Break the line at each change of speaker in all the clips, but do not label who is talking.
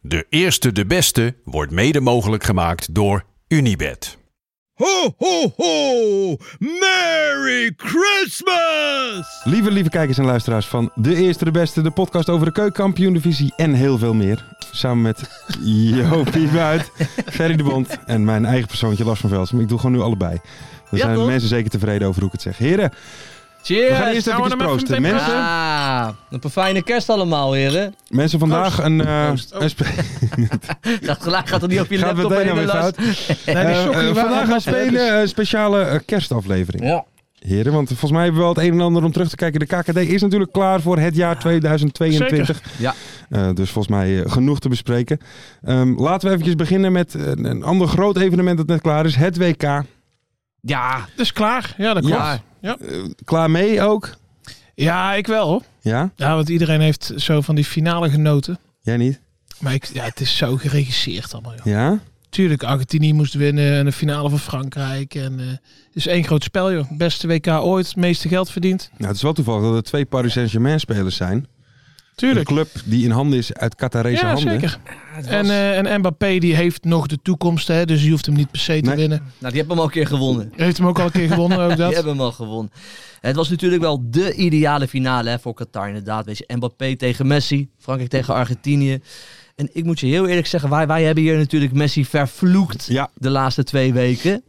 De eerste de beste wordt mede mogelijk gemaakt door Unibed.
Ho, ho, ho! Merry Christmas!
Lieve, lieve kijkers en luisteraars van De Eerste de Beste, de podcast over de keukenkampioen-divisie en heel veel meer. Samen met Jopie Buit, Ferry de Bond en mijn eigen persoontje Lars van Velsen. Maar ik doe gewoon nu allebei. Dan
Ja,
zijn
toch?
mensen zeker tevreden over hoe ik het zeg. Heren,
Cheers!
we gaan eerst
gaan we
even
hem even
proosten.
meteen
Mensen,
Ah, op een fijne kerst allemaal, heren.
mensen vandaag een... eh,
Proost. Oh.
een spe-
Dat geluid gaat er niet op je
Gaat
laptop
meteen
heen,
nou
alweer
Lars.
fout.
Nee, die
Eh,
sokken die
eh,
waren
vandaag
echt
gaan we
lastig, hè,
spelen
dus-
eh, een speciale eh, kerstaflevering.
Ja.
Heren, want volgens mij hebben we wel het een en ander om terug te kijken. De KKD is natuurlijk klaar voor het jaar 2022.
Ja.
Eh, dus volgens mij eh, genoeg te bespreken. Ehm, laten we eventjes beginnen met eh, een ander groot evenement dat net klaar is. Het WK.
Ja.
Dus klaar. Ja, dat klopt. Ja,
Ja. Klaar mee ook?
ik wel. hoor.
Ja?
Ja, want iedereen heeft zo van die finale genoten.
Jij niet?
Maar ik, ja, het is zo geregisseerd allemaal. Joh.
Ja? Nou,
Tuurlijk, Argentinië moest winnen en de finale van Frankrijk. En eh, het is één groot spel, joh. Beste WK ooit, het meeste geld verdiend.
Nou, het is wel toevallig dat er twee Paris Saint-Germain spelers zijn. Een
Tuurlijk.
club die in handen is uit Qatarese
Ja,
handen.
zeker. En, eh, en Mbappé die heeft nog de toekomst, hè, dus die hoeft hem niet per se te
Nee.
winnen.
Nou, die hebben hem al een keer gewonnen.
Heeft hem ook al een keer gewonnen, ook
Die
dat.
hebben hem al gewonnen. Het was natuurlijk wel de ideale finale hè, voor Qatar, inderdaad. Weet je, Mbappé tegen Messi, Frankrijk tegen Argentinië. En ik moet je heel eerlijk zeggen, wij, wij hebben hier natuurlijk Messi vervloekt
Ja.
de laatste twee weken.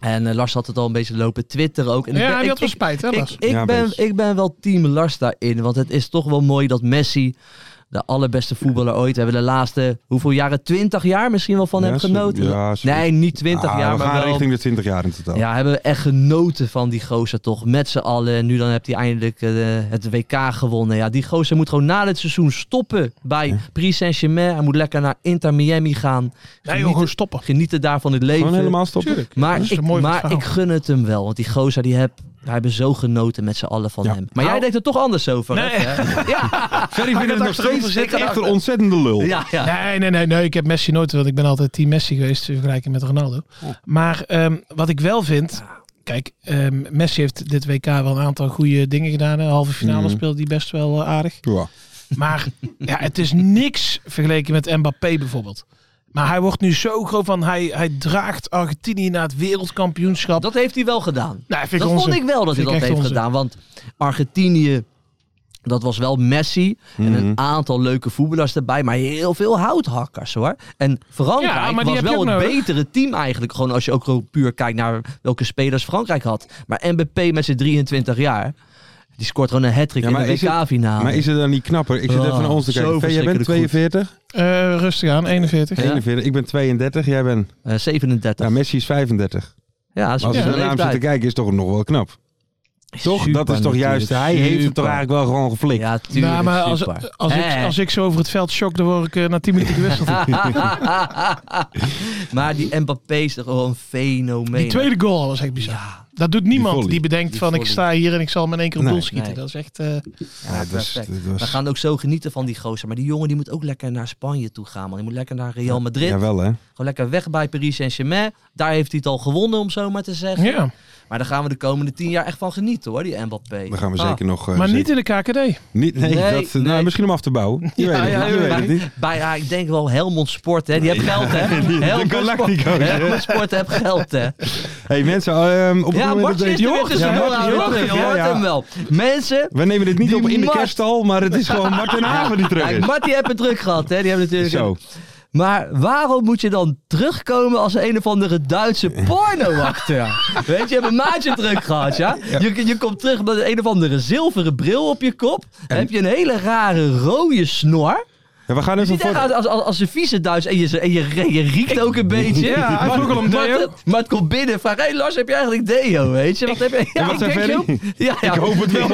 En eh, Lars had het al een beetje lopen twitteren ook. En ik ben-
Ja,
ik-
die had wel
ik-
spijt, hè,
Ik,
Lars?
ik,
Ja, een
ben,
beetje.
ik ben wel team Lars daarin. Want het is toch wel mooi dat Messi, de allerbeste voetballer ooit... We hebben de laatste, hoeveel jaren? 20 jaar misschien wel van
Ja,
hem
zo-
genoten.
ja, zo-
nee, niet 20
Ah,
jaar,
we
maar
gaan
wel...
richting de 20 jaar in totaal.
Ja, hebben we echt genoten van die gozer toch. Met z'n allen. En nu dan heb hij eindelijk eh, het WK gewonnen. Ja, die gozer moet gewoon na dit seizoen stoppen bij Paris Saint-Germain. Hij moet lekker naar Inter Miami gaan.
Nee, joh, gewoon stoppen.
Genieten daar van het leven.
Gewoon helemaal stoppen.
Tuurlijk.
Maar,
Dat is
ik,
een mooi
maar
verhaal.
ik gun het hem wel. Want die gozer, die heb, wij hebben zo genoten met z'n allen van
Ja.
hem. Maar jij
Nou-
denkt er toch anders over. hè?
Nee.
Ja. ja.
Ferry vindt het nog steeds
zitten,
echt
daarachter.
een ontzettende lul.
ja, ja.
Nee, nee, nee, nee. Ik heb Messi nooit, want ik ben altijd team Messi geweest in vergelijking met Ronaldo. Maar ehm, wat ik wel vind, kijk, ehm, Messi heeft dit WK wel een aantal goede dingen gedaan. Een halve finale
Mhm.
speelde hij best wel eh, aardig.
Ja.
Maar ja, het is niks vergeleken met Mbappé bijvoorbeeld. Maar hij wordt nu zo groot van, hij, hij draagt Argentinië naar het wereldkampioenschap.
Dat heeft hij wel gedaan.
nou, vind
dat
onzin.
vond ik wel dat hij
Vind ik
dat
echt
heeft
onzin.
gedaan. Want Argentinië, dat was wel Messi. En
Mhm.
een aantal leuke voetballers erbij. Maar heel veel houthakkers hoor. En
Ja,
Frankrijk
maar die
was
heb je
wel
ook
het
nodig.
betere team eigenlijk. Gewoon als je ook gewoon puur kijkt naar welke spelers Frankrijk had. Maar Mbappé met zijn 23 jaar. Die scoort gewoon een hat-trick
Ja,
in
maar
de
is het-
WK-finale.
Maar is het dan niet knapper? Ik zit
Oh,
even naar ons te
zo
kijken. Vee, jij bent
verschrikkelijk goed.
42,
Eh, rustig aan, 41.
Ja.
41, ik ben 32, jij bent...
Eh, 37.
Ja, Messi is 35.
Ja, dat is
Maar als
best
we
wel
naar hem
leeftijd.
zitten kijken, is toch nog wel knap. Toch? dat is toch juist. Hij heeft het toch eigenlijk wel gewoon geflikt.
Ja, tuurlijk.
nou, maar als,
super. Eh.
als, ik,
Hè?
als ik zo over het veld shock, dan word ik eh, na 10 minuten gewisseld.
maar die Mbappé is toch gewoon een fenomeen.
Die tweede goal was echt bizar.
Ja,
Dat doet niemand die,
volley.
bedenkt
Die
van ik
volley.
sta hier en ik zal hem in één keer op
Nee.
doel schieten.
Nee.
Dat is echt... eh,
Ja, dus dat is-
perfect.
dat was-
We gaan ook zo genieten van die gozer. Maar die jongen die moet ook lekker naar Spanje toe gaan. Man. Die moet lekker naar Real Madrid.
Jawel, hè?
Gewoon lekker weg bij Paris Saint-Germain. Daar heeft hij het al gewonnen, om zo maar te zeggen.
ja,
Maar daar gaan we de komende tien jaar echt van genieten hoor, die Mbappé.
Daar gaan we
Ah.
zeker nog... eh,
maar niet
zeker-
in de KKD.
niet nee,
Nee,
dat, Nou,
nee.
misschien om af te bouwen. Je weet het
Ja, Ah, ja,
niet, je
ja,
weet het
bij,
niet.
bij, ja, ik denk wel Helmond Sport, hè. Die hebben geld, hè. Helmond
Galactico's,
Sport,
hè.
Helmond Sport heeft geld, hè.
hey, mensen, ehm, op het
Ja,
moment dat
Martje is
deze-
er weer
Ja,
gezellig.
Martje is
Nou,
er
Martje,
weer
Je
terug, ja,
hoort
ja.
hem wel. Mensen,
We nemen dit niet
Die
op in de
Mart.
kerststal, maar het is gewoon Martin Haven die terug
Kijk,
is.
Marty heeft het druk gehad, hè? Die hebben natuurlijk.
Zo.
Maar waarom moet je dan terugkomen als een of andere Duitse pornoacteur? Weet je, je hebt een maatje druk gehad, ja? Je, je komt terug met een of andere zilveren bril op je kop. Dan heb je een hele rare rode snor.
Ja, we gaan
Je
even
ziet eruit
voor...
als, als, als een vieze Duits en je, en je, en je riekt ook een beetje.
Ja, hij vroeg al om
Maar-
deo.
Maar het komt binnen, vraag, hé Lars, heb je eigenlijk deo, weet je? Wat heb je?
wat zei
denk
Ferry?
Joop. Ja, ja.
Ik hoop het wel.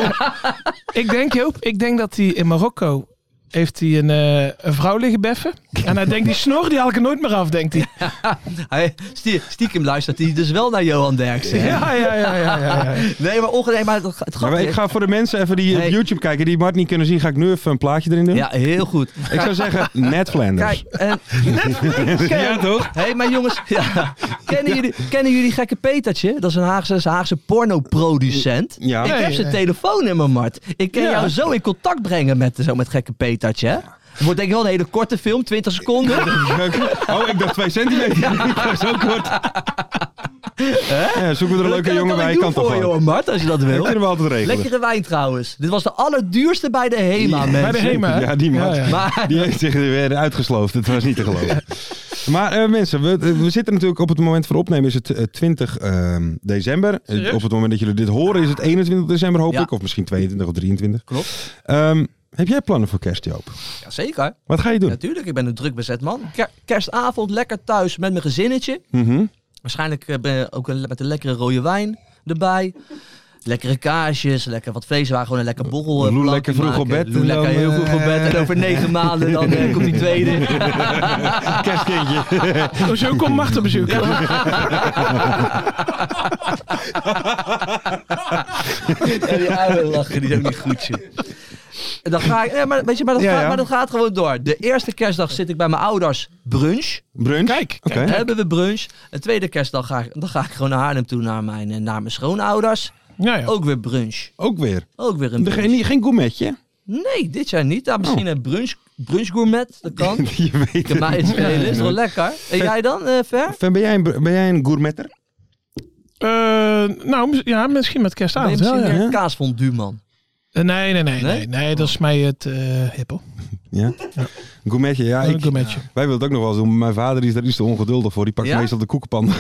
Ik denk, Joop, ik denk dat hij in Marokko heeft hij een, eh, een vrouw liggen beffen. En hij denkt, die snor die haal ik er nooit meer af, denkt hij.
Hij, stie- stiekem luistert hij dus wel naar Johan Derksen. hè?
Ja, ja, ja, ja, ja. ja.
Nee, maar ongeneem. Maar het, het
Ja, maar
grappige
ik ga voor de mensen even die
Nee.
op YouTube kijken, die Mart niet kunnen zien, ga ik nu even een plaatje erin doen.
is- Ja, heel goed.
Ik zou zeggen, Ned Flanders.
Kijk, en... ja, toch? Hé, hey, maar jongens, ja. kennen, jullie, kennen jullie gekke Petertje? Dat is een Haagse, is een Haagse pornoproducent.
Ja.
Ik
Nee,
heb zijn
nee.
telefoonnummer, Mart. Ik kan
Ja.
jou zo in contact brengen met, zo met gekke Petertje. hè? Het wordt denk ik wel een hele korte film, 20 seconden.
Oh, ik dacht twee centimeter. Ik was zo kort. Ja, zoeken we er een
Dat
leuke
kan ik
jongen
wel
bij.
doen
Kan toch
voor je,
wel.
hoor, Mart, als je dat
Dat
wil.
kunnen we altijd regelen.
Lekkere wijn trouwens. Dit was de allerduurste bij de HEMA, mensen.
Bij de HEMA, hè?
Ja, die Mart.
Ja, ja.
Maar
Die heeft zich er weer uitgesloofd. Het was niet te geloven. Maar eh, mensen, we, we zitten natuurlijk op het moment van opnemen is het eh, 20 ehm, december. Eh,
Serieus?
Op het moment dat jullie dit horen is het 21 december hoop
Ja.
ik. Of misschien 22 of 23.
Klopt.
Ehm, heb jij plannen voor kerst, Joop?
Ja, zeker.
Wat ga je doen?
Natuurlijk, ik ben een druk bezet man. Ker- kerstavond lekker thuis met mijn gezinnetje.
Mhm.
Waarschijnlijk eh, ben ik ook een- met een lekkere rode wijn erbij. Lekkere kaasjes, lekker wat vlees waar gewoon een lekker borrel. eh,
Loe
plankje
lekker vroeg
maken.
op bed
Loe
en
lekker
dan,
heel vroeg op bed. En over negen maanden dan eh, komt die tweede.
Kerstkindje.
Oh, Zo komt Mart op bezoek.
Ja, die oude lachen, die is ook niet goed, joh. En Dan ga ik, nee, maar, weet je, maar, dat
Ja,
gaat,
ja.
maar dat gaat gewoon door. De eerste kerstdag zit ik bij mijn ouders brunch.
Brunch?
Kijk,
Oké.
Dan hebben we brunch. De tweede kerstdag ga ik, dan ga ik gewoon naar Haarlem toe, naar mijn, eh, naar mijn schoonouders.
Ja, ja.
Ook weer brunch.
Ook weer.
Ook weer een
De-
brunch.
Geen, geen gourmetje?
Nee, dit jaar niet. Daar misschien
Oh.
een brunch, brunch gourmet. Dat kan.
Je weet
Kan mij
het.
iets spelen. Is wel lekker. En jij dan, eh Ver?
Fan, ben jij een, ben jij een gourmetter?
Eh, nou, mis- ja, misschien met
Ben je
kerstavond wel,
misschien
ja.
weer
ja.
een kaasfondue, man?
Eh, Nee, nee, nee,
Nee?
nee, nee. Dat is mij het eh hippo.
Ja. Gourmetje, ja.
Ik,
Ik,
met je.
wij willen het ook nog wel eens doen. maar Mijn vader die is daar iets te ongeduldig voor. Die pakt
Ja?
meestal de koekenpan.
dat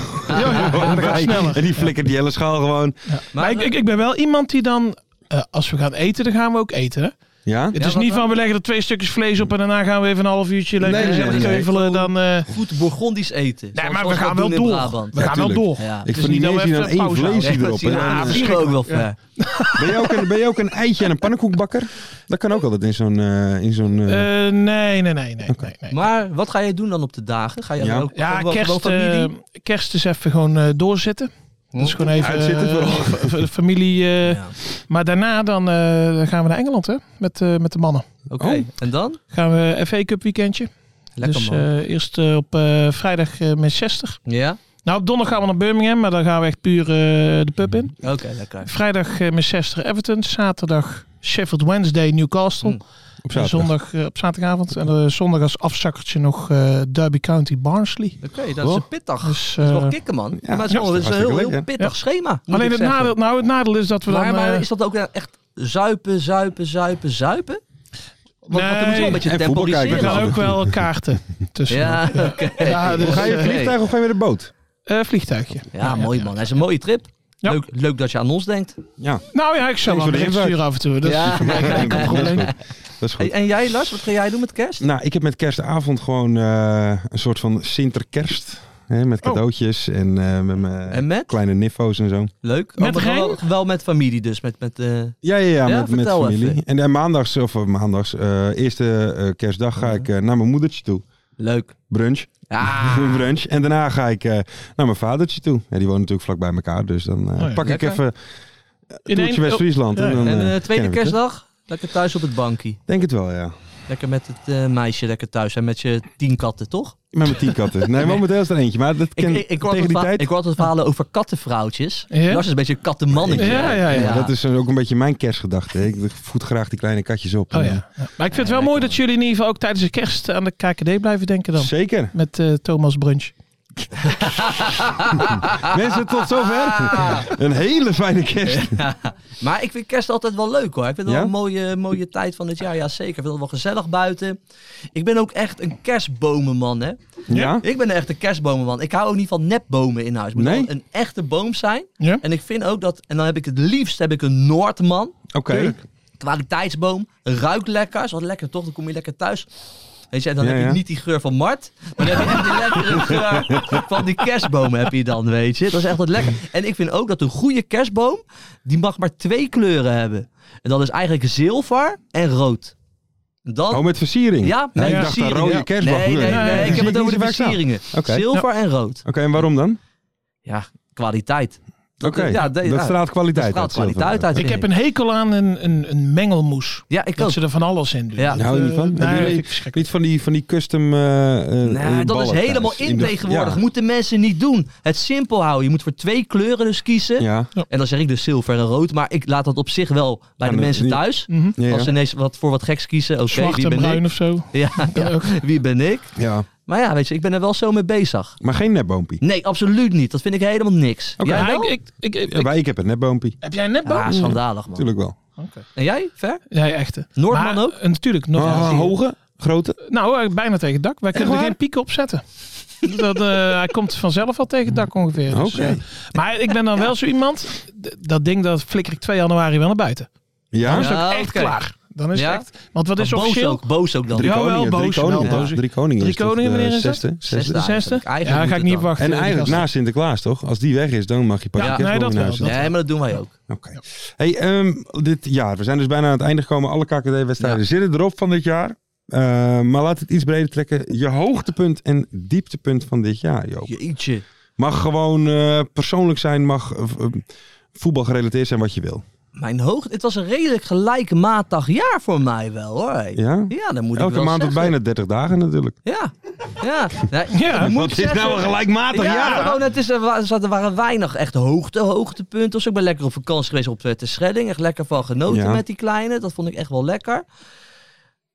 gaat sneller.
En die flikkert die hele schaal gewoon.
Maar ik, ik, ik ben wel iemand die dan, eh, als we gaan eten, dan gaan we ook eten. hè.
Ja?
Het
Ja,
is
wat
niet
dan?
van we leggen er twee stukjes vlees op en daarna gaan we even een half uurtje lekker
Nee, nee,
gezellig
nee, nee.
keuvelen. Dan, eh,
goed Bourgondisch eten.
nee,
Zoals
maar we
dat
gaan
doen
wel
in
door.
Brabant.
We gaan wel
tuurlijk.
door.
Ja.
Ik
Dus
vind die
niet dat
mensen die
we
dan
even
één
pauze
vlees
houden.
Nee,
die erop.
dat zien
hè.
we- ah,
Ja.
dat zien we ook wel, Ver.
Ben jij ook een- ben jij ook een eitje en een pannenkoekbakker? Dat kan ook altijd in zo'n... eh, in zo'n eh,
Eh, nee, nee, nee, nee, nee, nee.
Maar wat ga je doen dan op de dagen? Ga je
Ja.
ook
Ja,
gewoon- gewoon
kerst, eh,
familie?
kerst is even gewoon eh, doorzitten. Dat is gewoon even
Uitzitten
eh,
vooral.
v- v- familie. eh,
Ja.
Maar daarna dan eh, gaan we naar Engeland hè, met, eh, met de mannen.
Oké,
Oh.
en dan?
Gaan we FA Cup weekendje.
Lekker
dus
man.
eh, eerst eh, op eh, vrijdag eh, Manchester.
ja?
Nou, op donderdag gaan we naar Birmingham, maar dan gaan we echt puur eh, de pub in.
Oké, lekker.
Vrijdag eh, Manchester Everton. Zaterdag Sheffield Wednesday Newcastle.
Hm,
op
En
zaterdag.
zondag eh, op zaterdagavond. En eh, zondag als afzakkertje nog eh, Derby County Barnsley.
Oké, dat is
Oh.
een pittig.
Dus,
dat is wel
eh,
kicken, man.
ja,
maar het is wel-
ja,
het is een heel,
hartstikke
heel
leuk,
pittig schema. moet
Alleen
ik
het
zeggen.
nadeel, nou, het nadeel is dat we
Maar,
dan...
maar
eh,
is dat ook eh, echt zuipen, zuipen, zuipen, zuipen? Want, want er
Nee.
moet wel een beetje
En
tempo
voetbal kijken.
we
Ja,
gaan
dat
ook wel kaarten tussen.
Ja, oké.
Ja, dus-
Ga je
Oké.
vliegtuig of ga je met de boot?
Eh, vliegtuigje.
Ja, mooi man. Dat is een mooie trip.
Ja.
Leuk, leuk dat je aan ons denkt.
Ja.
Nou ja, ik zou wel
Thanks
een
voor de invite.
bericht sturen af en toe. Dat
Ja.
is voor mij geen enkel probleem.
Dat is
En,
goed.
en jij, Lars, wat ga jij doen met kerst?
Nou, ik heb met kerstavond gewoon eh, een soort van Sinterkerst. Hè, met
Oh.
cadeautjes en eh, met mijn
En met?
kleine niffo's en zo.
Leuk. Oh,
Met
maar wel,
Rijn?
wel met familie dus. Met, met, eh,
Ja, ja, ja,
Ja,
met, met
vertel
familie.
even.
En eh, maandags, of eh, maandags, eh, eerste eh, kerstdag ga ik eh, naar mijn moedertje toe.
leuk.
Brunch.
Ja,
brunch. En daarna ga ik eh, naar mijn vadertje toe. Ja, die woont natuurlijk vlakbij elkaar, dus dan eh,
Oh ja,
pak
lekker.
ik even een
In
toertje
één- oh,
West-Friesland.
ja.
En, dan,
en
eh,
eh, tweede
kennen we het, hè?
kerstdag? Lekker thuis op het bankje.
Denk het wel, ja.
Lekker met het eh, meisje lekker thuis. En met je tien katten, toch?
Met mijn tien katten. Nee, momenteel is er eentje, maar dat
Ik,
ken
ik, ik, hoor
tegen
altijd
die
verha-
tijd...
ik hoor altijd verhalen over kattenvrouwtjes.
Ja?
Lars is een beetje een kattenmannetje.
Ja, ja, ja.
Ja, dat is ook een beetje mijn kerstgedachte. Ik voed graag die kleine katjes op.
Oh ja. ja. Maar ik vind het wel mooi dat jullie in ieder geval ook tijdens de kerst aan de KKD blijven denken dan.
Zeker.
Met eh, Thomas Brunch.
Mensen, tot zover. Een hele fijne kerst.
Ah. Maar ik vind kerst altijd wel leuk hoor. Ik vind het
Ja?
wel een mooie, mooie tijd van het jaar. Ja, zeker. Ik vind het wel gezellig buiten. Ik ben ook echt een kerstbomenman, hè?
Ja?
Ik ben echt een kerstbomenman. Ik hou ook niet van nepbomen in huis. Het moet
Nee?
wel een echte boom zijn.
Ja?
En ik vind ook dat... En dan heb ik het liefst heb ik een Noordman.
Oké.
Kwaliteitsboom. Ruikt lekker. Is wat lekker toch? Dan kom je lekker thuis. Weet je, en dan
Ja,
heb je
ja.
niet die geur van Mart. Maar dan heb je echt die lekkere geur van die kerstboom heb je dan, weet je. Dat is echt wat lekker. En ik vind ook dat een goede kerstboom... die mag maar twee kleuren hebben. En dat is eigenlijk zilver en rood. Dan,
Oh, met versiering?
Ja,
nee,
nee,
ik dacht een
versiering,
rode
ja.
kerstboom.
Nee, nee, nee,
nee,
ik
zie
heb het
niet
over de
waar ik sta.
versieringen.
Oké.
Zilver en rood.
Oké, en waarom dan?
Ja, kwaliteit.
Oké,
ja,
dat
de- ja,
straalt
Dat
kwaliteit
straalt
uit, zilver.
kwaliteit uit.
Ik
vind
heb een hekel aan een, een, een mengelmoes.
Ja, ik ook.
Dat ze er van alles in doen.
Ja.
Dat,
Daar hou je
eh,
niet van?
nee,
Heb je
dat
niet-
vind ik verschrikkelijk.
Niet van die, van die custom. eh eh,
Nee, Nou, dat is
ballen
helemaal
thuis.
in
de-
tegenwoordig.
Ja.
Moeten mensen niet doen. Het simpel houden. Je moet voor twee kleuren dus kiezen.
Ja.
En dan zeg ik dus zilver en rood. Maar ik laat dat op zich wel bij
Ja,
de
maar
mensen
die-
thuis.
Mhm.
Ja.
Als ze ineens wat voor wat geks kiezen. Oké,
Zwart
wie
en
ben
bruin
ik?
of zo.
Ja,
Kan ook.
wie ben ik?
ja.
Maar ja, weet je, ik ben er wel zo mee bezig.
Maar geen nepboompie.
Nee, absoluut niet. Dat vind ik helemaal niks.
Oké.
Jij
Ja,
wel?
ik, ik, ik, ik-
Ja, maar ik heb een nepboompie.
heb jij een netbal?
Ah, schandalig man.
Natuurlijk wel.
En jij, Ver?
Ja, ja, echte.
Noordman
Maar,
ook?
eh, natuurlijk. Nog,
Maar een Ah, hoge, grote.
Nou, eh, bijna tegen het dak. Wij kunnen er
waar?
geen pieken op zetten. Dat, eh, hij komt vanzelf al tegen het dak ongeveer.
Oké.
Dus, eh, maar ik ben dan wel zo iemand, d- dat ding dat flikker ik 2 januari wel naar buiten.
Ja?
Dan is het ook
Ja,
echt
oké.
klaar. Dan is
Ja?
het echt. Want wat is
Oh, boos
officieel?
ook, boos ook dan.
Drie
Ja, wel,
koningen. Drie
boos,
koningen.
wel
toch?
boos.
Drie koningen.
Drie
is toch
koningen,
de
wanneer is dat?
Zesde.
Zesde.
zesde.
De zesde?
eigenlijk. Eigenlijk
ja, dan
moet
ga ik
het
niet
dan.
wachten.
En eigenlijk na Sinterklaas, toch? Als die weg is, dan mag je pas
Ja,
de
nee,
kerstboom
dat
in huis
wel,
zetten.
Nee, maar dat doen wij ook.
Oké. Hey, ehm, dit jaar, we zijn dus bijna aan het einde gekomen. Alle KKD-wedstrijden zitten erop van dit jaar. Eh, maar laat het iets breder trekken. Je hoogtepunt en dieptepunt van dit jaar, Joop.
Jeetje.
Mag gewoon eh, persoonlijk zijn, mag eh, eh, voetbal gerelateerd zijn, wat je wil.
Mijn hoogte. Het was een redelijk gelijkmatig jaar voor mij wel hoor. hé.
Ja?
Ja, dan moet ik
Elke
wel
maand op
zeggen.
bijna 30 dagen natuurlijk.
Ja, ja. Nee,
Ja,
ik moet
Wat is
zeggen-
nou een gelijkmatig
Ja,
jaar?
gewoon, het is, er, wa- er waren weinig echt hoogte, hoogtepunten. Dus ik ben lekker op vakantie geweest op eh, de Schedding. Echt lekker van genoten
Ja.
met die kleine. Dat vond ik echt wel lekker.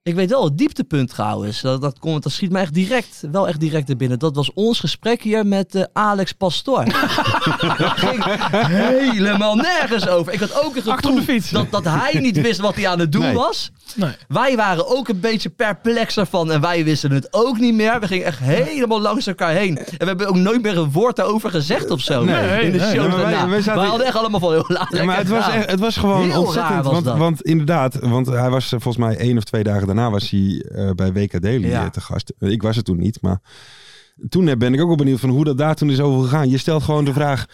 Ik weet wel, het dieptepunt trouwens. Dat, dat, komt, dat schiet mij echt direct, wel echt direct er binnen. Dat was ons gesprek hier met eh, Alex Pastoor. dat ging helemaal nergens over. Ik had ook een
Achter op de
gevoel
fiets.
dat, dat hij niet wist wat hij aan het doen
Nee.
was.
Nee.
Wij waren ook een beetje perplex ervan en wij wisten het ook niet meer. We gingen echt helemaal langs elkaar heen. En we hebben ook nooit meer een woord daarover gezegd of zo.
nee,
in de
nee.
show
Ja, maar wij-
daarna.
wij zaten-
hadden echt allemaal van heel laat.
Ja, maar het was, echt, het was gewoon
Heel raar
ontzettend.
was
want,
dat.
want inderdaad, want hij was eh, volgens mij één of twee dagen daarna was hij eh, bij WK Daily
Ja.
eh, te gast. Eh, Ik was er toen niet, maar toen eh, ben ik ook wel benieuwd van hoe dat daar toen is over gegaan. Je stelt gewoon de vraag,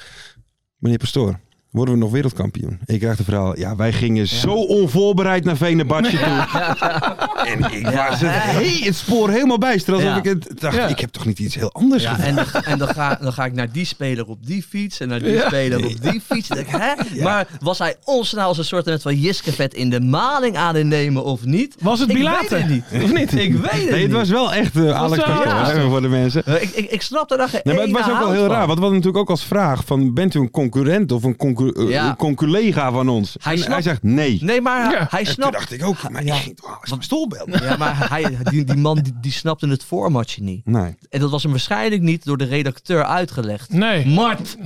meneer Pastoor, worden we nog wereldkampioen? Ik krijg de verhaal, ja, wij gingen zo onvoorbereid naar Venebatje toe. En ik was het, hey, het spoor helemaal bijster. Alsof
Ja.
ik het dacht,
Ja.
ik heb toch niet iets heel anders
Ja,
gedaan?
en dan, en dan, ga, dan ga ik naar die speler op die fiets en naar die
Ja.
speler op die fiets. Dan denk ik, hè? Maar was hij ons nou als een soort net van Jiskevet in de maling aan het nemen of niet?
Was het
Ik
Bilate?
weet het niet.
Of niet?
Ik weet het
Nee, het
niet.
was wel echt eh, Alex
wel-
Pastoor
Ja.
even voor de mensen.
Eh, Ik, ik, ik snap daar dan geen
Nee, maar het
ene
was ook wel
hout
heel
van.
raar. Want we hadden natuurlijk ook als vraag van... bent u een concurrent of een concu- eh,
Ja.
een conculega van ons?
Hij
en
snapt-
hij zegt nee.
Nee, maar
Ja.
hij
Toen
snapt
dacht ik ook, maar die ging toch wel eens van stoel bellen?
Ja, maar hij, die, die man die, die snapte het formatje niet.
Nee.
En dat was hem waarschijnlijk niet door de redacteur uitgelegd.
Nee.
Mart!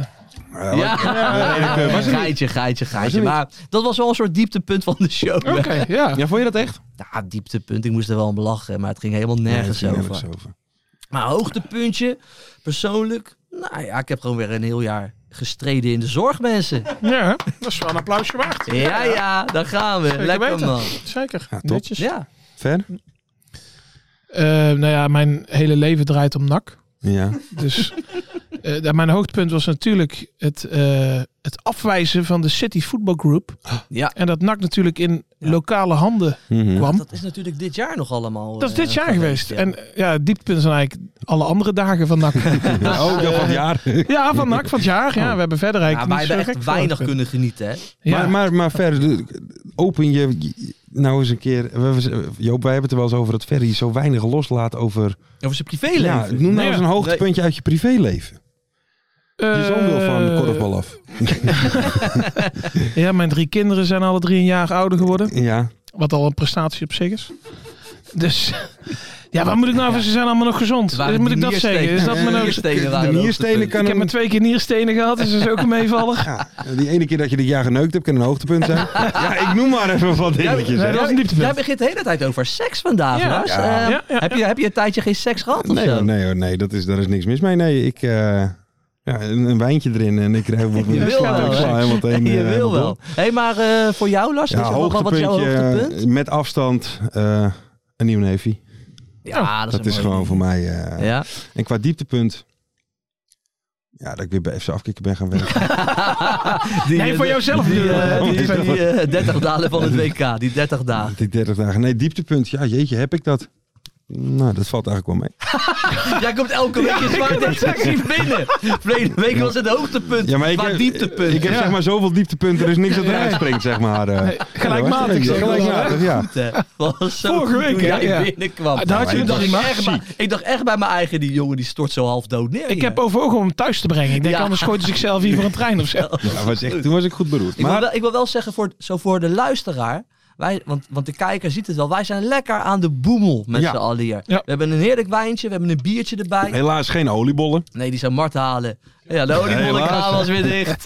Eh,
Ja,
redacteur was er niet.
geitje, geitje, geitje.
er niet.
Maar dat was wel een soort dieptepunt van de show.
Oké, ja.
Ja, vond je dat echt?
Ja, dieptepunt. Ik moest er wel om lachen, maar het ging helemaal nergens
Nee, het
over.
ging nergens over.
Maar hoogtepuntje, persoonlijk. Nou ja, ik heb gewoon weer een heel jaar gestreden in de zorg, mensen.
ja. Dat is wel een applausje waard.
Ja, ja, daar gaan we.
Zeker
Lekker
weten.
man.
Zeker.
Ja, top.
Netjes.
Ja.
Ver?
Eh, nou ja, mijn hele leven draait om nak.
Ja.
Dus eh, daar- mijn hoogtepunt was natuurlijk het, eh, het afwijzen van de City Football Group.
ja.
En dat NAC natuurlijk in
Ja.
lokale handen
Mhm.
kwam.
Dat is natuurlijk dit jaar nog allemaal.
Dat is
eh,
dit jaar geweest.
ja.
En eh, ja, het dieptepunt zijn eigenlijk alle andere dagen van NAC.
Ja, ook dat van het jaar.
ja, van NAC van het jaar. Ja, we hebben verder
Oh. Ja,
eigenlijk
wij
niet zo
hebben
gek
echt weinig
hoogtepunt.
kunnen genieten, hè?
Ja.
Maar, maar, maar Ver, de- open je nou eens een keer... we- Joop, wij hebben het er wel eens over dat Ferry zo weinig loslaat over...
Over zijn
Ja,
privéleven.
noem nou
Ja.
eens een hoogtepuntje uit je privéleven. Je zoon wil van de
Eh,
korfbal af.
Ja, mijn drie kinderen zijn alle drie een jaar ouder geworden.
Ja.
Wat al een prestatie op zich is. Dus ja, wat moet ik nou voor? Ze zijn allemaal nog gezond.
Waren
Dus moet
die
ik dat
nierstenen?
zeggen? Is dat mijn
Eh,
hoogste-
nierstenen waren
de
het
nierstenen
hoogtepunt.
kan
Ik heb
een
maar twee keer nierstenen gehad, dus dat is ook een meevaller.
Ja, Eh, die ene keer dat je dit jaar geneukt hebt, kan een hoogtepunt zijn. ja, ik noem maar even wat dingetjes.
nee,
hè.
dat is een dieptepunt.
Jij begint de hele tijd over seks vandaag,
Ja.
Lars.
Ja.
Eh,
Ja, ja.
Heb, je, heb je een tijdje geen seks gehad of
Nee,
zo?
hoor, nee, hoor, nee dat is, daar is niks mis mee. Nee, ik... eh, ja, een, een wijntje erin en ik krijg word
Je wil
ja,
wel.
ik sla helemaal tegen,
Je
eh,
wil
helemaal
wel.
door.
Hé, hey, maar eh, voor jou, Lars,
Ja,
weet je wel, wat is jouw
hoogtepuntje
hoogtepunt?
eh, met afstand eh, een nieuw neefje.
Ja,
Dat
een
is
mooi.
gewoon voor mij... eh,
Ja.
En qua dieptepunt... Ja, dat ik weer bij FC Afkikken ben gaan werken.
Die,
Nee, voor
eh,
jouzelf
Die,
bedoel je,
eh,
hè?
die,
Die-
die, eh, 30 dagen van het WK, die 30 dagen.
Die 30 dagen. Nee, dieptepunt. Ja, jeetje, heb ik dat. Nou, dat valt eigenlijk wel mee.
Jij komt elke week in zwaar deceptie binnen. Verleden week was het hoogtepunt.
Ja, maar ik
qua
heb,
dieptepunt.
Ik heb
Ja.
zeg maar zoveel dieptepunten, er is niks dat eruit springt, zeg maar. eh.
gelijkmatig,
Ja,
zeg maar.
Gelijkmatig, ja.
Het was eh, zo
Vorige
goed
week,
hoe
hè?
jij
Ja.
binnenkwam.
Ah, daar had
je
ik,
het
dacht
nog niet
echt
maar
bij, ik dacht echt bij mijn eigen, die jongen die stort zo half dood neer.
Ik
hier.
heb overwogen om hem thuis te brengen. Ik denk,
Ja.
anders gooit hij zichzelf hier voor een trein of zo.
Ja, was echt, toen was ik goed beroerd.
Ik, wil
Maar
wel, ik wil wel zeggen, voor, zo voor de luisteraar, wij, want, want de kijker ziet het wel, wij zijn lekker aan de boemel met
Ja.
z'n allen hier.
Ja.
We hebben een heerlijk wijntje, we hebben een biertje erbij.
helaas geen oliebollen.
Nee, die zijn Mart halen. Ja, de oliebollenkraam
helaas.
was weer dicht.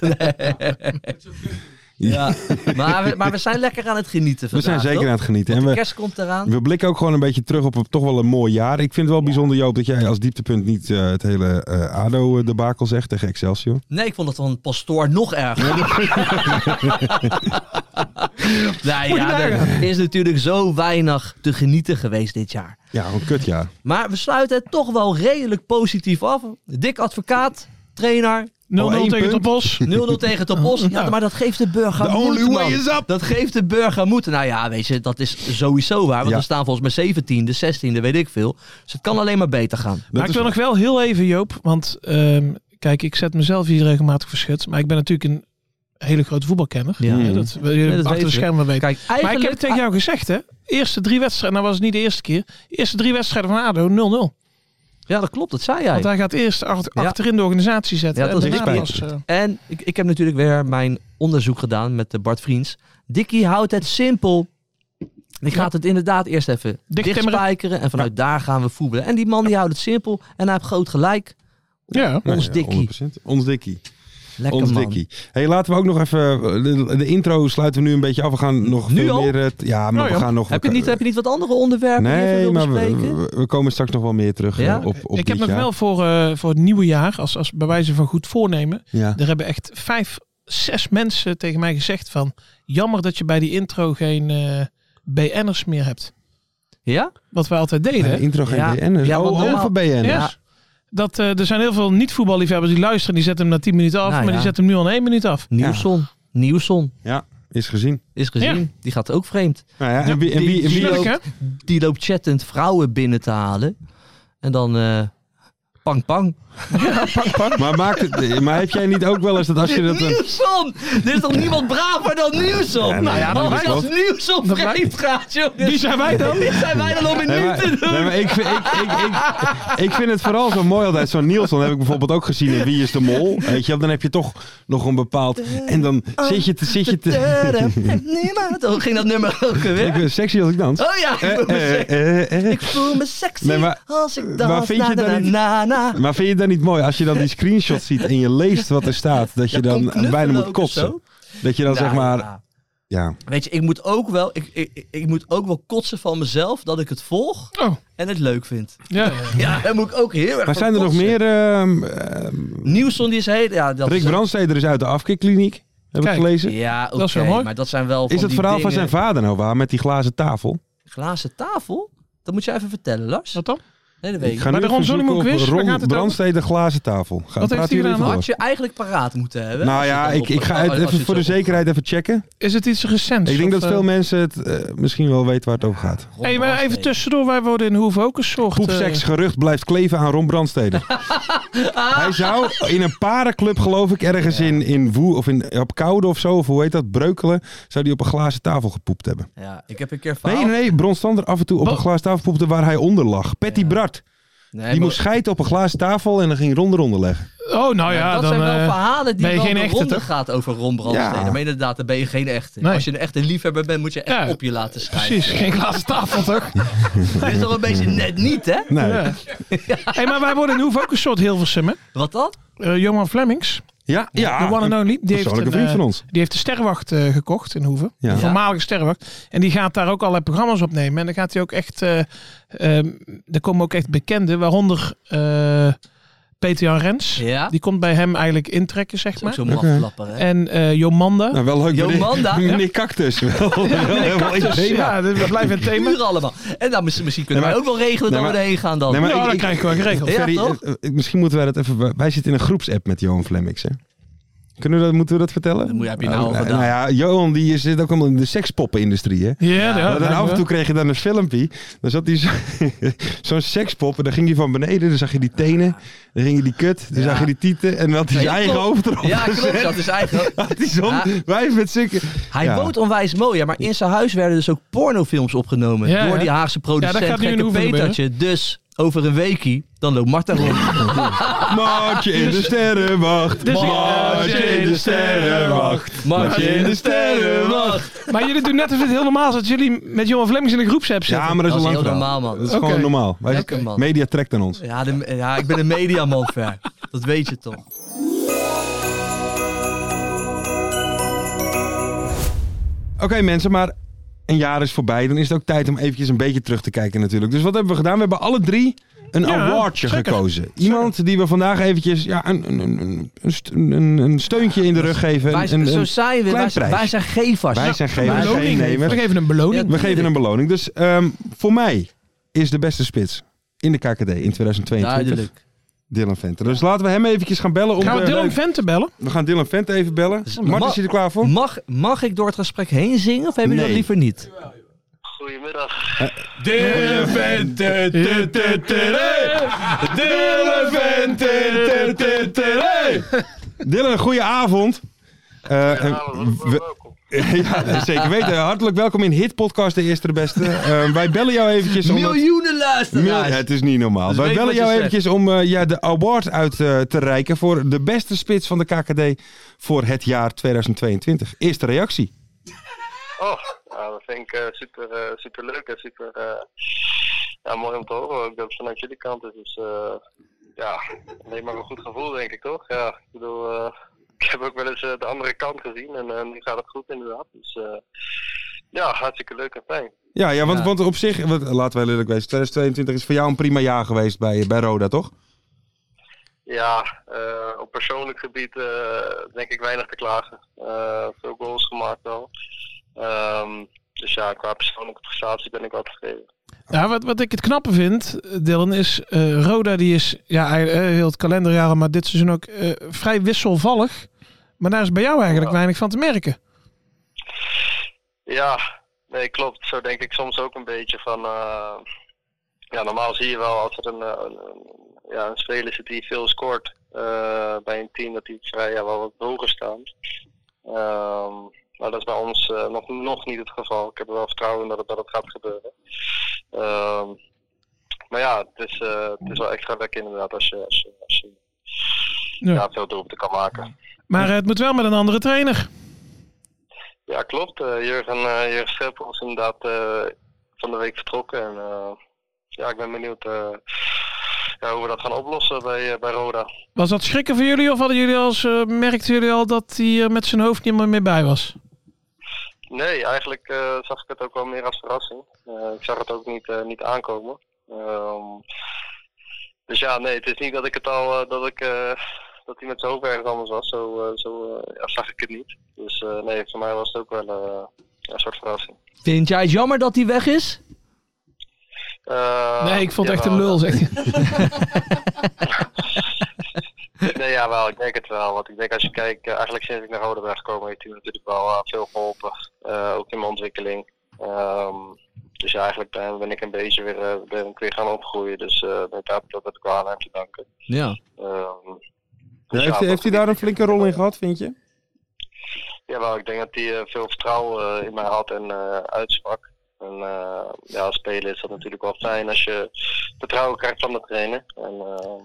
ja. maar, we, maar we zijn lekker aan het genieten
We zijn
vandaag,
zeker aan
toch?
het genieten.
Want
En
de
we,
kerst komt eraan.
we blikken ook gewoon een beetje terug op, op toch wel een mooi jaar. Ik vind het wel bijzonder, Joop, dat jij als dieptepunt niet eh, het hele ADO-debakel zegt tegen Excelsior.
Nee, ik vond het van pastoor nog erger. nee, Nou ja, er is natuurlijk zo weinig te genieten geweest dit jaar.
Ja, een kutjaar.
Maar we sluiten het toch wel redelijk positief af. Dik advocaat, trainer, Oh,
0-0
één
tegen
punt.
Top Bos.
0-0 tegen Top Bos. Ja, maar dat geeft de burger
The
moed,
only way
man.
is up.
Dat geeft de burger moed. Nou ja, weet je, dat is sowieso waar. Want
Ja.
we staan volgens mij 17e, 16e, weet ik veel. Dus het kan alleen maar beter gaan.
Dat
Maar ik
is
wil nog wel heel even, Joop. Want ehm, kijk, ik zet mezelf hier regelmatig voor schut. Maar ik ben natuurlijk een hele grote voetbalkenner.
Ja.
Ja, dat wil je
dat
achter
weten
de
we.
schermen weten.
Kijk, eigenlijk...
maar ik heb het tegen jou gezegd, hè? Eerste drie wedstrijden, nou was het niet de eerste keer. Eerste drie wedstrijden van ADO 0-0.
Ja, dat klopt, dat zei jij.
Want hij gaat eerst achter-
Ja.
achterin de organisatie zetten.
Ja, dat
En
is
daarna
spijtig.
pas, eh,
En ik, ik heb natuurlijk weer mijn onderzoek gedaan met eh, Bart Vriends. Dikkie houdt het simpel. Die gaat het inderdaad eerst even
timmeren.
dichtspijkeren. En vanuit daar gaan we voetballen. En die man die houdt het simpel. En hij heeft groot gelijk.
ja.
Ons
ja,
Dikkie.
100%. Ons Dikkie.
Lekker
Ons
man.
Dikkie. Hey, laten we ook nog even... eh, De, de intro sluiten we nu een beetje af. We gaan nog
Nu
veel
al?
meer... eh, t- Ja, maar
Nou
we
ja.
gaan nog...
Heb je, niet, heb je niet wat andere onderwerpen die je
Nee,
even wil
maar we,
bespreken?
we- we komen straks nog wel meer terug eh,
Ja?
op, op
ik
dit
heb nog
jaar.
wel voor, eh, voor het nieuwe jaar, als, als bij wijze van goed voornemen.
Ja.
Er hebben echt vijf, zes mensen tegen mij gezegd van... Jammer dat je bij die intro geen eh, BN'ers meer hebt.
Ja?
Wat we altijd deden.
Bij
hè?
de intro geen
Ja.
BN'ers.
Ja,
oh,
want normaal-
oh, voor BN'ers.
Ja. Dat, eh, er zijn heel veel niet-voetballiefhebbers die luisteren. Die zetten hem na 10 minuten af,
Nou
maar
ja.
die zetten hem nu al in 1 minuut af.
Nieuwson. Nieuwson
Ja, is gezien.
is gezien.
Ja.
Die gaat ook vreemd.
Nou ja, en wie, en
die-
wie, en wie,
die-
Snurk, hè?
Die loopt chattend vrouwen binnen te halen. En dan... eh, pang, pang.
maar, maakt het, maar heb jij niet ook wel eens dat als je dat... Een,
Nieuwson! Er is toch niemand braver dan Nieuwson?
Ja, nee,
nou ja,
dat
als
is
als
wat.
Nieuwson
Dat
vreemd gaat, jongens.
Wie zijn wij dan?
Wie zijn wij dan om in
Nee,
nu
maar-
te doen?
nee, maar ik, vind- ik, ik, ik, ik vind het vooral zo mooi altijd. Zo'n Nielsen heb ik bijvoorbeeld ook gezien in Wie is de Mol. Weet je, wel, dan heb je toch nog een bepaald... En dan zit je te... Zit je te
Niemand. Hoe ging dat nummer ook
ik
weer?
ben sexy als ik dans.
Oh ja, ik voel me
Eh,
sexy.
eh, eh, eh.
Ik voel me sexy
Nee, maar-
als ik dans.
maar vind je
na,
dat
na,
niet-
na, na.
Maar vind je dat niet mooi als je dan die screenshot ziet en je leest wat er staat, dat je
Ja,
dan
komt knuffelen
bijna
ook
moet
of
kotsen?
zo?
Dat je dan
Nou,
zeg maar,
ja.
ja,
Weet je, ik moet, ook wel, ik, ik, ik moet ook wel kotsen van mezelf dat ik het volg
Oh,
en het leuk vind.
ja.
Ja, daar moet ik ook heel erg
Maar
van
zijn er nog
kotsen.
meer? ehm, ehm,
Nieuwson die is heet. Ja, dat
Rick
is,
Brandsteder is uit de afkikkliniek, heb ik
Kijk.
gelezen.
Ja, oké,
Dat is wel mooi.
maar dat zijn wel van
Is het
die
verhaal van
dingen-
zijn vader nou waar met die glazen tafel?
glazen tafel? Dat moet je even vertellen, Lars.
Wat dan?
Nee, dat weet
Ik
ik.
ga
Bij
nu
de Ron
even zoeken
Zonnemoe
op
quiz, waar
Ron
gaat het over?
Brandsteder glazen tafel. Gaan
Wat heeft hij gedaan?
Had je eigenlijk paraat moeten hebben.
Nou
Als je
ja,
het dan
ik, ik
op-
ga
als
het
je
even
het
voor de
zo-
zekerheid even checken.
Is het iets recents?
Ik denk
Of,
dat veel
eh,
mensen het eh, misschien wel weten waar het over gaat.
Hey, maar even tussendoor, wij worden in Hoeve ook een soort... eh,
Poepseksgerucht blijft kleven aan Ron Brandsteder. Hij zou in een parenclub, geloof ik, ergens in, in Woe of in, op Koude of zo, of hoe heet dat, Breukelen, zou die op een glazen tafel gepoept hebben.
Ja, ik heb een keer
Nee,
verhaal.
nee, nee, Brandstander af en toe op
Wat?
een glazen tafel poepte waar hij onder lag. Patty Bart,
Nee,
die
maar-
moest scheiden op een glazen tafel en dan ging Ron eronder leggen.
Oh, nou
maar
ja,
dat
dan...
zijn wel
eh,
verhalen die
ben je
wel
geen
de
echte,
ronde
toch?
gaat over Ron Brandsteder.
Ja.
Maar inderdaad, dan ben je geen echte.
Nee.
Als je een echte liefhebber bent, moet je echt
Ja.
op je laten schrijven.
Precies, geen glazen tafel toch?
Dat is toch een
Mm.
beetje net niet, hè?
Nee.
Ja. Hey, maar wij worden in Hoeve ook een soort Hilversum, hè?
Wat dan?
Eh, Johan Flemings,
Ja, ja.
de one and only, die heeft,
persoonlijke
een,
vriend
eh,
van ons.
die heeft de Sterrenwacht eh, gekocht in Hoeve.
Ja.
De voormalige Sterrenwacht. En die gaat daar ook allerlei programma's opnemen. En dan gaat hij ook echt... eh, ehm, er komen ook echt bekenden, waaronder eh, Peter-Jan Rens.
Ja.
Die komt bij hem eigenlijk intrekken, zeg
is ook
maar.
zo'n maflapper, hè?
En eh Jomanda.
Nou, wel leuk.
Jomanda.
Meneer, meneer Cactus. Wel, wel helemaal
Cactus,
één thema.
Ja, we blijven een thema.
Puur allemaal. En dan misschien, misschien kunnen
Nee,
wij ook wel regelen
nee,
dat we
maar-
erheen gaan dan.
Nee, maar
Ja,
ik-
dat
ik-
krijg ik wel geregeld.
Ja,
Ferry,
toch?
eh, eh, misschien moeten wij dat even... Wij zitten in een groepsapp met Johan Flemmix, hè? Kunnen we dat, moeten we dat vertellen?
Dat moet- heb je nou al
nou,
gedaan.
nou ja, Johan die zit ook allemaal in de sekspoppenindustrie, hè?
Ja,
Maar dan af en toe kreeg je dan een filmpje. Dan zat hij zo- zo'n sekspop en dan ging hij van beneden. Dan zag je die tenen. Dan ging je die kut. Dan
Ja.
zag je die tieten. En dan had hij
Ja,
zijn eigen
klopt.
hoofd erop.
Ja, klopt. Dat is eigenlijk...
Had hij zo'n
Ja.
wijf met zikke...
Hij
Ja.
woont onwijs mooi, ja, maar in zijn huis werden dus ook pornofilms opgenomen
Ja,
door
hè?
die Haagse producent
Ja, dat gaat nu in
Gekke
de oefening
Petertje. Dus over een weekie, dan loopt Marta rond.
Maartje in
Dus-
de sterrenwacht.
Dus-
Maartje in de sterrenwacht.
Martje in de sterrenwacht.
Maar jullie doen net alsof het heel normaal is dat jullie met Johan Flemmings in een groepsapp zitten.
Ja, maar dat
Dat
is
is
een lang
heel
verhaal.
normaal, man.
Dat is
Oké.
gewoon normaal. Wij-
Lekker, man.
Media trekt aan ons.
Ja, de- ja, ik ben een mediaman, ver. Dat weet je toch.
Oké mensen, maar een jaar is voorbij. Dan is het ook tijd om eventjes een beetje terug te kijken natuurlijk. Dus wat hebben we gedaan? We hebben alle drie een
Ja,
awardje
zeker.
gekozen. Iemand die we vandaag eventjes ja, een, een, een, een, st- een, een steuntje in de rug geven.
Wij,
Een, een,
zo
een-
zijn we.
klein
Wij, zijn-
prijs.
wij zijn gevers.
wij zijn geen,
wij
geen
zijn
nemer.
We geven een beloning.
We geven een beloning. Dus ehm, voor mij is de beste spits in de KKD in 2022
Duidelijk.
Dylan Venter. Dus laten we hem eventjes gaan bellen. Om
Gaan we
de-
Dylan Venten bellen?
we gaan Dylan Venter even bellen.
Dus-
Martin, is je er klaar voor?
Mag, mag ik door het gesprek heen zingen of hebben jullie
Nee.
dat liever niet?
Goedemiddag.
Dylan Venter. Dylan Dylan, goedenavond. Eh, eh, we-
welkom.
ja, zeker weten. Hartelijk welkom in Hit Podcast, de eerste de beste. Eh, wij bellen jou eventjes om...
Miljoenen
Mil-
luisteraars.
het is niet normaal.
Dus
wij
weet
bellen
wat je
jou
zegt.
eventjes om eh, ja, de award uit eh, te reiken voor de beste spits van de KKD voor het jaar 2022. Eerste reactie.
Oh, nou, dat vind ik eh, super, eh, super leuk en super eh, ja, mooi om te horen. Ook dat het vanuit jullie kant is. Dus eh, ja, alleen maar een goed gevoel, denk ik toch? Ja, ik bedoel, eh, ik heb ook wel eens eh, de andere kant gezien en eh, nu gaat het goed, inderdaad. Dus eh, ja, hartstikke leuk en fijn.
Ja, ja, want,
Ja.
want op zich, wat, laten we eerlijk wezen, 2022 is voor jou een prima jaar geweest bij, bij Roda, toch?
Ja, eh, op persoonlijk gebied eh, denk ik weinig te klagen. Eh, veel goals gemaakt wel. Ehm, dus ja, qua persoonlijke prestatie ben ik wat tevreden.
Ja, wat, wat ik het knappe vind, Dylan, is eh, Roda die is ja, eh, heel het kalenderjaar, al, maar dit seizoen ook eh, vrij wisselvallig. Maar daar is bij jou eigenlijk
Ja.
weinig van te merken.
Ja, nee, klopt. Zo denk ik soms ook een beetje van. eh, ja, normaal zie je wel als er een, eh, een, een- ja, een speler zit die veel scoort eh, bij een team, dat die vrij ja, wel wat hoger staan. Ehm, maar dat is bij ons eh, nog, nog niet het geval. Ik heb er wel vertrouwen in dat het, dat het gaat gebeuren. Ehm, maar ja, het is, eh, het is wel extra lekker inderdaad als je, als je, als je
Ja.
ja. veel doelpunten kan maken.
Maar eh, het moet wel met een andere trainer.
Ja, klopt. Eh, Jurgen, eh Jurgen Schiphol is inderdaad eh, van de week vertrokken. En, eh, ja, ik ben benieuwd eh, ja, hoe we dat gaan oplossen bij, eh, bij Roda.
Was dat schrikken voor jullie of hadden jullie al eens, eh, merkten jullie al dat hij er met zijn hoofd niet meer meer bij was?
Nee, eigenlijk eh, zag ik het ook wel meer als verrassing. Eh, ik zag het ook niet, eh, niet aankomen. Ehm, dus ja, nee, het is niet dat ik het al eh, dat ik eh, dat hij met zijn hoofd ergens anders was. Zo, eh, zo eh, ja, zag ik het niet. Dus eh, nee, voor mij was het ook wel eh, een soort verrassing.
Vind jij het jammer dat hij weg is?
Eh,
nee, ik vond het echt een
jawel,
lul, zegt hij.
Nee, ja, wel, ik denk het wel. Want ik denk als je kijkt, eh, eigenlijk sinds ik naar Roda ben gekomen, heeft hij me natuurlijk wel eh, veel geholpen. Eh, ook in mijn ontwikkeling. Ehm, dus ja, eigenlijk ben, ben ik een beetje weer, eh, ben ik weer gaan opgroeien. Dus eh met dat, dat heb ik wel aan hem te danken.
Ja.
Ehm,
Ja,
dus
heeft,
ja,
heeft hij daar een flinke rol in gehad, vind je?
Jawel, ik denk dat hij eh, veel vertrouwen eh, in mij had en eh, uitsprak. En eh, ja, als speler is dat natuurlijk wel fijn als je vertrouwen krijgt van de trainer. En, eh,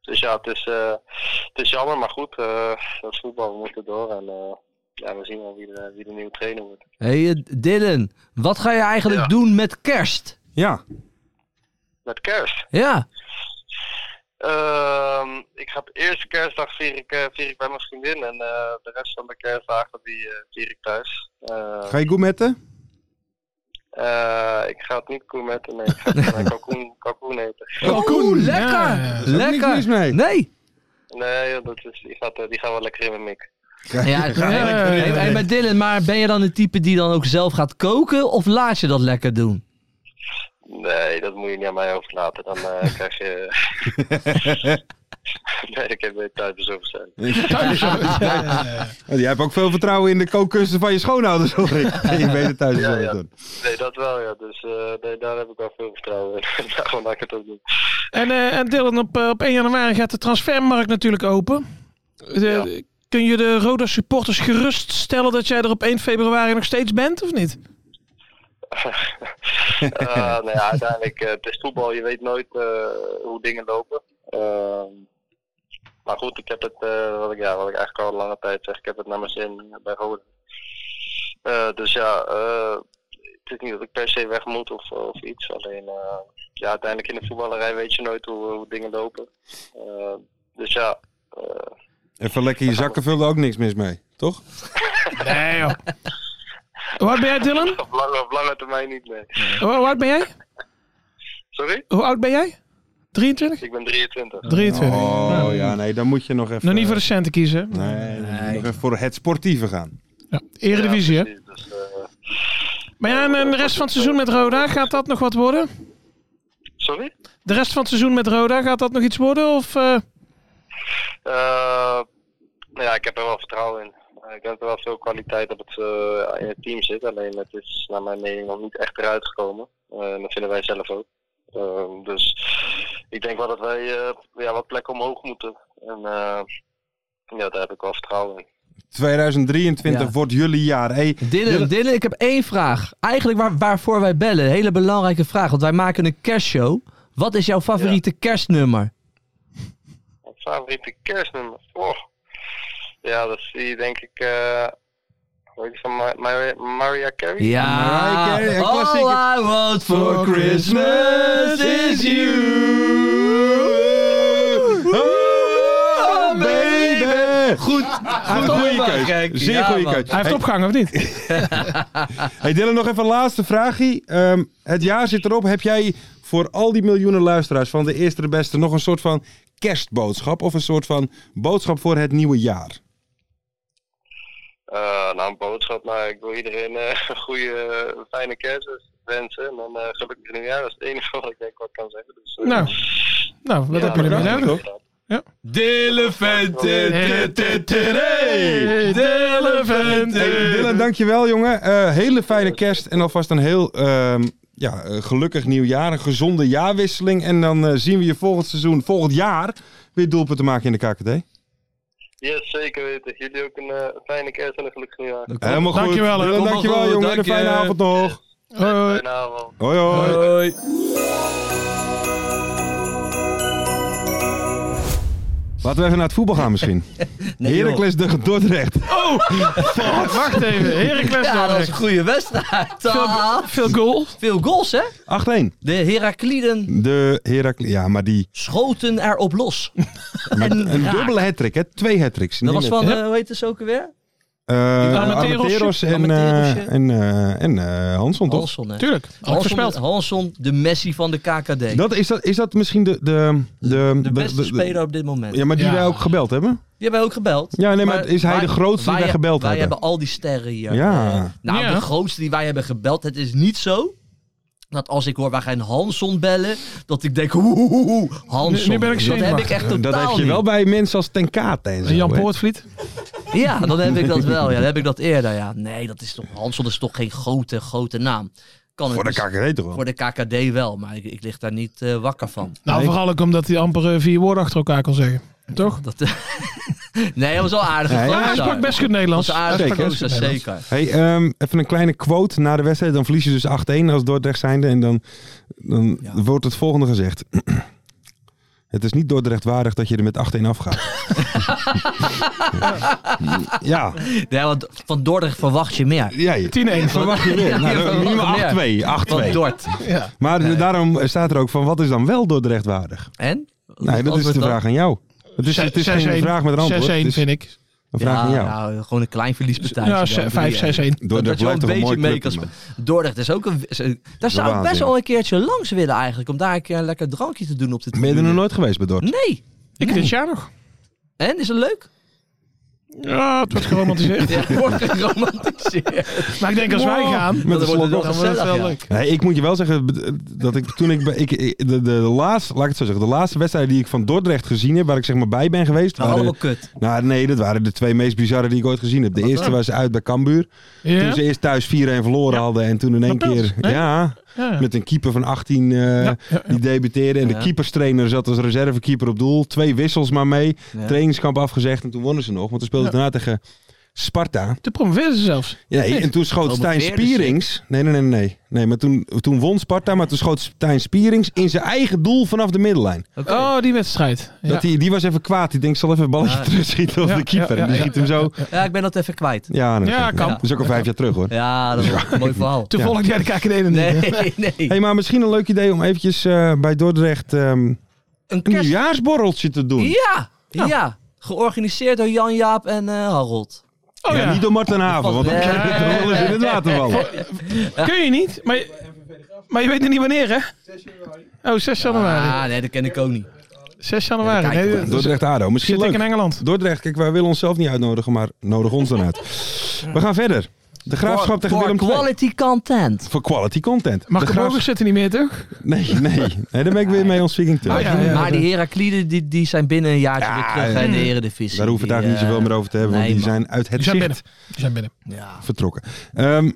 dus ja, het is, eh, het is jammer, maar goed, eh, dat is voetbal, we moeten door. En eh, ja, we zien wel wie de, wie de nieuwe trainer wordt.
Hé hey, eh, Dylan, wat ga je eigenlijk
Ja.
doen met kerst?
Ja.
Met kerst.
Ja,
Ehm, ik ga op eerste kerstdag vier ik, eh, vier ik bij mijn vriendin en eh, de rest van de kerstdagen die eh, vier ik thuis. Eh,
Ga je goed metten?
Eh, ik ga het niet koemetten, nee. Ik ga het eh, kalkoen, kalkoen eten.
Kalkoen, Oh, lekker!
Ja, ja.
is ook
lekker!
niks mis mee.
Nee!
Nee, joh, dat is, die, gaat, eh, die gaan wel lekker in mijn mik.
Ja,
ja, ja, ja.
en, en met Dylan, maar ben je dan de type die dan ook zelf gaat koken of laat je dat lekker doen?
Nee, dat moet je niet aan mij overlaten. Dan eh, krijg je... nee, ik heb weer thuis dus bezorgd zijn.
Jij hebt ook veel vertrouwen in de kookkunsten van je schoonouders, hoor ik. Je weet het thuis
Ja,
wel
ja.
doen.
Nee, dat wel, ja. Dus eh, nee, daar heb ik wel veel vertrouwen in. Daarom laat ik het ook doen.
En, eh, en Dylan, op, eh, op 1 januari gaat de transfermarkt natuurlijk open. De- Kun je de Roda supporters geruststellen dat jij er op 1 februari nog steeds bent, of niet?
Eh, nou ja, uiteindelijk, eh, het is voetbal. Je weet nooit eh, hoe dingen lopen. Ehm, maar goed, ik heb het, eh, wat, ik, ja, wat ik eigenlijk al lange tijd zeg, ik heb het naar mijn zin bij Roda. Eh, dus ja, eh, het is niet dat ik per se weg moet of, of iets. Alleen, eh, ja, uiteindelijk in de voetballerij weet je nooit hoe, hoe dingen lopen. Eh, dus ja, eh,
Even lekker je zakken vullen ook niks mis mee, toch?
Nee, joh. Hoe oud ben jij, Dylan?
op, lange, op lange termijn niet meer.
Hoe, hoe oud ben jij?
Sorry?
Hoe oud ben jij? 23?
Ik ben 23.
23.
Oh ja, nee, dan moet je nog even.
Nog niet voor de centen kiezen.
Nee, dan moet je nog even voor het sportieve gaan.
Ja, Eredivisie, hè?
Ja, precies. Dus, eh,
Maar ja, en, en de rest van het seizoen met Roda, gaat dat nog wat worden?
sorry?
De rest van het seizoen met Roda, gaat dat nog iets worden? Of, eh,
Eh, nou ja, ik heb er wel vertrouwen in. Eh, Ik denk dat er wel veel kwaliteit op het, eh, in het team zit. Alleen het is naar mijn mening nog niet echt eruit gekomen. Eh, en dat vinden wij zelf ook. Ehm, dus ik denk wel dat wij eh, ja, wat plekken omhoog moeten. En eh, ja, daar heb ik wel vertrouwen in.
2023
Ja.
wordt jullie jaar. Hey,
Dylan, Dylan, ik heb één vraag. Eigenlijk waar, waarvoor wij bellen. Een hele belangrijke vraag, want wij maken een kerstshow. Wat is jouw favoriete kerstnummer?
Mijn favoriete kerstnummer. Oh. Ja, dat is die denk ik. eh hoe heet die van Ma- Mar- Maria Carey?
Mariah
Ja,
Carey, een
all
klassieker.
I want for Christmas is you.
Oh, baby! Goed, een goede
opgevangen, kijk.
keus. Zeer
Ja,
goede
man.
keus.
hij heeft
Hey,
opgehangen, of niet?
Hey Dylan, nog even een laatste vraagje. Ehm, het jaar zit erop. Heb jij voor al die miljoenen luisteraars van de eerste de beste nog een soort van kerstboodschap of een soort van boodschap voor het nieuwe jaar?
Eh, nou, een boodschap, maar ik wil iedereen eh, een goede, eh, fijne kerst wensen. En dan eh gelukkig nieuwjaar, dat is het enige wat ik denk wat ik kan zeggen. Dus, eh,
Nou, nou wat
ja,
heb je
dat
ermee
kan.
nodig?
nodig?
inderdaad.
Hey Dylan, dankjewel jongen. Eh, hele fijne kerst en alvast een heel ehm, ja, eh, gelukkig nieuwjaar. Een gezonde jaarwisseling. En dan eh, zien we je volgend seizoen, volgend jaar, weer doelpunten maken in de KKD.
Yes, zeker weten. Jullie ook een eh, fijne kerst en een gelukkig nieuwjaar.
Helemaal goed.
Dankjewel, hè.
Dylan,
Kom maar
dankjewel
goed,
jongen. En
dank
een
je.
fijne avond nog.
Hoi, hoi.
Fijne avond.
Hoi hoi. Laten we even naar het voetbal gaan misschien. Heracles de Dordrecht.
Wacht even, Heracles
Ja, dat is
Dordrecht.
een goede wedstrijd. Ah,
veel, veel goal.
Veel goals, hè?
8-1.
De Herakliden
De Heracles. Ja, maar die.
schoten erop los. en
Een
raak.
dubbele hat-trick, hè? Twee hat-tricks.
Dat was van,
Eh,
eh, hoe heet het ook alweer?
Armenteros.
Armenteros en,
Armenterosje.
eh en, eh, en eh, Hansson, toch?
Hanson, hè?
Tuurlijk, had ik voorspeld.
Hanson, de Messi van de KKD.
Dat, is, dat, is dat misschien de... De, de,
de beste
de-
speler op dit moment.
Ja, maar die
Ja.
wij ook gebeld hebben.
Die hebben ook gebeld.
Ja, nee, maar is hij de grootste die wij gebeld
wij
hebben?
hebben al die sterren hier.
Ja.
Eh, nou,
Ja.
de grootste die wij hebben gebeld. Het is niet zo dat als ik hoor, wij gaan Hanson bellen, dat ik denk, oeh, oeh, oeh, Hanson.
Nu- nu ben ik
dat heb
zenuwachtig.
ik echt totaal
dat heb je wel
niet.
bij mensen als Ten Kate en zo,
Jan
hè?
Poortvliet.
Ja, dan heb ik dat wel. Ja, dan heb ik dat eerder. Ja. Nee, dat is toch, Hanson is toch geen grote, grote naam. Kan het
Voor de
dus-
KKD toch wel?
Voor de KKD wel, maar ik, ik lig daar niet eh, wakker van.
Nou,
Nee.
vooral ook omdat hij amper eh, vier woorden achter elkaar kan zeggen. Toch?
Dat, nee, dat was wel aardig.
Ja, ja,
Ja, hij sprak best goed
Dat
Nederlands.
was een aardige
Zeker,
gozer, zeker.
Hey, ehm, even een kleine quote na de wedstrijd. Dan verlies je dus 8-1 als Dordrecht zijnde. En dan, dan
Ja.
wordt het volgende gezegd. Het is niet Dordrecht waardig dat je er met 8-1 afgaat. ja,
Ja, want van Dordrecht verwacht je meer.
jij.
10-1.
Verwacht je meer.
Ja,
Nou,
verwacht
minimaal
meer.
8-2, 8-2.
Van Dort.
Maar daarom staat er ook van, wat is dan wel Dordrecht waardig?
En?
Nee, dat is de vraag aan jou. Het is, het is Dus geen vraag met een antwoord.
6-1
Het is-
vind ik.
Een vraag aan jou.
nou, gewoon een klein verliespartij.
Ja, 5, 6, 1.
Dordrecht
eh, dat je wel
lijkt
een
toch
beetje
mooi
mee kan
clubje, man.
Dordrecht is ook een... is een- Daar zou ik best
waanzin.
wel een keertje langs willen eigenlijk. Om daar een keer een lekker drankje te doen op de
Ben je
tribune.
er nog nooit geweest bij Dordrecht?
Nee.
Ik dit jaar nog.
En, is het leuk?
Ja, het wordt geromantiseerd.
Ja, wordt geromantiseerd.
Maar ik denk als wij
Wow.
gaan,
Met de
wordt het
slot
wel
dan wordt het wel
ja.
leuk.
Nee, ik moet je wel zeggen b- dat ik toen ik, bij- ik, ik- de, de laatste, laat ik het zo zeggen, de laatste wedstrijd die ik van Dordrecht gezien heb, waar ik zeg maar bij ben geweest,
Maar
waren,
Nou, allemaal kut.
nou nee, dat waren de twee meest bizarre die ik ooit gezien heb. De eerste was uit bij Cambuur, toen
Ja.
ze eerst thuis 4-1 verloren hadden en toen in één
Maar dat,
keer,
hè?
ja,
Ja.
met een keeper van 18 eh,
Ja, ja,
die debuteerde en
Ja.
de keeperstrainer zat als reservekeeper op doel, twee wissels maar mee,
Ja.
trainingskamp afgezegd en toen wonnen ze nog, want toen speelden ze
Ja.
daarna tegen Sparta.
Toen promoveerden ze zelfs.
Ja, en toen schoot Stijn
Promoveerde
Spierings. Nee, nee, nee, nee. nee maar toen, toen won Sparta, maar toen schoot Stijn Spierings in zijn eigen doel vanaf de middenlijn.
Oké.
Oh, die wedstrijd. Ja.
Dat die, die was even kwaad. Die denkt, zal even een balletje
Ja.
terugschieten op
Ja,
de keeper.
ja, ja,
en die schiet hem zo. Ja,
Ja, ik ben dat even kwijt.
nee,
Ja,
dat-
kan.
Dat is ook al vijf jaar terug hoor.
Ja, dat is een mooi verhaal.
Toen
Ja.
volgde jij de KKD niet.
Nee,
hè?
nee.
hey, maar misschien een leuk idee om eventjes eh, bij Dordrecht ehm,
Een
een
kerst...
nieuwjaarsborreltje te doen.
Ja, ja. Georganiseerd door Jan, Jaap en eh, Harold.
Oh
Ja,
ja.
niet door Marten Haven, want dan
Nee.
krijg je de rollen in het water vallen.
Kun je niet, maar je, maar je weet nog niet wanneer, hè? Oh, 6 januari.
Ah, nee, dat ken ik ook niet.
6 januari.
Ja, kijk,
Nee, dat
Dordrecht ADO, misschien
zit ik in
leuk.
Engeland.
Dordrecht, kijk, wij willen onszelf niet uitnodigen, maar nodig ons dan uit. We gaan verder. De Graafschap tegen
Voor
Willem II.
quality content.
Voor quality content.
Mag
De
de
Graafs-
Bogers zitten niet meer, toch?
Nee, nee. nee daar ben ik weer mee on speaking
Ah,
terug.
Oh ja, ja.
maar die Herakliden die, die zijn binnen een jaartje
Ja,
weer terug hè, in de Eredivisie.
Daar hoeven we het
Die,
eigenlijk niet
eh,
zoveel meer over te hebben, want
nee,
die
man.
zijn uit het
Die zijn
zicht
binnen. Die zijn binnen.
Ja.
vertrokken. Ehm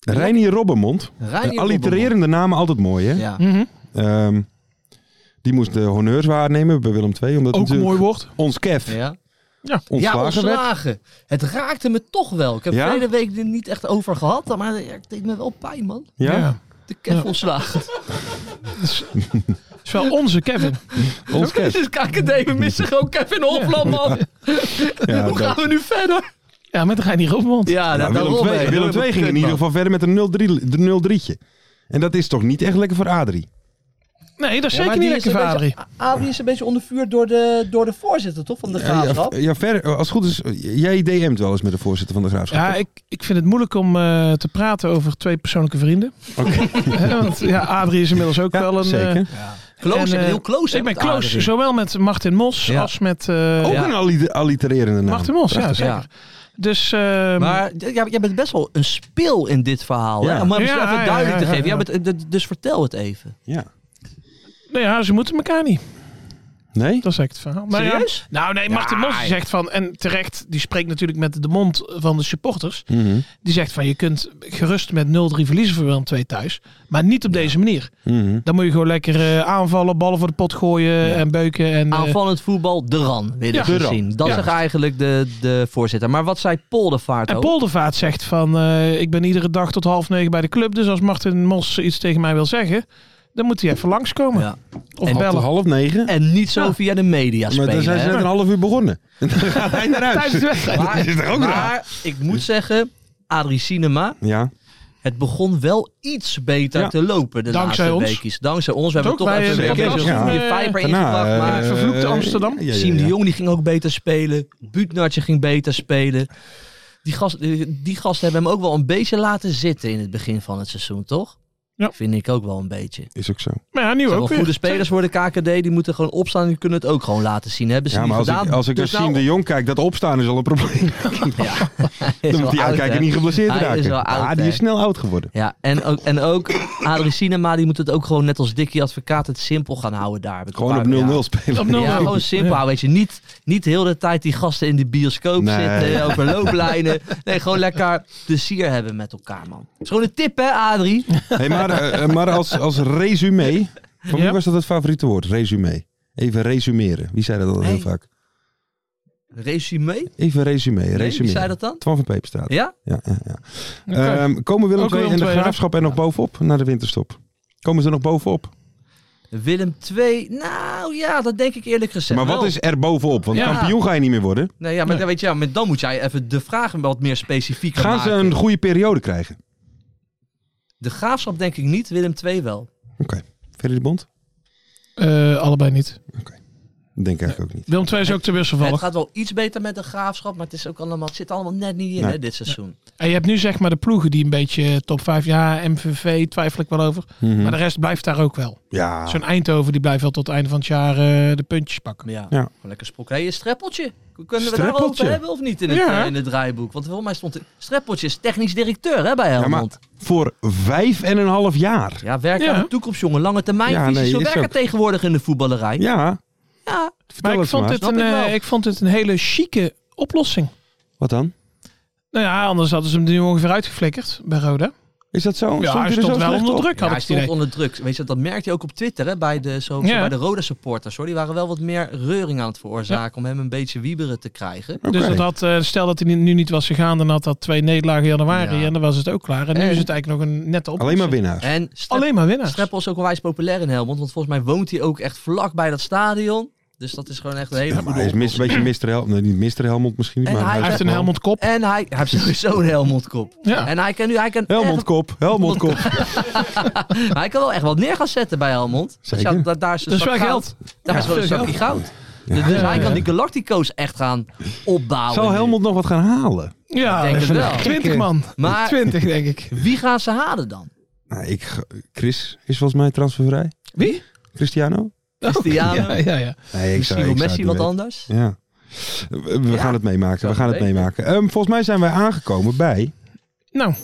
Reinier Robbenmond.
Reinier
Allitererende namen, altijd mooi hè.
Ja.
Mhm.
Ehm, die moest de honneurs waarnemen bij Willem II. Omdat
Ook een
natuurlijk
mooi woord.
ons Kev
Ja.
ontslagen
ja,
werd.
ontslagen. Het raakte me toch wel. Ik heb
Ja?
verleden week er niet echt over gehad, maar het deed me wel pijn, man.
Ja?
De kef
Ja.
ontslagen.
Het is wel onze Kevin.
ons Kev.
Dus KKD, we missen gewoon Kevin Hofland, man.
Ja,
Hoe
Nou, dat-
gaan we nu verder?
Ja, met Reinier Robbenmond.
Ja,
Ja,
dat
Willem
Nou, daarom,
II
hè.
Willem II ging in ieder geval verder met een 0-3 de 0-3'tje. En dat is toch niet echt lekker voor Adrie?
Nee, dat is
Ja, maar
zeker niet lekker
die is
voor
een
Adrie.
beetje- A- Adrie is een beetje onder vuur door de, door de voorzitter, toch? Van de graafschap.
Ja, ja, ver, als het goed is, jij DM't wel eens met de voorzitter van de Graafschap.
Ja, ik, ik vind het moeilijk om eh, te praten over twee persoonlijke vrienden. Hè, want ja, Adrie is inmiddels ook
Ja,
wel een...
zeker.
eh,
Close, ik ben
eh,
heel close.
ik
hè,
ben
met
close,
Adrie.
zowel met Martin Mos
Ja.
als met... eh,
Ook
Ja.
een alli- allitererende naam.
Martin Mos, ja, zeker.
Ja.
Dus... ehm,
Maar d- ja, jij bent best wel een spil in dit verhaal.
Ja.
Hè? Om het
Ja,
even
ja,
duidelijk
ja,
te
ja,
geven.
ja.
Jij bent, eh, d- dus vertel het even.
Ja.
nou ja, ze moeten elkaar niet.
Nee?
Dat is echt het verhaal. Maar ja,
Serieus?
nou nee, Martin
Ja,
Mos die zegt van... En terecht, die spreekt natuurlijk met de mond van de supporters.
Mhm.
Die zegt van, je kunt gerust met 0-3 verliezen voor Willem 2 thuis. Maar niet op deze manier.
Mhm.
Dan moet je gewoon lekker eh, aanvallen, ballen voor de pot gooien en beuken. En, eh,
Aanvallend voetbal, de ran, weer
Ja.
ja,
De ran.
gezien. Dat
Ja.
zegt eigenlijk de, de voorzitter. Maar wat zei Poldervaart
en
ook?
Poldervaart zegt van, eh, ik ben iedere dag tot half negen bij de club. Dus als Martin Mos iets tegen mij wil zeggen, dan moet hij even langskomen.
Ja.
Of
En-
bellen.
half negen.
En niet zo via de media
maar dan
spelen.
zijn ze
hè?
net een half uur begonnen. En dan gaat hij
Tijdens de
eruit.
wedstrijd.
Maar,
Dat is toch ook
maar
raar?
ik moet zeggen, Adrie Cinema,
Ja,
het begon wel iets beter
Ja.
te lopen de
Dankzij
laatste
ons.
weekjes. Dankzij ons. We hebben
ook
toch
bij,
even
eh,
een beetje
zeker.
een goede
Ja.
vibe
daarna...
ingebracht. Maar
eh,
vervloekte
eh,
Amsterdam.
ja, ja,
Siem
ja.
de Jong die ging ook beter spelen. Buutnartje ging beter spelen. Die, gast, eh, die gasten hebben hem ook wel een beetje laten zitten in het begin van het seizoen, toch?
Ja.
Vind ik ook wel een beetje.
Is ook zo.
Maar ja, nu
Ze
ook
hebben
weer.
goede spelers worden KKD, die moeten gewoon opstaan en kunnen het ook gewoon laten zien. Hebben ze
Ja, maar
niet
als ik,
gedaan.
als ik naar
Dus nou-
Siem de Jong kijk, dat opstaan is al een probleem.
Hij is
Dan
wel
moet die
oud,
uitkijken
hè?
niet geblesseerd
Hij is
raken.
wel oud,
ah, die is
hè?
snel oud geworden.
Ja, en ook, en ook Adrie Cinema, die moet het ook gewoon net als Dickie Advocaat het simpel gaan houden daar. Heb ik
Gewoon
een
op 0-0
paar- ja.
spelen.
Op nul.
Ja, gewoon simpel. houden, Weet je, niet, niet heel de tijd die gasten in de bioscoop
Nee.
zitten over looplijnen. Nee, gewoon lekker plezier hebben met elkaar, man. Het is gewoon een tip, hè, Adrie?
Hey, maar eh, eh, maar als, als resume... Voor
Ja.
mij was dat het favoriete woord, resume. Even resumeren. Wie zei dat al heel
Hey.
vaak?
Resume?
Even resume,
Nee,
resumeren.
wie zei dat dan?
Twan van Peepstraat.
Ja?
Ja, ja, ja. Ehm, komen Willem
Ook
II
Willem
en de
II, hè?
Graafschap er nog bovenop na de winterstop? Komen ze er nog bovenop?
Willem 2. Nou ja, dat denk ik eerlijk gezegd.
maar wat
wel.
is er bovenop? Want
Ja.
kampioen ga je niet meer worden.
Nee, ja, maar, dan Weet je, ja, maar dan moet jij even de vragen wat meer specifiek
Gaan ze
maken.
een goede periode krijgen?
De graafschap denk ik niet, Willem 2 wel.
Ferry de Bond?
Eh, allebei niet.
Dat denk ik eigenlijk ook niet.
Willem II is ook te
Het
wisselvallig.
gaat wel iets beter met de graafschap, maar het, is ook allemaal, het zit allemaal net niet in
Nee.
hè, dit seizoen.
En je hebt nu zeg maar de ploegen die een beetje top 5. Ja, MVV twijfel ik wel over.
Mhm. Nou.
Maar de rest blijft daar ook wel.
Ja,
Zo'n Eindhoven die blijft wel tot het einde van het jaar eh, de puntjes pakken.
Ja,
Ja.
gewoon lekker sprokken. Hé, hey, streppeltje. Kunnen we daar wel
Streppeltje?
over hebben of niet in het,
Ja.
eh, in het draaiboek? Want volgens mij stond... de- Streppeltje is technisch directeur hè, bij
Ja, maar
Helmond. Ja,
voor vijf en een half jaar.
werk
Ja.
aan de toekomst, jongen. Lange termijn
Ja,
visie.
nee,
Zo
is
werkt
ook.
het tegenwoordig in de voetballerij. Ja.
Ja, vertel
Maar ik
het
vond,
maar.
het
Snap
een,
ik wel.
eh, ik vond het een hele chique oplossing.
Wat dan?
Nou ja, anders hadden ze hem er nu ongeveer uitgeflikkerd bij Roda.
Is dat zo?
Ja,
Oh, Stond
hij
er
stond
zo
wel
slecht
onder
op?
druk, had
Ja, hij
ik het
stond
idee.
onder druk. Weet je, dat merkte je ook op Twitter hè, bij, de, zo,
Ja.
bij de Rode supporters. Hoor. Die waren wel wat meer reuring aan het veroorzaken om hem een beetje wieberen te krijgen.
Oké.
Dus dat had, eh, stel dat hij nu niet was gegaan, dan had dat twee nederlagen in januari
Ja.
en dan was het ook klaar. En nu
En-
is het eigenlijk nog een nette
Alleen
oplossing.
maar winnaar.
En Streppel-
Alleen maar winnaars.
Streppel is ook onwijs populair in Helmond. Want volgens mij woont hij ook echt vlak bij dat stadion. Dus dat is gewoon echt een hele
Ja, maar
goede
hij is mis, een beetje Mr. Helmond. Nee, niet Mr. Helmond misschien.
En
maar
hij
Hij heeft een
wel-
Helmond kop.
En hij, hij heeft sowieso een Helmond kop.
Ja.
En hij kan nu hij kan
Helmond kop, Helmond kop.
echt- hij kan wel echt wat neer gaan zetten bij Helmond. Dus
Zeker.
ja, da- daar is, een
Dat is
zak
wel
goud. Daar is
Ja,
wel een
dat is
zakje
wel
goud. Dus, dus hij kan die Galactico's echt gaan opbouwen.
Zal
nu.
Helmond nog wat gaan halen?
Ja,
Denk het
even
wel.
20 man.
Maar-
20 denk ik.
Wie gaan ze halen dan?
Nou, ik, ga- Chris is volgens mij transfervrij.
Wie?
Cristiano?
Cristiano?
Ja, ja, ja.
Nee,
Misschien wil Messi wat anders?
Ja. We, we
Ja,
gaan het meemaken. We
zou
gaan
het
het
weten.
meemaken. Ehm, volgens mij zijn wij aangekomen bij.
Nou,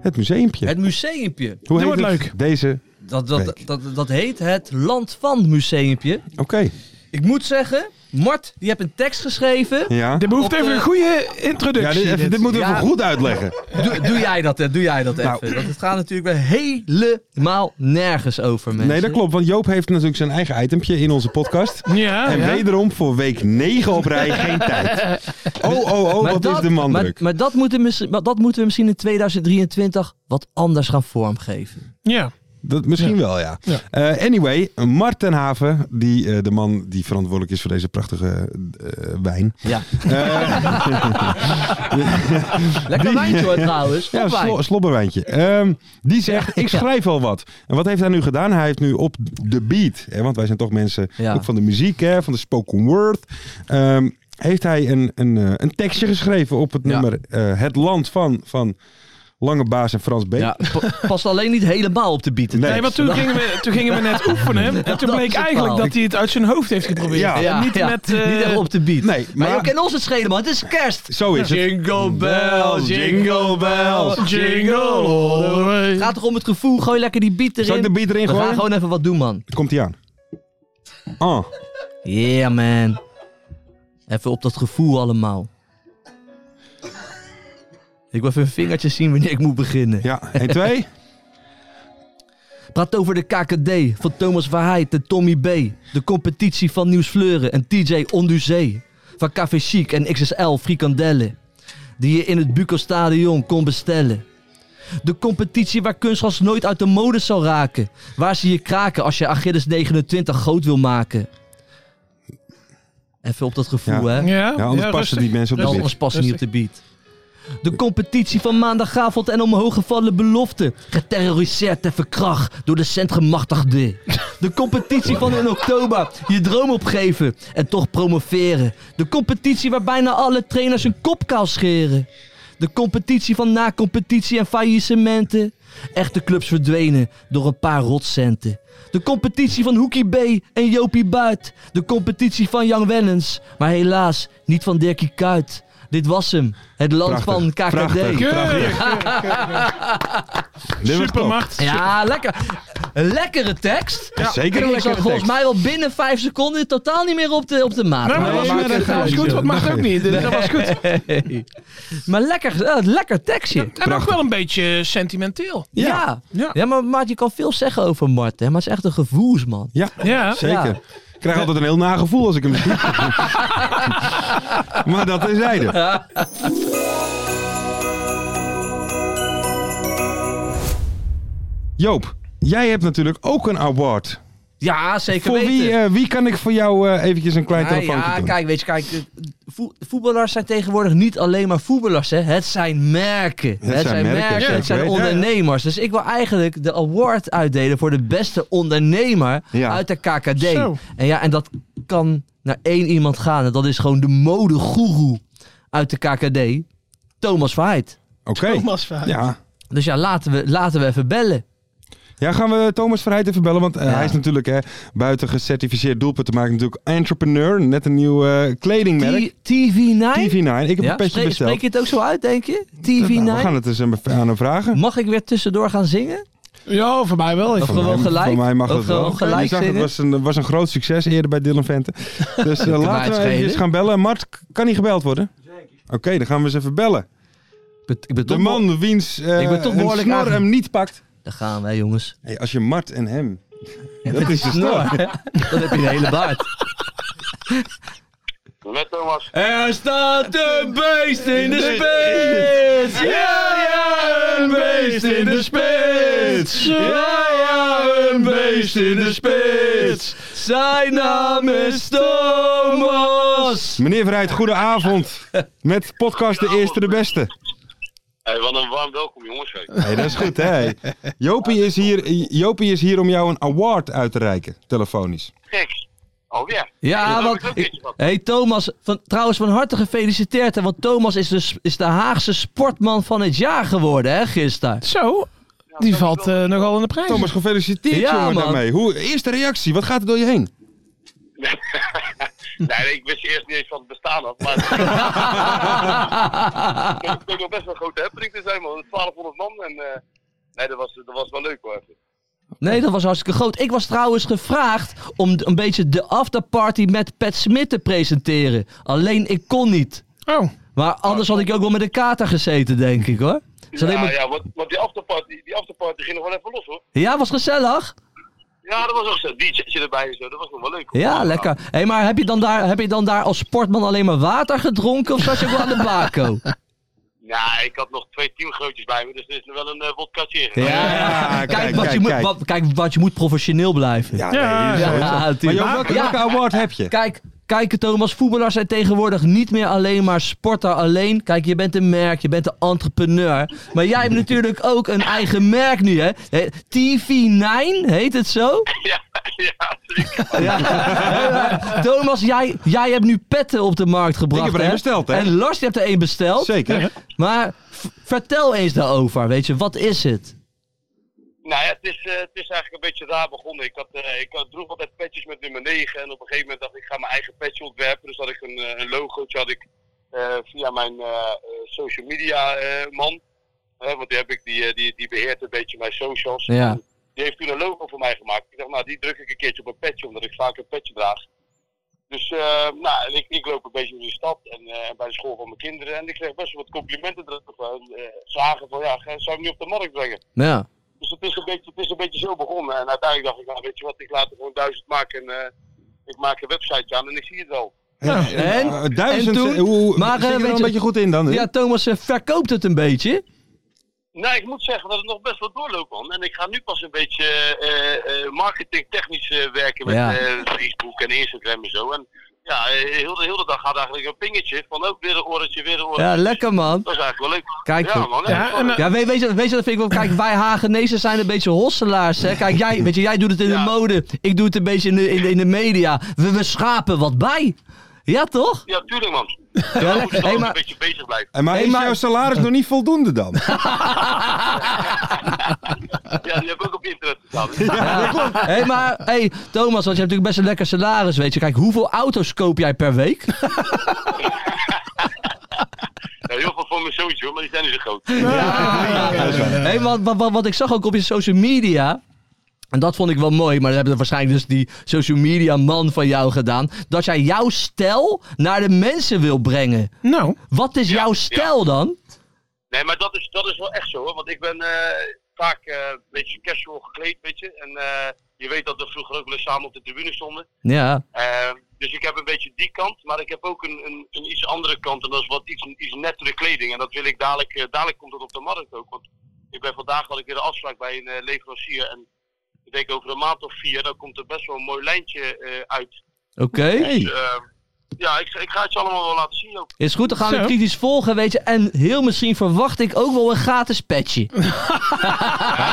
Het museumpje.
Het museumpje.
Hoe
Doe
heet
het
het?
leuk.
Deze.
Dat, dat,
Kijk.
dat, dat heet het Land van Museumpje.
Oké.
Ik moet zeggen, Mart, die hebt een tekst geschreven.
Ja.
dit behoeft
Op,
even
eh,
een goede introductie.
Ja, dit, even- dit moeten we
Ja.
even goed uitleggen.
Doe, doe jij dat, hè? doe jij dat even.
Nou.
Want het gaat natuurlijk weer helemaal nergens over, mensen.
Nee, dat klopt. Want Joop heeft natuurlijk zijn eigen itempje in onze podcast.
Ah, Ja,
en
ja.
wederom voor week 9 op rij geen tijd. Oh, oh, oh, wat is de man
maar,
druk.
maar, dat moeten we, misschien- maar dat moeten we misschien in 2023 wat anders gaan vormgeven.
ja.
Dat, misschien wel, ja.
Ja.
Eh, anyway, Mart ten Haven, die, eh, de man die verantwoordelijk is voor deze prachtige eh, wijn.
Ja.
Eh,
Lekker wijntje hoor trouwens.
Ja,
Topwijn.
slo slobberwijntje. Ehm, die zegt, ik schrijf al wat. En wat heeft hij nu gedaan? Hij heeft nu op de beat, hè, want wij zijn toch mensen
Ja.
ook van de muziek, hè, van de spoken word. ehm, heeft hij een, een, eh, een tekstje geschreven op het
Ja.
nummer eh, Het Land van, van Lange Baas en Frans B.
Ja, pa- past alleen niet helemaal op de bieten.
Nee.
Nee, want toen gingen, we, toen gingen we net oefenen. En toen
is
bleek
het
eigenlijk
verhaal.
dat hij het uit zijn hoofd heeft geprobeerd.
Ja.
En niet met... eh,
niet echt op de beat.
Nee,
Maar,
maar-
ook in ons het schelen, man. Het is kerst.
Zo is het.
Jingle bell, jingle bell,
Jingle all the way.
Gaat toch om het gevoel, gooi lekker die beat erin.
Zal ik de beat erin
We gaan
gooien?
gewoon even wat doen, man.
Komt hij aan. Ah,
Yeah, man. Even op dat gevoel allemaal. Ik wil even een vingertje zien wanneer ik moet beginnen.
ja. En twee?
Praat over de KKD van Thomas Verheid en Tommy B. De competitie van Nieuws Fleuren en TJ Onduzee. Van Café Chic en XSL Frikandellen. Die je in het Buco Stadion kon bestellen. De competitie waar kunstgras nooit uit de mode zal raken. Waar ze je kraken als je Achilles 29 groot wil maken. Even op dat gevoel,
Ja.
hè?
Ja,
Ja, anders
ja,
passen
rustig.
die mensen op de beat.
Rustig.
Ja, anders passen niet op de beat. De competitie van maandagavond en omhoog gevallen belofte. Geterroriseerd en verkracht door de centgemachtigde. De competitie van in oktober. Je droom opgeven en toch promoveren. De competitie waar bijna alle trainers hun kop kaal scheren. De competitie van na-competitie en faillissementen. Echte clubs verdwenen door een paar rotcenten. De competitie van Hoekie B en Jopie Buit. De competitie van Jan Wellens. Maar helaas niet van Dirkie Kuit. Dit was hem. Het land
Prachtig,
van KKD.
prachtig.
Keurig.
Dit was top.
Supermacht.
Ja, lekker. Een lekkere tekst.
Ja, Zeker een
Ik
lekkere
zat volgens
tekst.
mij wel binnen vijf seconden totaal niet meer op de, op de maat.
Nou,
Maar
maar
dat
dat
maakt
was-
het
dat was
niet
goed,
zo.
dat mag ook niet. Dus Dat was goed.
Maar lekker, eh, lekker tekstje.
En ook wel een beetje eh, sentimenteel.
Ja.
Ja.
Ja. maar Maart, je kan veel zeggen over Mart, hè, maar het is echt een gevoelsman.
Ja,
Ja.
Zeker.
Ja.
Ik krijg altijd een heel nagevoel als ik hem zie. maar dat dus. terzijde. Joop, jij hebt natuurlijk ook een award
Ja, zeker
Voor
weten.
wie, eh, wie kan ik voor jou eh, eventjes een klein
Nou
telefoontje
ja,
doen?
kijk, weet je, kijk, eh, vo- voetballers zijn tegenwoordig niet alleen maar voetballers, hè. Het zijn merken. Het, zijn, merken,
zeker
het zijn
weten.
ondernemers. Dus ik wil eigenlijk de award uitdelen voor de beste ondernemer
Ja.
uit de KKD.
Zo.
En ja, en dat kan naar één iemand gaan. En dat is gewoon de modegoeroe uit de KKD, Thomas Verheid.
Oké.
Thomas Verheid.
Ja.
Dus ja, laten we, laten we even bellen.
ja, gaan we Thomas Verheid even bellen. Want eh, hij is natuurlijk hè, buiten gecertificeerd doelpunt te maken. Natuurlijk entrepreneur. Net een nieuw eh, kledingmerk.
T- TV9?
TV9. Ik heb
Ja,
een petje
spreek,
besteld.
spreek je het ook zo uit, denk je?
Nou, we gaan
TV9?
het eens aan aan hem vragen.
Mag ik weer tussendoor gaan zingen?
Ja, voor mij wel. Ik
Of
vond-
gewoon
Van mij-
gelijk?
Van mij mag
Of
dat wel.
gewoon gelijk
Je zag, het
zingen?
was een, eh, was een groot succes eerder bij Dylan Vente. Dus eh,
mij het
laten we
schelen.
even gaan bellen. Mart, k- kan hij gebeld worden? Zeker. Oké, dan gaan we eens even bellen.
Ik ben, ik ben
De
toch wel-
man wiens eh
Ik ben toch
een
behoorlijk
snor
aange-
hem niet pakt.
Daar gaan wij, jongens.
Hey, als je Mart en hem... Dat
Met
is de snor.
hè? Dan heb je een hele baard.
Met Thomas.
Er staat een beest in de spits! Ja, ja, een beest in de spits! Ja, ja, een beest in de spits! Zijn naam is Thomas!
Meneer Verheid, goedenavond. Met podcast De Eerste De Beste.
Hey, wat een warm welkom jongens. hè.
Hey, dat is goed, hè? Jopie is, hier, Jopie is hier om jou een award uit te reiken, telefonisch.
Gek. Alweer.
Ja,
Daar heb
want...
ik ook
ik-
eentje van.
hey, Thomas, van, trouwens van harte gefeliciteerd. Hè, want Thomas is de, is de Haagse sportman van het jaar geworden, hè, gisteren.
Zo, die valt eh, nogal in de prijs.
Thomas, gefeliciteerd
Ja,
jongen
man.
daarmee. Hoe, eerste reactie, wat gaat er door je heen?
Nee, ik wist eerst niet eens van het bestaan had, maar... Het bleek wel best wel een grote happening te zijn, man. 1200 man en... eh, Nee, dat was, dat was wel leuk hoor.
Nee, dat was hartstikke groot. Ik was trouwens gevraagd om d- een beetje de afterparty met Pat Smit te presenteren. Alleen ik kon niet.
Oh,
Maar anders had ik ook wel met een kater gezeten, denk ik hoor. Is alleen
Ja,
maar-
ja, want, want die afterparty, die afterparty ging nog wel even los hoor.
Ja, was gezellig.
Ja, dat was ook zo. DJ erbij en zo, dat was nog wel leuk. hoor.
Ja, lekker. Hé, hey, maar heb je, dan daar, heb je dan daar als sportman alleen maar water gedronken of zat je ook wel aan de bako?
Ja, ik had nog twee teamgrootjes bij me, dus er is nog wel een uh, vodkatje.
kijk,
Kijk, wat je
kijk,
moet-
kijk.
wat- kijk, wat je moet professioneel blijven.
Ja,
Ja,
nee,
Ja,
sowieso. Maar
natuurlijk.
joh, welke, welke award heb je?
Kijk, kijk Thomas, voetballers zijn tegenwoordig niet meer alleen maar sporter alleen. Kijk, je bent een merk, je bent een entrepreneur. Maar jij hebt natuurlijk ook een eigen merk nu, hè? Hè, TV9 heet het zo?
ja, ja, zeker.
Thomas, jij, jij hebt nu petten op de markt gebracht,
Ik heb er één
hè?
besteld, hè?
En Lars, je hebt er één besteld.
Zeker.
Maar v- vertel eens daarover, weet je, wat is het?
Nou ja, het is, eh, het is eigenlijk een beetje daar begonnen. Ik, had, eh, ik had, droeg altijd petjes met nummer 9 en op een gegeven moment dacht ik, ik ga mijn eigen petje ontwerpen. Dus had ik een, eh, een logootje had ik, eh, via mijn eh, eh, social media eh, man. Hè, want die, heb ik, die, eh, die, die beheert een beetje mijn socials.
Ja.
Die heeft toen een logo voor mij gemaakt. Ik dacht, nou, die druk ik een keertje op een petje, omdat ik vaak een petje draag. Dus, eh, nou, en ik, ik loop een beetje in de stad en eh, bij de school van mijn kinderen. En ik kreeg best wel wat complimenten terug. Van, eh, zagen van, ja, zou je hem niet op de markt brengen?
Ja.
Dus het is, een beetje, het is een beetje zo begonnen. En uiteindelijk dacht ik, nou, weet je wat, ik laat er gewoon duizend maken. En eh, ik maak een websiteje aan en ik zie het wel.
en?
Eh, duizend,
En toen?
eh, hoe, maar,
Maar, eh,
er
weet
wel een
je-
beetje goed in dan? hè?
ja, Thomas eh, verkoopt het een beetje.
Nou, ik moet zeggen dat het nog best wel doorloopt, man. En ik ga nu pas een beetje eh, eh, marketingtechnisch eh, werken met
Ja.
eh, Facebook en Instagram en zo. En ja, eh, heel de, heel de dag gaat eigenlijk een pingetje van ook weer een oortje, weer een oortje.
Ja, lekker man.
Dat is eigenlijk wel leuk.
Kijk,
ja,
goed.
man.
Ja, en, eh,
Ja, weet, weet, je, weet je, dat vind ik wel... Kijk, wij Hagenezen zijn een beetje hosselaars, hè. Kijk, jij, weet je, jij doet het in
Ja.
de mode. Ik doe het een beetje in de, in de, in de media. We, we schapen wat bij. Ja, toch?
ja, tuurlijk, man.
Ja,
Moet je
hey,
toch een
maar,
beetje bezig blijven.
En Eh, maar
Hey,
is
maar-
jouw salaris nog niet voldoende dan?
Ja, die heb ik ook op internet gestaan.
hey, maar hey, Thomas, want je hebt natuurlijk best een lekker salaris, weet je. Kijk, hoeveel auto's koop jij per week?
Nou, heel veel voor mijn zoontje, hoor, maar die zijn niet zo groot.
Hey, want, wat, wat, wat ik zag ook op je social media. En dat vond ik wel mooi, maar dat hebben waarschijnlijk dus die social media man van jou gedaan. Dat jij jouw stijl naar de mensen wil brengen.
nou.
Wat is jouw stijl dan?
Nee, maar dat is, dat is wel echt zo hoor. Want ik ben eh, vaak eh, een beetje casual gekleed, weet je. En eh, je weet dat we vroeger ook wel eens samen op de tribune stonden.
Ja.
Eh, dus ik heb een beetje die kant, maar ik heb ook een, een, een iets andere kant. En dat is wat iets, iets nettere kleding. En dat wil ik dadelijk, eh, dadelijk komt dat op de markt ook. Want ik ben vandaag had ik weer een afspraak bij een eh, leverancier. En Ik denk over een maand of vier, dan komt er best wel een mooi lijntje eh, uit.
Oké.
Dus, eh, ja, ik, ik ga het je allemaal wel laten zien ook.
Is goed, dan gaan we
Zo.
kritisch volgen, weet je. En heel misschien verwacht ik ook wel een gratis patchje.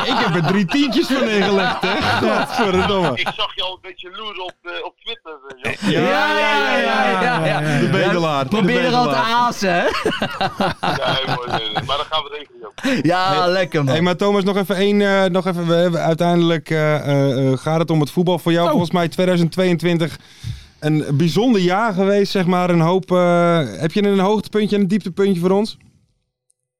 ik heb er drie tientjes van ingelegd, hè? Godverdomme.
Ik zag je al een beetje loeren op, eh, op Twitter. eh, joh.
ja, ja.
De bedelaar. de
Probeer er al te
bedelaar.
aasen, hè?
Ja, heel mooi, nee, nee. Maar dan gaan we regelen. joh.
Ja, lekker man.
Hey, maar Thomas, nog even één. eh, nog even, we hebben uiteindelijk eh, eh, eh, gaat het om het voetbal. Voor jou volgens mij 2022 een bijzonder jaar geweest, zeg maar. Een hoop. eh, heb je een hoogtepuntje en een dieptepuntje voor ons?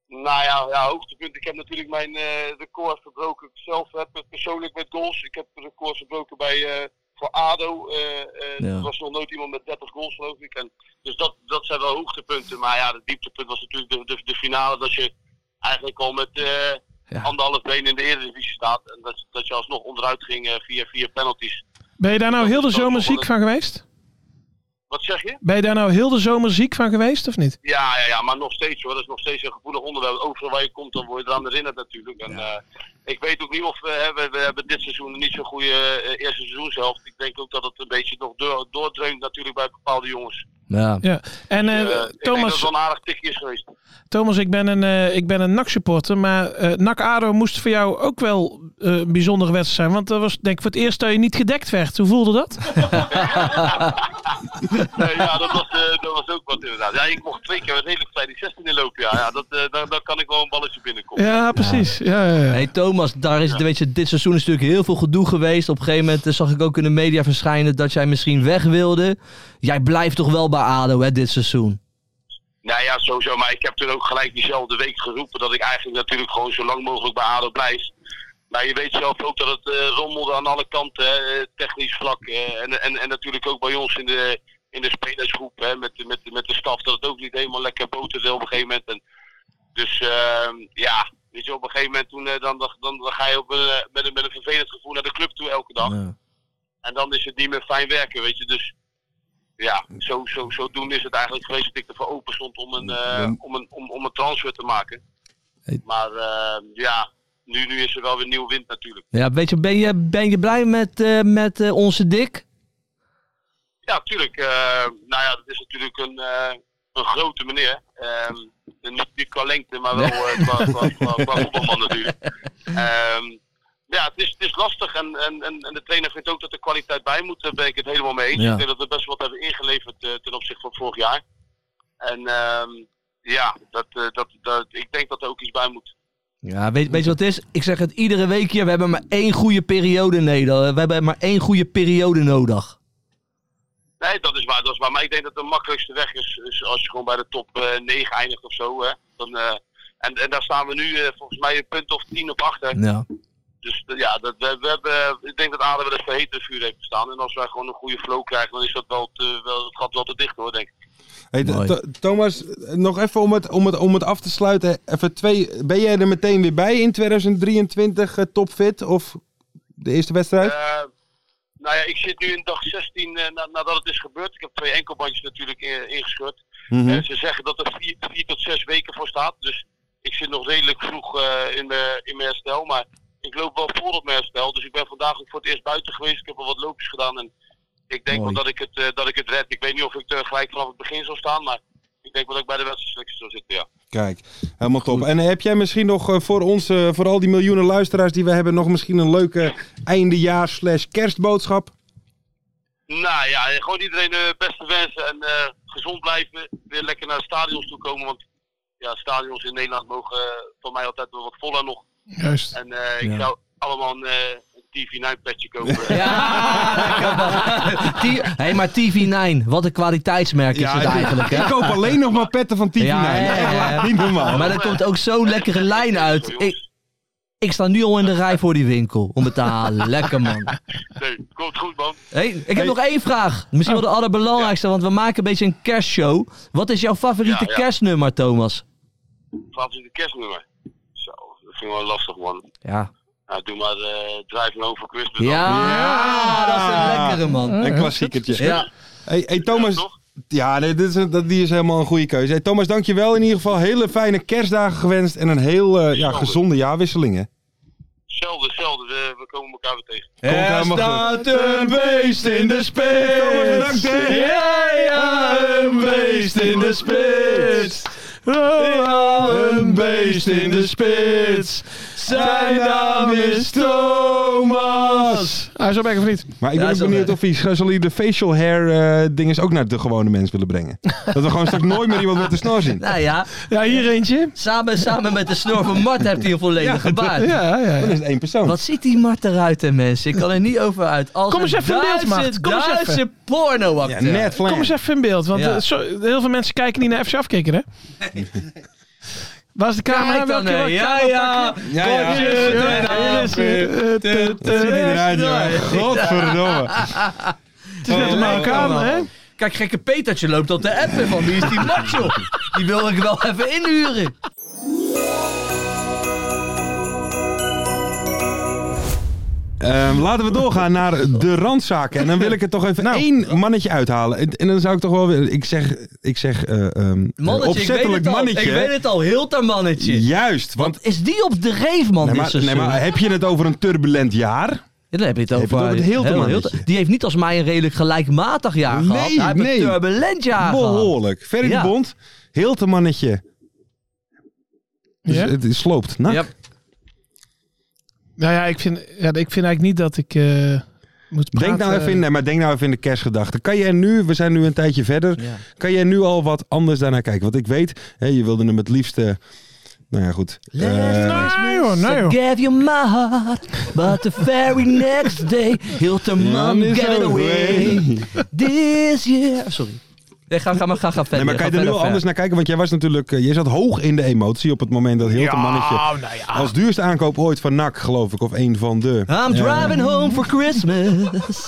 Nou ja, ja, hoogtepunt. Ik heb natuurlijk mijn eh, record verbroken. Zelf heb ik persoonlijk met goals. Ik heb het record verbroken bij, eh, voor ADO. Eh, eh,
Ja.
Er was nog nooit iemand met 30 goals, geloof ik. En, dus dat, dat zijn wel hoogtepunten. Maar ja, het dieptepunt was natuurlijk de, de, de finale. Dat je eigenlijk al met eh,
Ja.
anderhalf been in de Eredivisie staat. En dat, dat je alsnog onderuit ging eh, via vier penalties.
Ben je daar nou heel de zomer ziek van geweest?
Wat zeg je?
Ben je daar nou heel de zomer ziek van geweest of niet?
Ja, ja, ja, maar nog steeds hoor. Dat is nog steeds een gevoelig onderwerp. Overal waar je komt, dan word je eraan herinnerd natuurlijk. En, eh, ik weet ook niet of we, hè, we, we hebben dit seizoen niet zo'n goede eh, eerste seizoenshelft. Ik denk ook dat het een beetje nog door, doordreunt natuurlijk bij bepaalde jongens.
Ja.
Ja. En eh,
Eh, ik denk dat het
Thomas,
wel een aardig tikje is geweest.
Thomas, ik ben een, eh, ik ben een NAC-supporter, maar eh NAC-ADO moest voor jou ook wel eh, een bijzondere wedstrijd zijn. Want dat was denk ik voor het eerst dat je niet gedekt werd. Hoe voelde dat?
Nee, ja, dat was, eh, dat was ook wat inderdaad. Ja, ik mocht twee keer een hele tijd die 16 in lopen. Ja, ja dat, eh, daar, daar kan ik wel een balletje binnenkomen.
Ja, precies. Ja, ja, ja.
Hey Thomas, daar is, het, weet je, dit seizoen is natuurlijk heel veel gedoe geweest. Op een gegeven moment eh, zag ik ook in de media verschijnen dat jij misschien weg wilde. Jij blijft toch wel bij ADO hè, dit seizoen?
Nou ja, sowieso. Maar ik heb toen ook gelijk diezelfde week geroepen dat ik eigenlijk natuurlijk gewoon zo lang mogelijk bij ADO blijf. Maar je weet zelf ook dat het eh, rommelde aan alle kanten, hè, eh, technisch vlak. eh, en, en, en natuurlijk ook bij ons in de, in de spelersgroep hè, met, de- met, de- met de staf, dat het ook niet helemaal lekker boterde op een gegeven moment. En, dus ehm, ja, weet je, op een gegeven moment toen, eh, dan, dan, dan, dan ga je op, een, eh, met, een, met een vervelend gevoel naar de club toe elke dag. En dan is het niet meer fijn werken, weet je. Dus ja, zo, zo, zo doen is het eigenlijk geweest dat ik ervoor open stond om een, eh, om een, om, om een transfer te maken.
Hey.
Maar eh, ja, nu, nu is er wel weer nieuw wind natuurlijk.
Ja, weet je, ben je, ben je blij met, eh, met eh, onze Dick?
Ja, tuurlijk. eh, nou ja, dat is natuurlijk een, eh, een grote meneer. Ehm, niet, niet qua lengte, maar wel eh, qua, qua, qua, qua voetbalman natuurlijk. Ehm, ja, het is, het is lastig en, en, en en de trainer vindt ook dat er kwaliteit bij moet. Daar ben ik het helemaal mee eens.
Ja.
Ik denk dat we best wat hebben ingeleverd eh, ten opzichte van vorig jaar. En ehm, ja, dat, eh, dat, dat, ik denk dat er ook iets bij moet.
Ja, weet, weet je wat het is? Ik zeg het iedere week hier. We hebben maar één goede periode nodig. We hebben maar één goede periode nodig.
Nee, dat is waar, dat is waar. Maar ik denk dat de makkelijkste weg is, is als je gewoon bij de top eh 9 eindigt of zo. Hè. Dan, eh, en, en daar staan we nu eh, volgens mij een punt of 10 op achter.
Ja.
Dus eh, ja, dat, we, we hebben, ik denk dat Aden wel eens verheten vuur heeft gestaan. En als wij gewoon een goede flow krijgen, dan is dat wel te, wel, het gaat wel te dicht hoor, denk ik.
Hey,
Mooi.
Th- Thomas, nog even om het, om, het, om het af te sluiten. Even twee, ben jij er meteen weer bij in 2023 eh, topfit? Of de eerste wedstrijd?
Eh, nou ja, ik zit nu in dag 16 eh, na- nadat het is gebeurd. Ik heb twee enkelbandjes natuurlijk eh, ingescheurd.
Hm?
Mhm.
Eh, ze zeggen dat er vier, vier tot zes weken voor staat. Dus ik zit nog redelijk vroeg eh, in, mijn, in mijn herstel. Maar ik loop wel voor op mijn herstel. Dus ik ben vandaag ook voor het eerst buiten geweest. Ik heb al wat loopjes gedaan. En ik denk
Mooi.
wel dat ik, het, eh, dat ik het red. Ik weet niet of ik er gelijk vanaf het begin zal staan. Maar ik denk wel dat ik bij de wedstrijdselectie zal zitten, ja.
Kijk, helemaal top. En heb jij misschien nog eh, voor ons, eh, voor al die miljoenen luisteraars die we hebben, nog misschien een leuke eindejaars slash kerstboodschap?
Nou ja, gewoon iedereen de beste wensen en eh, gezond blijven. Weer lekker naar de stadions toe komen. Want ja, stadions in Nederland mogen eh, voor mij altijd wel wat voller nog.
Juist.
En eh, ik
Ja.
zou allemaal een TV9 petje kopen.
Ja, lekker man. T- hey, maar TV9, wat een kwaliteitsmerk is het eigenlijk, hè?
Ik koop alleen nog maar petten van TV9.
Ja, ja, ja,
Echt waar,
ja.
Niet normaal.
Maar er komt ook zo'n lekkere lijn uit. Ik, ik sta nu al in de rij voor die winkel om het te halen. Lekker man.
Nee, komt goed man.
Hey, ik heb nog één vraag. Misschien
Oh.
wel de allerbelangrijkste, want we maken een beetje een kerstshow. Wat is jouw favoriete
Ja, ja.
kerstnummer, Thomas?
Favoriete kerstnummer. Zo, dat vind ik wel lastig man.
Ja.
Nou, doe maar eh Driving Home for Christmas. dan.
Ja, dat is een lekkere man.
Een klassiekertje.
Ja.
Hey, hey,
Ja,
Thomas.
toch?
Ja, nee, dit is, een- dat- die is helemaal een goede keuze. Hey, Thomas, dankjewel. In ieder geval hele fijne kerstdagen gewenst en een heel eh, ja, gezonde jaarwisseling. Hè?
Hetzelfde, hetzelfde. eh, We, we komen elkaar weer tegen.
helemaal
Er
goed.
staat een beest in de
Jongens,
spits.
bedankt, hè.
Ja, ja, een beest in de spits.
Oh,
Ja, een beest in de spits. Zijn naam is Thomas.
Ah, zo ben ik of niet?
Maar ik ben
Ja,
ook
zo
benieuwd
ver.
of hij solide facial hair eh dinges ook naar de gewone mens willen brengen. Dat we gewoon straks nooit meer iemand met de snor zien.
Nou ja,
Ja, hier eentje.
samen, samen met de snor van Mart heeft hij een volledig gebaard.
Ja, ja,
Dan
ja.
is het één persoon.
Wat ziet die Mart eruit, hè, mensen? Ik kan er niet over uit. Als
Kom eens
een
even in beeld,
Duitse-
Mart. Kom eens
Duitse
even.
Ja,
pornoacteur.
net Flan.
Kom eens even in beeld, want
Ja.
eh, zo- heel veel mensen kijken niet naar FC afkikken, hè? Waar is de camera?
Kijk dan,
Welke-
hè.
welke
ja,
camera
Ja,
ja.
ja.
pak je? Ja, hier is hij. Eh, eh,
Zit hij
eh,
eruit, joh. Godverdomme.
Het is net een
Oh,
Marokkaan,
lekker,
hè?
man. Kijk, gekke Petertje loopt op de appen van wie is die Mart, joh? Die wil ik wel even inhuren.
Ehm, laten we doorgaan naar de randzaken. En dan wil ik er toch even
Nou.
één mannetje uithalen. En, en dan zou ik toch wel weer... Ik zeg, ik zeg eh, ehm,
Mannetje,
opzettelijk
ik weet het
mannetje.
al. Ik weet het al, heel ter mannetje.
Juist, want...
Want is die op de reef, man?
Nee,
dit
maar,
seizoen?
nee, maar heb je het over een turbulent jaar?
Ja, dan heb je het
Heb je
over,
het over het heel te mannetje.
Die heeft niet als mij een redelijk gelijkmatig jaar
Nee,
gehad. Hij heeft
nee.
een turbulent jaar gehad.
Behoorlijk. Ferry
Ja.
de Bond, heel te mannetje. Dus
Ja?
het is- sloopt. Nou,
Ja,
Nou ja, ik vind, ja, ik vind eigenlijk niet dat ik eh, moet praten.
Denk nou,
eh,
even in, nee, maar denk nou even in de kerstgedachte. Kan jij nu, we zijn nu een tijdje verder,
Ja.
kan jij nu al wat anders daarnaar kijken? Want ik weet, hè, je wilde hem het liefste. Nou ja, goed. Eh,
Nee joh, nee
I
joh.
gave you my heart, but the very next day, he'll the mom
is
get it
zo.
away. This year. Sorry. Nee, ga, ga maar ga, ga verder.
Nee, maar
ga
kan je er nu
verder,
al anders naar kijken? Want jij was natuurlijk, eh, jij zat hoog in de emotie op het moment dat heel te mannetje
nou
als duurste aankoop ooit van NAC, geloof ik, of een van de.
verder. I'm driving home for Christmas.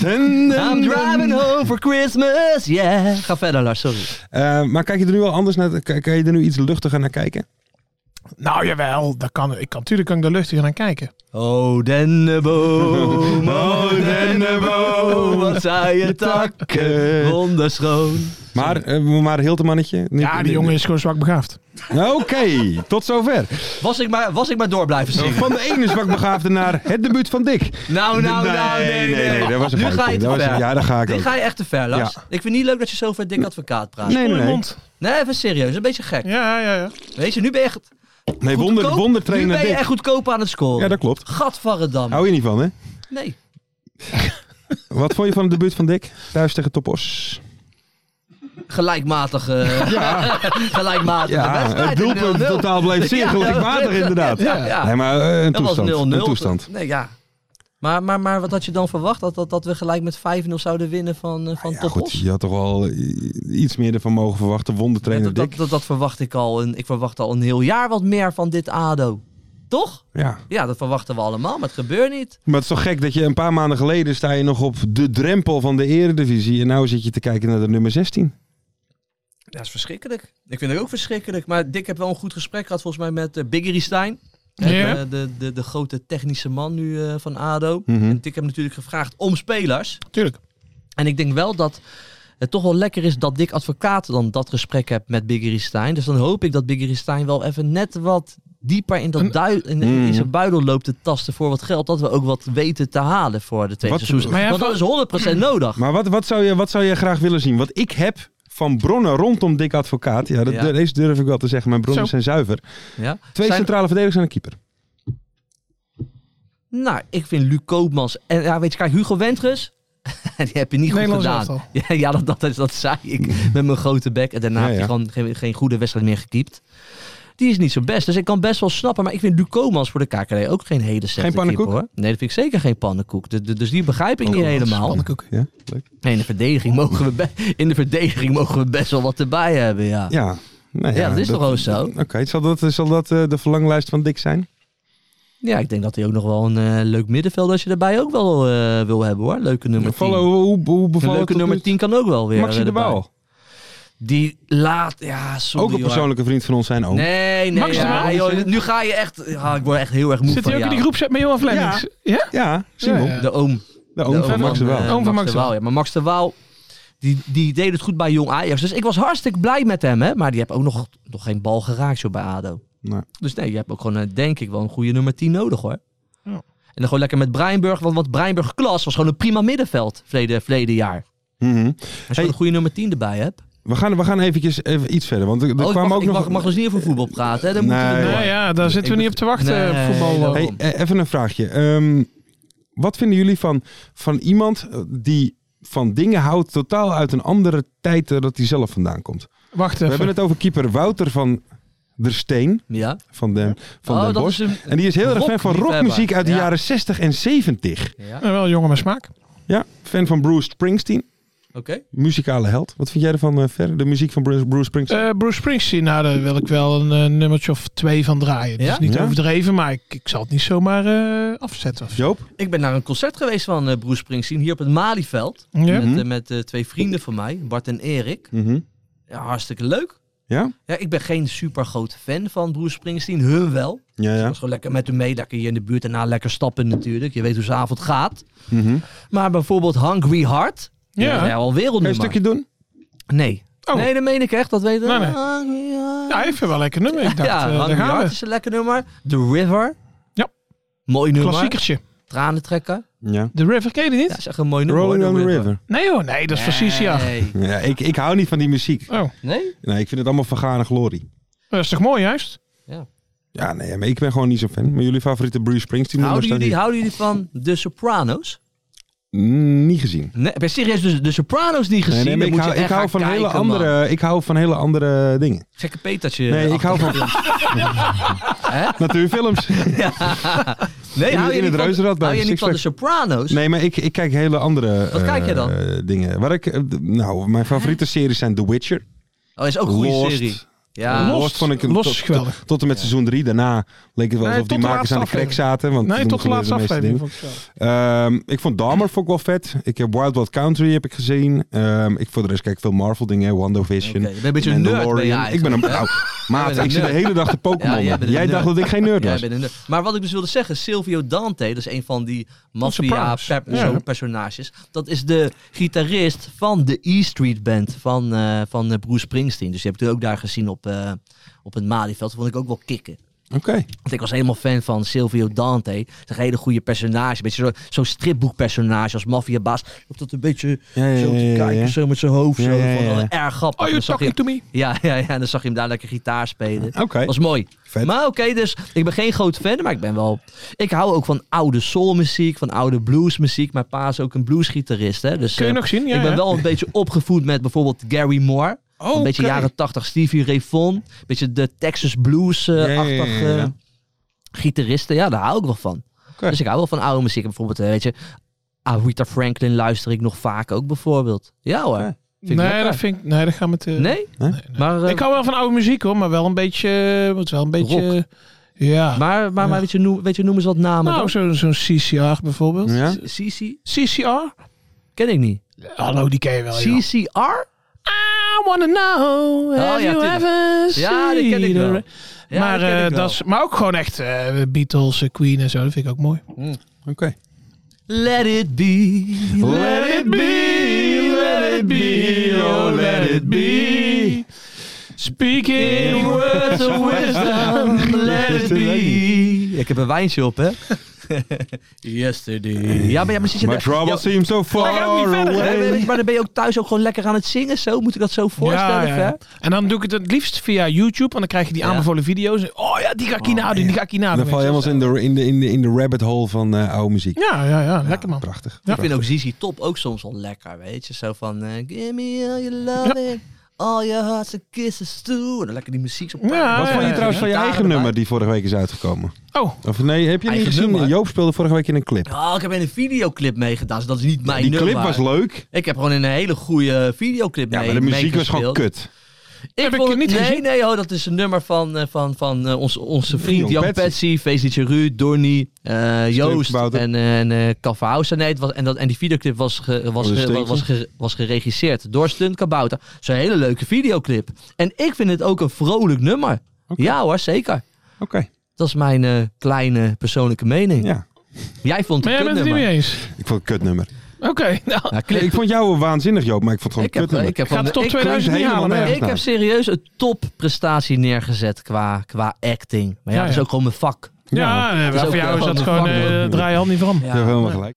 I'm driving home for Christmas, yeah. Ga verder, Lars, sorry.
Eh, maar kijk je er nu al anders naar? Kan kan je er nu iets luchtiger naar kijken?
Nou jawel, dat kan, ik kan, natuurlijk kan ik daar luchtiger naar kijken.
Oh, dennenboom, oh, dennenboom, wat zijn je takken, wonderschoon.
Maar, eh, maar heel te mannetje. Niet- Nou,
Ja, die jongen is gewoon zwak begaafd.
Oké, tot zover.
Was ik maar, was ik maar door blijven zingen.
Van de ene zwakbegaafde naar het debuut van Dick.
Nou, nou, nou, nee,
nee,
nee.
nee, dat was een
Nu
foutje.
ga je te
Dat was een-
ver.
ja, daar ga ik
Dit
ook.
ga je echt te ver, Lars.
Ja.
Ik vind niet leuk dat je zo over dik advocaat praat. Nee.
Nee, nee,
Mooi
nee.
mond.
even serieus. Een beetje gek.
Ja, ja, ja.
Weet je, nu ben je echt
Nee,
goedkoop.
wonder, wondertrainer
Nu ben je
Dick.
echt goedkoop aan het scoren.
Ja, dat Oh. klopt.
Gadverdamme.
Hou je niet van, hè?
Nee.
Wat vond je van het debuut van Dick? Thuis tegen Topos.
Gelijkmatige, gelijkmatige
Ja,
wedstrijd.
het doelpunt
0-0.
totaal bleef zeer
Ja,
gelijkmatig,
ja,
inderdaad.
ja, ja.
Nee, maar eh, een
Dat was 0-0.
toestand. Een toestand.
Nee, ja. Maar, maar, maar wat had je dan verwacht? Dat, dat, dat we gelijk met 5-0 zouden winnen van, eh, van
Ja, goed,
Topos?
je had toch wel eh, iets meer ervan mogen verwachten. Wondertrainer
dat, dat,
Dick.
dat, dat verwacht ik al. En ik verwacht al een heel jaar wat meer van dit ADO. Toch?
Ja.
Ja, dat verwachten we allemaal, maar het gebeurt niet.
Maar het is toch gek dat je een paar maanden geleden sta je nog op de drempel van de eredivisie. En nou zit je te kijken naar de nummer 16.
Dat is verschrikkelijk. Ik vind het ook verschrikkelijk. Maar Dick heeft wel een goed gesprek gehad volgens mij met eh, Biggery Stein. Hè,
Ja.
De, de, de, de grote technische man nu eh, van ADO.
Mhm.
En Dick heeft natuurlijk gevraagd om spelers.
Tuurlijk.
En ik denk wel dat het toch wel lekker is dat Dick Advocaat dan dat gesprek hebt met Biggery Stein. Dus dan hoop ik dat Biggery Stein wel even net wat dieper in, dat duil, in, in
Mm.
zijn buidel loopt te tasten voor wat geld. Dat we ook wat weten te halen voor de tweede
Wat-
seizoen.
Maar ja,
Want dat is 100% nodig.
Maar wat, wat, zou je, wat zou je graag willen zien? Want ik heb van bronnen rondom Dick Advocaat. Ja, dat,
Ja.
deze durf ik wel te zeggen. Mijn bronnen
Zo.
zijn zuiver.
Ja?
Twee
Zijn-
centrale verdedigers en een keeper.
Nou, ik vind Luc Koopmans. En ja, weet je, kijk, Hugo Wentges. Die heb je niet goed
Nederlands
gedaan. Ja, ja, dat, dat, is- dat zei ik met mijn grote bek. En daarna
Ja,
heb je
ja.
gewoon geen, geen goede wedstrijd meer gekiept. Die is niet zo best. Dus ik kan best wel snappen. Maar ik vind Luc Koopmans voor de KKD ook geen hele slechte keeper,
pannenkoek?
hoor. Nee, dat vind ik zeker geen pannenkoek. De- de- dus die begrijp ik
Oh,
niet helemaal.
Ja, leuk.
Nee, in de, verdediging mogen we be- in de verdediging mogen we best wel wat erbij hebben, ja. Ja,
Ja, nou
dat is toch ook zo?
Oké, zal dat, zal dat eh, de verlanglijst van Dick zijn?
Ja, ik denk dat hij ook nog wel een eh, leuk middenveld als je erbij ook wel eh, wil hebben, hoor. Leuke nummer 10.
Vallen, hoe, hoe, hoe
Een
bevalt het
leuke
tot
nummer
nu
10 kan ook wel
toe?
weer.
Maxi
eh,
de
erbij.
Waal.
Die laat, ja, sorry
Ook een
hoor.
persoonlijke vriend van ons zijn oom.
Nee, nee,
Max de
ja,
Waal?
joh, nu ga je echt, ja, ik word echt heel erg moe
Zit hij
van
ook in
jou.
die groepset met Johan Flemings? Ja?
Ja, Simon.
Ja, ja.
De oom.
De oom van Max de Waal.
eh,
Oom van
Max de Waal, ja. Maar Max de Waal, die, die deed het goed bij Jong Ajax. Dus ik was hartstikke blij met hem, hè. Maar die heeft ook nog, nog geen bal geraakt zo bij ADO.
Nee.
Dus nee, je hebt ook gewoon, eh, denk ik, wel een goede nummer 10 nodig, hoor.
Ja.
dan gewoon lekker met Breinburg. Want, want Breinburg Klas was gewoon een prima middenveld verleden, verleden jaar.
Mhm.
Als je
Hey.
een goede nummer 10 erbij hebt.
We gaan, we gaan eventjes even iets verder. Want er, er
Oh, ik
kwam
mag,
ook
ik
nog...
mag, mag dus niet over voetbal praten. Hè? Dan moeten we
Nee.
door.
Nou ja, daar zitten
Ik
we niet op te wachten.
Nee,
op voetbal.
dat-
Hey, eh, even een vraagje. Ehm, wat vinden jullie van, van iemand eh, die van dingen houdt totaal uit een andere tijd dan dat hij zelf vandaan komt?
Wacht
We hebben
even.
het over keeper Wouter van der Steen,
Ja.
van Den, van
Oh,
Den
dat
Bosch.
is een-
En die is heel erg fan van
rockliefhebber.
rockmuziek uit de
Ja.
jaren 60 en 70.
Ja. Oké.
Nou, wel jongen met smaak.
Ja, fan van Bruce Springsteen, muzikale held. Wat vind jij ervan, eh, Fer? De muziek van Bruce, Bruce Springsteen?
Eh, Bruce Springsteen, nou daar wil ik wel een eh, nummertje of twee van draaien. Dat
Ja?
is niet
Ja?
overdreven, maar ik, ik zal het niet zomaar eh, afzetten. of zo.
Joop?
Ik ben naar een concert geweest van eh, Bruce Springsteen hier op het Malieveld.
Ja?
Met,
Mhm.
eh, met eh, twee vrienden van mij, Bart en Erik.
Mhm.
Ja, hartstikke leuk.
Ja?
Ja, ik ben geen super grote fan van Bruce Springsteen. Hun wel. Ik
Ja, ja.
was gewoon lekker met hem mee. Lekker hier in de buurt. Daarna lekker stappen natuurlijk. Je weet hoe zijn avond gaat.
Mhm.
Maar bijvoorbeeld Hungry Heart.
Ja.
Ja, al
Kan je een
wereldnummer.
stukje doen?
Nee.
Oh.
Nee, dat meen ik echt. Dat weet ik.
Nee, nee.
Hungry Heart.
Ja, ik vind Nou, wel een lekker nummer. Ik dacht,
ja,
eh, daar
Hungry
gaan
Heart
we.
is een lekker nummer. The River.
Ja.
Mooi nummer.
Klassiekertje.
Tranen trekken.
Ja.
The River, ken je die
Ja,
niet?
zeg een mooi nummer.
Rolling
hoor,
on the River.
Nee hoor, nee, dat is van CCR.
Nee.
Ja, ik, ik hou niet van die muziek.
Oh,
Nee?
Nee, ik vind het allemaal vergane glorie.
dat is toch mooi juist?
Ja, nee, maar ik ben gewoon niet zo'n fan. Maar jullie favoriete Bruce Springsteen nummers
Houden
staan
jullie,
hier?
houden jullie van The Sopranos?
Mm, Niet gezien.
Nee, heb je serieus dus De Sopranos niet gezien?
Nee, nee, maar
Dan
ik
moet je
hou, ik,
echt
hou
gaan
van hele
kijken, man.
andere, ik hou van hele andere dingen.
Gekke petertje.
Nee, ik hou van
Hè?
natuurfilms.
Nee,
in-
hou je
in
niet
het
van-
reuzenrad bij
Hou je niet
Six
van De
Flags.
Sopranos?
Nee, maar ik, ik kijk hele andere
Wat kijk je dan?
eh, dingen. Waar ik, eh, d- nou, mijn favoriete series zijn The Witcher.
Oh, is ook een goede
Lost.
serie. Ja.
Lost vond ik een
Lost
tot-
is geweldig.
Tot en met seizoen 3. Daarna leek het wel
Nee,
alsof die
tot de
makers
laatste
aan de krek
aflevering.
zaten. Want
Nee,
toen
tot de
gebeurden
laatste
meeste dingen.
aflevering. vond ik wel.
Ehm, ik vond Dahmer vond ik wel vet. Ik heb Wild Wild Country heb ik gezien. Ehm, ik voor de rest kijk ik veel Marvel dingen, WandaVision.
Oké, je bent een beetje een nerd,
Mandalorian.
ben jij
ik ben een
eigenlijk, hè?
nou, maat,
bent een
ik zit de
nerd.
hele dag te Pokémon.
Ja, jij bent een
jij dacht
nerd.
dat ik geen nerd
Ja,
was.
ik ben een nerd. maar wat ik dus wilde zeggen, Silvio Dante, dat is een van die
Sopranos. Ja.
maffia-personages. Dat is de gitarist van de E Street Band van, eh, van eh, Bruce Springsteen. Dus die heb ik toen ook daar gezien op, eh, op het Malieveld. Dat vond ik ook wel kicken.
Oké.
Want ik was helemaal fan van Silvio Dante. Dat is een hele goede personage. Een beetje zo- zo'n stripboekpersonage als maffiabaas. Op dat een beetje
Ja, ja,
zo te
ja, ja,
kijken,
ja.
zo met zijn hoofd.
Ja,
zo.
ja,
Dat vond ik wel
ja.
erg grappig.
Oh, you're
En dan zag je-
talking to me.
ja, ja, ja, en dan zag je hem daar lekker gitaar spelen.
Oké.
Was mooi.
Vet.
Maar oké, dus ik ben geen groot fan, maar ik ben wel... Ik hou ook van oude soulmuziek, van oude bluesmuziek. Mijn pa is ook een bluesgitarist, hè. Dus,
Kun je
eh,
nog zien? Ja,
ik ben
ja.
wel een beetje opgevoed met bijvoorbeeld Gary Moore.
Oh,
Een beetje
Oké.
jaren 80 Stevie Ray Vaughan. Beetje de Texas
Ja, ja, ja,
Blues-achtig
ja, ja.
gitaristen. Ja, daar hou ik wel van.
Oké.
Dus ik hou wel van oude muziek. En Bijvoorbeeld, eh, weet je, Aretha Franklin luister ik nog vaak ook bijvoorbeeld. Ja hoor.
Ja.
Vind ik
Nee,
lekker.
dat vind ik... Nee, dat gaan we te...
Nee?
Nee,
Maar, eh,
Ik hou wel van oude muziek hoor, maar wel een beetje... eh, Moet wel een beetje... eh, Ja.
maar, maar, maar weet, je, noem- weet je, noem eens wat namen
nou,
dan.
zo'n zo'n CCR bijvoorbeeld.
Ja?
Sisi?
CCR?
Ken ik niet.
Hallo, die ken je
Oh,
wel, joh.
CCR?
I wanna know have
Oh, ja,
you
tuurlijk.
ever
Ja, die ken ik
seen
wel.
her-
Ja,
maar,
die ken
eh,
ik wel.
dat is, maar ook gewoon echt eh, Beatles, eh, Queen en zo. Dat vind ik ook mooi.
Oké.
Let it be.
Let it be, let it be, oh let it be.
Speaking
Words of wisdom, let it be. Ik heb een wijntje op, hè? Yesterday. Ja, maar, ja, maar zit je
My
daar-
trouble
ja,
seems so far
ook niet verder.
maar-
away.
maar- maar dan ben je ook thuis ook gewoon lekker aan het zingen, zo? Moet ik dat zo voorstellen,
ja,
hè?
ja. En dan doe ik het het liefst via YouTube, want dan krijg je die
Ja.
aanbevolen video's. En, Oh ja, die ga ik hier nadoen, die ga ik hier nadoen.
Dan val je helemaal in de, in de, in de, in de rabbit hole van eh, oude muziek.
Ja, ja, ja, lekker man.
Prachtig.
Ik vind ook Zizi Top ook soms wel lekker, weet je? Zo van, eh, give me all your loving, all your hearts and kisses too. En dan lekker die muziek zo...
Ja,
Wat
ja,
vond je
ja.
trouwens van je eigen nummer die vorige week is uitgekomen?
Oh,
Of nee, heb je niet
Eigen
gezien?
nummer?
Joop speelde vorige week in een clip.
Oh, ik heb in een videoclip meegedaan, dus dat is niet mijn
Die
nummer.
clip was leuk.
Ik heb gewoon in een hele goede videoclip
Ja,
mee
maar de muziek was gewoon
meegespeeld.
kut.
Ik
Heb ik
vond
het
het-
niet
nee,
gezien?
Nee, oh, dat is een nummer van, eh, van, van eh, onze, onze vriend
Jong
Jan
Patsy.
Patsy, Feestliedje Ruud, Donnie, eh, Joost
Bouter.
en, eh, en eh, Kafhausen. Nee, het was, en, dat, en die videoclip was, ge- was,
Oh, dat
ge-
stinkt.
was, ge- was geregisseerd door Stunt Kabouter. Het is een hele leuke videoclip. En ik vind het ook een vrolijk nummer. Ja hoor, zeker.
Oké,
Dat is mijn eh, kleine persoonlijke mening.
ja.
Jij vond
maar
het
jij
een
bent het niet
kutnummer.
mee eens.
Ik vond het een kutnummer.
Oké, nou,
Ja, clip.
Ik vond jou waanzinnig, Joop, maar ik vond het
Ik
gewoon
heb,
een kutnummer.
ik heb
gaat de
gewoon-
top
ik-
2000 niet
helemaal
halen.
nergens.
nee.
Ik heb serieus een topprestatie neergezet qua, qua acting. Maar
Ja,
ja, dat is
ja.
ook gewoon mijn vak.
Ja, eh,
is ook
voor jou
wel
is dat
een
gewoon
vak,
eh
hoor.
draai je hand niet van.
Je hebt helemaal gelijk.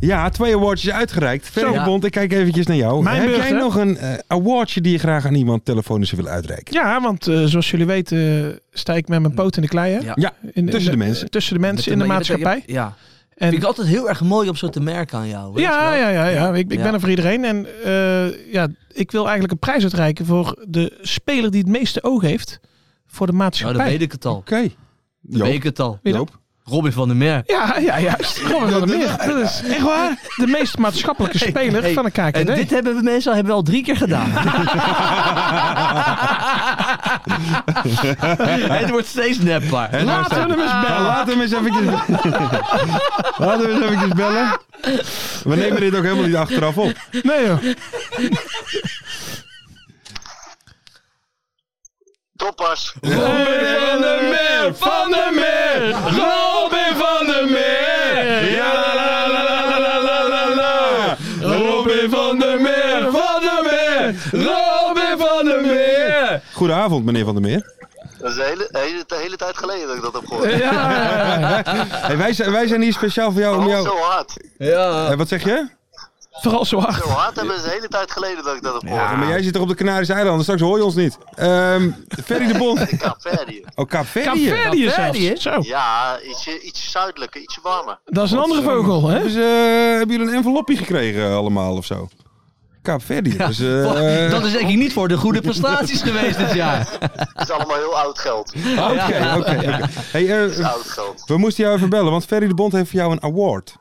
Ja, twee awardjes uitgereikt. Ferry
Ja.
de Bond, ik kijk eventjes naar jou.
Mijn
Heb
beurt,
jij
hè?
nog een eh, awardje die je graag aan iemand telefonisch wil uitreiken?
Ja, want eh, zoals jullie weten eh, sta ik met mijn poot in de klei. hè?
Hmm. Ja.
Ja,
In- in
tussen de mensen.
Tussen de mensen,
Met
in de
ma-
maatschappij.
Ja.
En
Vind ik altijd heel erg mooi om zo te merken aan jou. weet je
Ja,
wel.
ja, ja, ja. Ik, ik
Ja.
ben er voor iedereen. En eh, ja, ik wil eigenlijk een prijs uitreiken voor de speler die het meeste oog heeft voor de
Nou,
maatschappij.
dan weet ik het al.
Oké.
Dan weet
Joop,
ik het al.
Wie dan?
Joop.
Robin van der Meer.
Ja, ja, juist. Robin van der Meer. Dat is echt waar. De meest maatschappelijke speler
hey,
van de KKD.
En dit hebben we mensen al, hebben we al drie keer gedaan. het wordt steeds nepbaar.
Laten we hem eens
Nou,
bellen.
laat hem eens eventjes bellen. Laten we eens eventjes bellen. We nemen dit ook helemaal niet achteraf op.
Nee joh.
Toppas.
van de Meer, van de Meer, Robin van de Meer. Ja, la, la, la, la, la, la, la, la. Robin van de Meer, van de Meer, Robin van de Meer. Goedenavond, meneer van der Meer.
Dat is de hele, hele, de hele tijd geleden dat ik dat heb gehoord.
Hey, wij, zijn, wij zijn hier speciaal voor jou om
Vooral
jou...
Oh, Zo hard.
Ja.
Eh, wat zeg je?
Vooral zo hard.
Zo hard hebben ze de hele tijd geleden dat ik dat heb gehoord.
Ja, maar jij zit toch op de Canarische eilanden, straks hoor je ons niet. Ehm Ferry de Bond.
Ja, verder hier.
Oh, Caverdië.
Caverdië
Caverdië?
zelfs. Zo.
Ja, ietsje, iets zuidelijker, ietsje warmer.
Dat is een andere vogel, hè?
Hebben, ze, eh, hebben jullie een envelopje gekregen eh, allemaal of zo? Kaapverdië. Dus, eh, eh,
Dat is denk ik niet voor de goede prestaties geweest dit jaar.
Het is allemaal heel oud geld.
Oké, oké, oké. Hey, eh,
Oud geld.
we moesten jou even bellen, want Ferry de Bond heeft voor jou een award.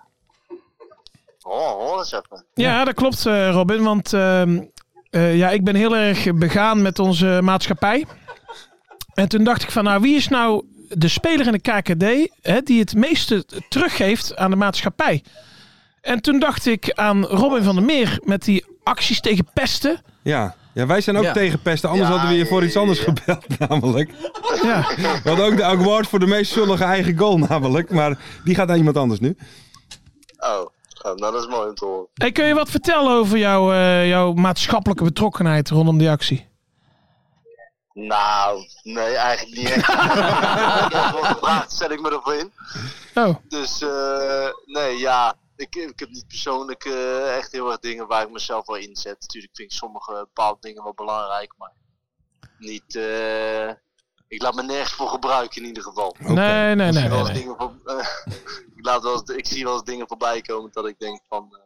Oh, hoor eens even.
Ja, dat klopt, eh, Robin. Want ehm, eh, ja, ik ben heel erg begaan met onze maatschappij. En toen dacht ik van, nou, wie is nou de speler in de KKD hè, die het meeste teruggeeft aan de maatschappij? En toen dacht ik aan Robin van der Meer met die acties tegen pesten.
Ja. ja, wij zijn ook
Ja.
tegen pesten, anders
Ja,
hadden we je voor
ja,
iets anders
ja.
gebeld namelijk.
Ja,
We hadden ook de award voor de meest zullige eigen goal namelijk, maar die gaat naar iemand anders nu.
Oh, oh, nou dat is mooi om te horen.
hey, kun je wat vertellen over jouw, eh, jouw maatschappelijke betrokkenheid rondom die actie?
Nou, nee, eigenlijk niet echt. Als wordt gevraagd, zet ik me erop in.
Oh,
Dus, eh, nee, ja. Ik, ik heb niet persoonlijk eh, echt heel erg dingen waar ik mezelf wel in zet. Natuurlijk vind ik sommige bepaalde dingen wel belangrijk, maar niet. eh, ik laat me nergens voor gebruiken, in ieder geval.
Oké.
nee, nee, nee.
Ik,
nee,
wel eens
nee.
dingen voor- ik, laat wel eens- ik zie wel eens dingen voorbij komen dat ik denk van. eh,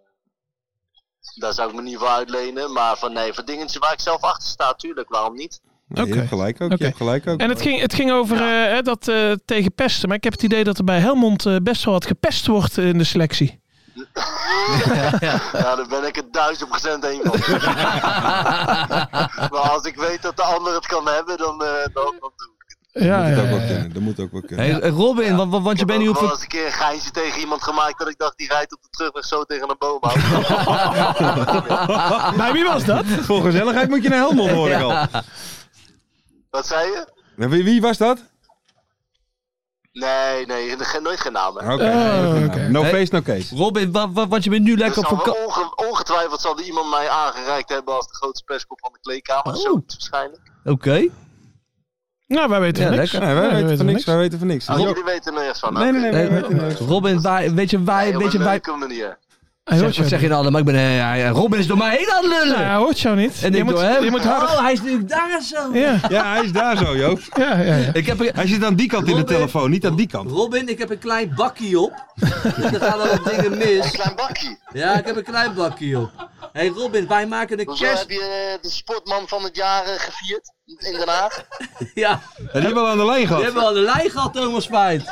daar zou ik me niet voor uitlenen, maar van nee, voor dingetjes waar ik zelf achter sta, tuurlijk, waarom niet?
Nee, Je
Oké.
hebt gelijk ook,
Oké.
je hebt gelijk ook.
En het ging, het ging over eh, hè, dat eh, tegen pesten. Maar ik heb het idee dat er bij Helmond eh, best wel wat gepest wordt eh, in de selectie.
Ja, daar ben ik het duizend procent een van. maar als ik weet dat de ander het kan hebben, dan, eh, dan, dan doe ik het.
Ja,
dat moet ook
ja,
wel
ja, ja.
kunnen, dat moet ook wel kunnen.
Hey, Robin, wa- wa- want,
Ik
je
heb
bent nu
ook
op
wel
een...
eens een keer een geintje tegen iemand gemaakt dat ik dacht, die rijdt op de terugweg zo tegen een boom aan.
Bij wie was dat?
Voor gezelligheid moet je naar Helmond hoor ik al.
Wat zei je?
En Wie, wie was dat?
Nee, nee, ge- nooit geen namen.
Oké.
Oh, oké.
No
Hey.
face, no case.
Robin, wa- wa- want je bent nu
Er
lekker op
zal wel
vakantie.
onge- ongetwijfeld zal er iemand mij aangereikt hebben als de grootste perskop van de kleedkamer.
Oh.
Zo waarschijnlijk.
Oké.
Nou, wij weten
Ja,
er niks.
lekker.
Nee, wij
Nee,
weten
we weten
van niks,
niks.
wij weten van niks.
Oh,
Ah,
Joop.
jullie weten er nergens van.
Nee, nee, nee,
Hey,
wij weten niks.
Robin, wij, weet je, wij,
Op
weet je,
een
wij...
leuke manier.
Hij hoort
Zeg,
jou
wat zeg je
niet.
dan? Maar ik ben, eh, ja, ja, Robin is door mij heen aan het lullen.
Nou, hij hoort jou niet.
en
je,
ik
moet,
door hem.
je moet harder...
Oh, hij is nu daar zo.
Ja,
Ja, hij is daar zo, Joop.
ja, ja. ja.
Ik heb een-
Hij zit aan die kant in de
Robin.
telefoon, niet aan die kant.
Robin, ik heb een klein bakkie op. er gaan wel wat dingen
Een
mis.
klein bakkie.
Ja, ik heb een klein bakkie op. hey Robin, wij maken een
Hoezo
kerst...
heb je eh, de sportman van het jaar eh, gevierd in Den Haag?
Ja,
En die hebben we aan de lijn
we
gehad.
hebben al de lijn gehad, Thomas Feit.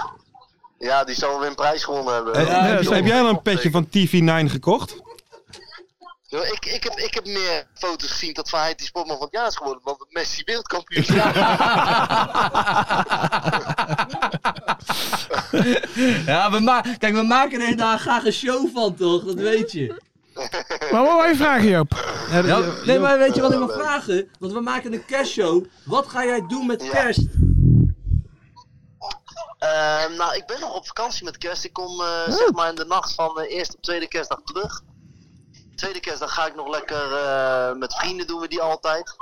Ja, die zal weer een prijs gewonnen hebben.
Eh,
Ja,
heb,
sorry.
heb jij al een petje van TV9 gekocht?
Yo, Ik, ik, heb, ik heb meer foto's gezien dat van hij die sportman van het jaar is geworden dan dat Messi wereldkampioen is.
Ja, we ma- Kijk, we maken er daar graag een show van, toch? Dat weet je.
Maar wat wou je vragen, Joop?
Ja, nee, maar weet je wat ik wil
leuk.
vragen? Want we maken een kerstshow. Wat ga jij doen met
Ja.
kerst?
Eh, nou, ik ben nog op vakantie met kerst. Ik kom eh, zeg maar in de nacht van eh, eerste op tweede kerstdag terug. Tweede kerstdag ga ik nog lekker eh, met vrienden doen we die altijd.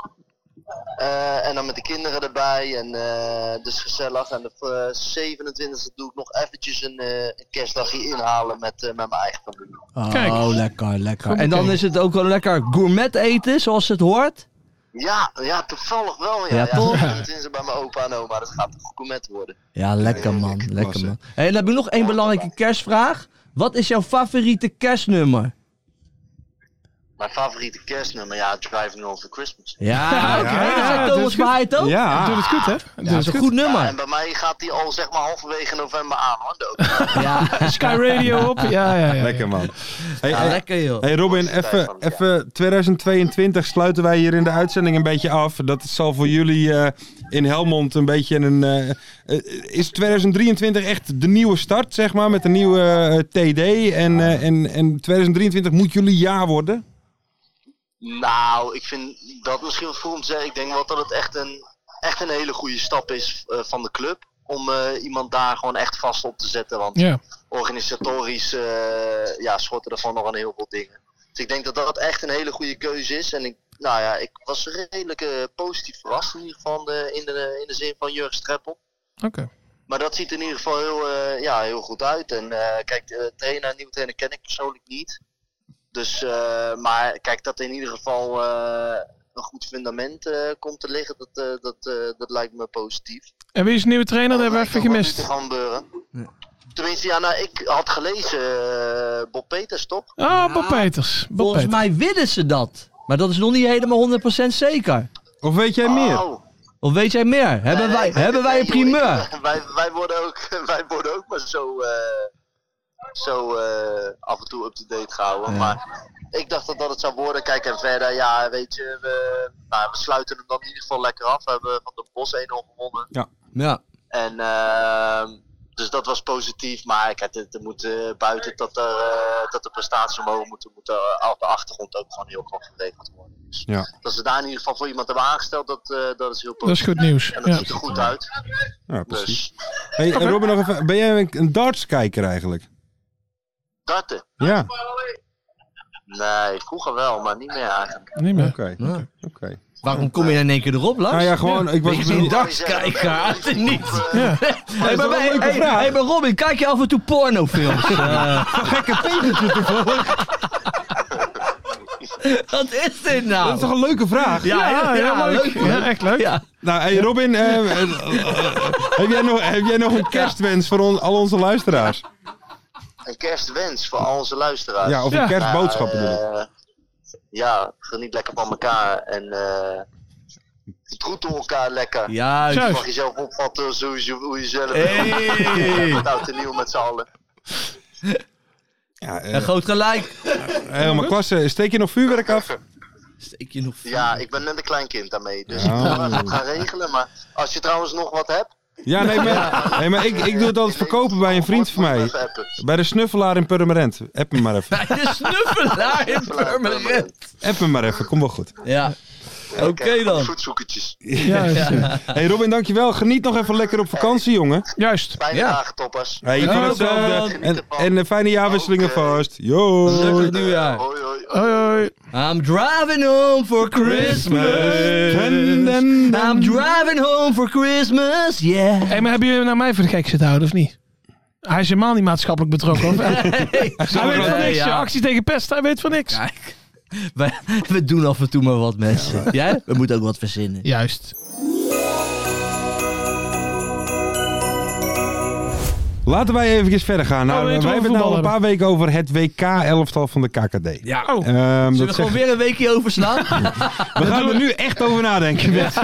Eh, en dan met de kinderen erbij. En eh, dus gezellig. En op eh, 27e doe ik nog eventjes een, eh, een kerstdagje inhalen met, eh, met mijn eigen familie.
Oh,
Kijk.
lekker, lekker.
Goed
En dan
bekeken.
is het ook wel lekker gourmet eten, zoals het hoort.
Ja, ja, toevallig wel. Ja,
Ja,
ja,
toch?
27e bij mijn opa en oma. Dat gaat een gourmet worden.
Ja, lekker man, lekker man. Hey, en dan heb ik nog één belangrijke kerstvraag. Wat is jouw favoriete kerstnummer?
Mijn favoriete kerstnummer, ja, Driving Home for Christmas.
Ja, oké.
ja,
dat
ja,
zei
dat
Thomas
is goed.
Verheid ook. Ja,
Doe
Ja.
het goed, hè? Doe
dat
het
is een goed
Ja, en
nummer.
bij mij gaat die al zeg maar halverwege november aan, hoor. De-
Ja,
Sky Radio op. Ja, ja, ja, ja.
Lekker man. Hey,
Ja,
hey,
lekker joh.
hey Robin,
Kortste tijd
even
van het
even 2022 sluiten wij hier in de uitzending een beetje af. Dat zal voor jullie eh, in Helmond een beetje een... eh, eh, is 2023 echt de nieuwe start, zeg maar, met de nieuwe eh, TD? En, eh, en, en 2023 moet jullie jaar worden?
Nou, ik vind dat misschien wat voor om te zeggen. Ik denk wel dat het echt een, echt een hele goede stap is eh, van de club. Om eh, iemand daar gewoon echt vast op te zetten. Want
Ja.
organisatorisch eh, ja, schorten ervan nog aan heel veel dingen. Dus ik denk dat dat echt een hele goede keuze is. En ik, nou ja, ik was redelijk eh, positief verrast in ieder geval de, in, de, in de zin van Jurgen Streppel.
Oké.
Maar dat ziet er in ieder geval heel, eh, ja, heel goed uit. En eh, kijk, de trainer, nieuwe trainer ken ik persoonlijk niet. Dus, eh, maar kijk, dat in ieder geval eh, een goed fundament eh, komt te liggen, dat, eh, dat, eh, dat lijkt me positief.
En wie is de nieuwe trainer? Dat hebben we
lijkt
even
nog wat
gemist.
nu te gebeuren. eh, Tenminste, ja, nou, ik had gelezen, eh, Bob Peters, toch?
Oh, Bob Peters. Bob
Volgens
Peters.
mij willen ze dat. Maar dat is nog niet helemaal 100% zeker.
Of weet jij meer?
Oh.
Of weet jij meer? Hebben
Nee,
wij,
ik weet
hebben
het
wij een
niet, joh. Ik-
primeur?
wij, wij, worden ook, wij worden ook maar zo, eh, zo eh, af en toe up-to-date gehouden. Maar ik dacht dat dat het zou worden. Kijk, en verder, ja, weet je, we, nou, we sluiten hem dan in ieder geval lekker af. We hebben van de Bos 1-0 gewonnen.
Ja.
En, ehm, dus dat was positief. Maar kijk, het, er moet, eh, buiten dat, er, eh, dat de prestaties omhoog moeten, moet er op de achtergrond ook gewoon heel goed geregeld worden. Dus
Ja.
dat ze daar in ieder geval voor iemand hebben aangesteld, dat, eh, dat is heel
Dat is
positief.
goed nieuws.
En dat
Ja.
ziet er goed uit.
Ja, precies.
Dus
Hey, en Robin, nog even, ben jij een, een dartskijker eigenlijk?
darten.
Ja,
Nee, vroeger wel, maar niet meer eigenlijk.
Niet meer.
oké.
Ja.
oké.
Waarom kom je in één keer erop, Lars?
Nou ja, gewoon, ik was...
Ben je geen dartskijker? Had het niet.
Ja.
Hey, maar,
wel een
hey,
leuke
hey,
vraag.
hey, maar Robin, kijk je af en toe pornofilms? Eh,
gekke pegeltje toevallig.
wat is dit
Dat is
nou?
toch een leuke vraag?
Ja, Ah, ja, ja, leuk.
Ja, echt leuk.
Ja.
Nou, hey Robin, eh, eh, eh, heb, jij nog, heb jij nog een kerstwens voor on- al onze luisteraars?
Een kerstwens voor al onze luisteraars.
Ja, of
Ja.
een kerstboodschap
Nou,
bedoel ik.
eh, ja, geniet lekker van elkaar en eh groet elkaar lekker.
Juist.
Juist.
Mag jezelf opvatten zoals je, hoe je zelf
Hey.
bent. Nou, nieuw met z'n allen.
Ja, eh,
En groot gelijk.
helemaal klasse. Steek je nog vuurwerk af?
Steek je nog
Ja, ik ben net een klein kind daarmee, dus
Oh.
ik kan wel even gaan regelen. Maar als je trouwens nog wat hebt...
Ja, nee, maar, nee, maar ik, ik doe het altijd verkopen bij een vriend van mij.
Even appen.
Bij de snuffelaar in Purmerend. App me maar even.
Bij de snuffelaar in permanent.
App me maar even, kom wel goed.
Ja. Oké
Kijk,
dan.
Voetzoekertjes.
Juist.
hey Robin, dankjewel. Geniet nog even lekker op vakantie, jongen.
Juist.
Fijne
Ja.
dagen, toppers.
Hey, ik
Ja,
vind het
ook
zo.
wel.
En, en een fijne jaarwisselingen
Oké.
vast. Yo.
Gelukkig nieuwjaar.
Hoi, hoi.
Hoi, hoi.
I'm driving home for
Dun,
Christmas.
dun, dun.
I'm driving home for Christmas, yeah.
Hey, maar hebben jullie naar mij voor de gek zitten houden of niet? Hij is helemaal niet maatschappelijk betrokken. Hoor. Hij weet van
Nee,
niks.
ja.
Ja, Actie tegen pest, hij weet van niks.
Kijk, wij- we doen af en toe maar wat mensen. Ja? We moeten ook wat verzinnen.
Juist.
Laten wij even verder gaan.
Oh,
Nou,
we
wij
moeten
hebben
over
het nou al een
voetbal
paar weken over het WK-elftal van de KKD.
Ja.
Ehm,
Oh,
Zullen
dat
we
zegt-
gewoon weer een weekje overslaan?
we gaan er nu echt over nadenken. mensen.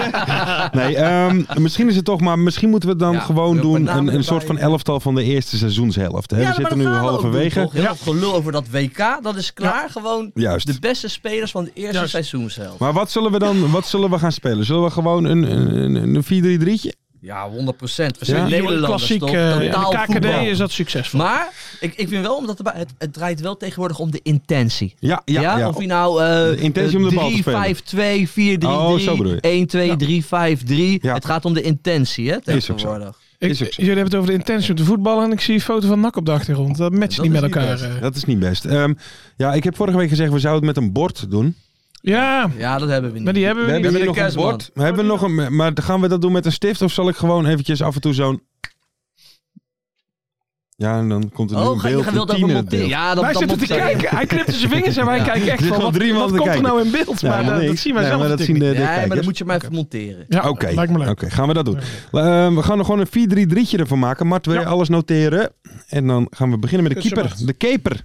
nee, ehm, misschien is het toch, maar misschien moeten we het dan
Ja,
gewoon
met
doen.
name
Een, een
erbij.
soort van elftal van de eerste seizoenshelft. Hè? we zitten nu halverwege.
Heel veel gelul over dat WK, dat is klaar. Gewoon
Juist.
de beste spelers van de eerste
Juist.
seizoenshelft.
Maar wat zullen we dan wat zullen we gaan spelen? Zullen we gewoon een, een, een- een 4-3-3'tje?
Ja, 100%. We zijn
Ja.
Nederlanders
klassiek.
toch?
eh, in
Totaal
de KKD
voetbal.
is dat succesvol.
Maar ik, ik vind wel, omdat erbij- het, het draait wel tegenwoordig om de intentie.
Ja, ja, ja.
Of je nou
De intentie om de bal te
3,
spelen.
5, 2, 4, 3,
Oh, zo bedoel je.
1, 2, 3, 5, 3.
Ja.
Het gaat om de intentie, hè,
ook zo.
tegenwoordig.
Ik-
is ook zo.
jullie hebben het over de intentie om te voetballen en ik zie een foto van Nak op de achtergrond. Dat matcht
Dat
niet
is
met
niet
elkaar.
best.
eh.
Dat is niet best. Ehm, ja, ik heb vorige week gezegd, we zouden het met een bord doen.
Ja,
Ja, dat hebben we niet.
maar die hebben we,
We
niet.
hebben
met
hier nog
een
een
kerstman.
bord. Maar, hebben we nog een, maar gaan we dat doen met een stift of zal ik gewoon eventjes af en toe zo'n... Ja, en dan komt er nu
Oh,
een
ga, je
beeld
gaat wel
van
dat
Tine
monteren.
beeld.
Ja, dat,
wij
dat
zitten te
monteer-
kijken. Hij knipt zijn vingers en wij
Ja.
kijken
Er
echt
zitten
van,
gewoon
wat,
drie
wat
mannen
komt er
kijken.
nou in beeld?
Ja,
maar dat, dat
niks.
zien wij
Nee,
zelf
maar dat zien
natuurlijk
de,
niet.
de
Nee,
kijkers.
maar dan moet je mij even monteren.
Ja,
Oké,
lijkt me leuk.
Oké, gaan we dat doen. Eh, we gaan er gewoon een 4-3-3'tje ervan maken. Mart, wil je
Ja.
alles noteren? En dan gaan we beginnen met de
Kus,
keeper.
Mart.
De keeper,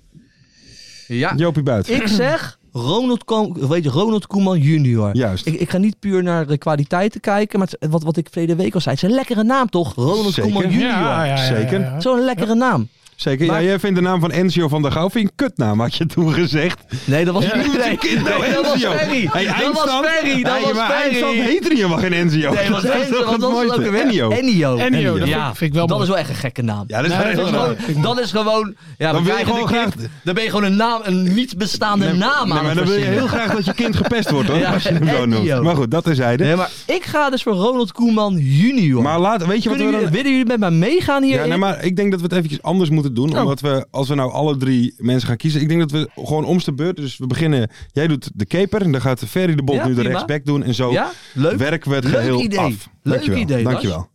Ja.
Jopie Buit.
Ik zeg Ronald, Ko- weet je, Ronald Koeman junior.
Juist.
Ik, ik ga niet puur naar de kwaliteiten kijken, maar het- wat, wat ik verleden week al zei. Het is een lekkere naam toch? Ronald
Zeker.
Koeman junior.
Ja, ja, ja, ja,
Zeker.
ja.
Zo'n lekkere naam.
Zeker. Ja,
Maar-
jij vindt de naam van Enzio van der Gouw vind je een kutnaam, had je toen gezegd.
Nee, dat was
Ja,
niet.
dat
Nee,
kind nou,
nee, dat was
Enzio.
Ferry.
Hey,
dat was
Eindstand-
Ferry. Dat
Hey,
was
maar Eindstand
Ferry.
heet er helemaal geen Enzio.
Nee, dat was
Oh, is
Enzo.
toch
want
het
Dat was
mooiste?
ook weer
Ennio.
Ennio,
Ennio.
dat vind ik- vind ik wel
Dat
mooi.
is wel echt een gekke naam.
Ja, dat is
Nee,
wel
Dat is
heel
gewoon,
raar.
dat is gewoon ja,
Dan
we
wil je
krijgen
gewoon
een kind,
graag-
Dan ben je gewoon een naam, een niet bestaande naam
Nee,
aan
maar
het
dan wil je
verzinnen.
heel graag dat je kind gepest wordt, hoor.
Ja,
als je hem zo
Ennio.
noemt. Maar goed, dat is hij.
Nee, maar ik ga dus voor Ronald Koeman junior.
Maar laat, weet je wat
Kunnen
we
jullie,
dan...
willen jullie met mij meegaan hier?
Ja, nee, maar ik denk dat we het eventjes anders moeten
Oh.
doen. Omdat we, als we nou alle drie mensen gaan kiezen... Ik denk dat we gewoon omste beurt... Dus we beginnen... Jij doet de keeper. En dan gaat Ferry de Bond
Ja,
nu de
prima.
rechtsback doen. En zo
Ja? Leuk.
werken we het
Leuk
geheel
idee.
af.
Leuk
Dankjewel.
idee, Bas.
Dankjewel.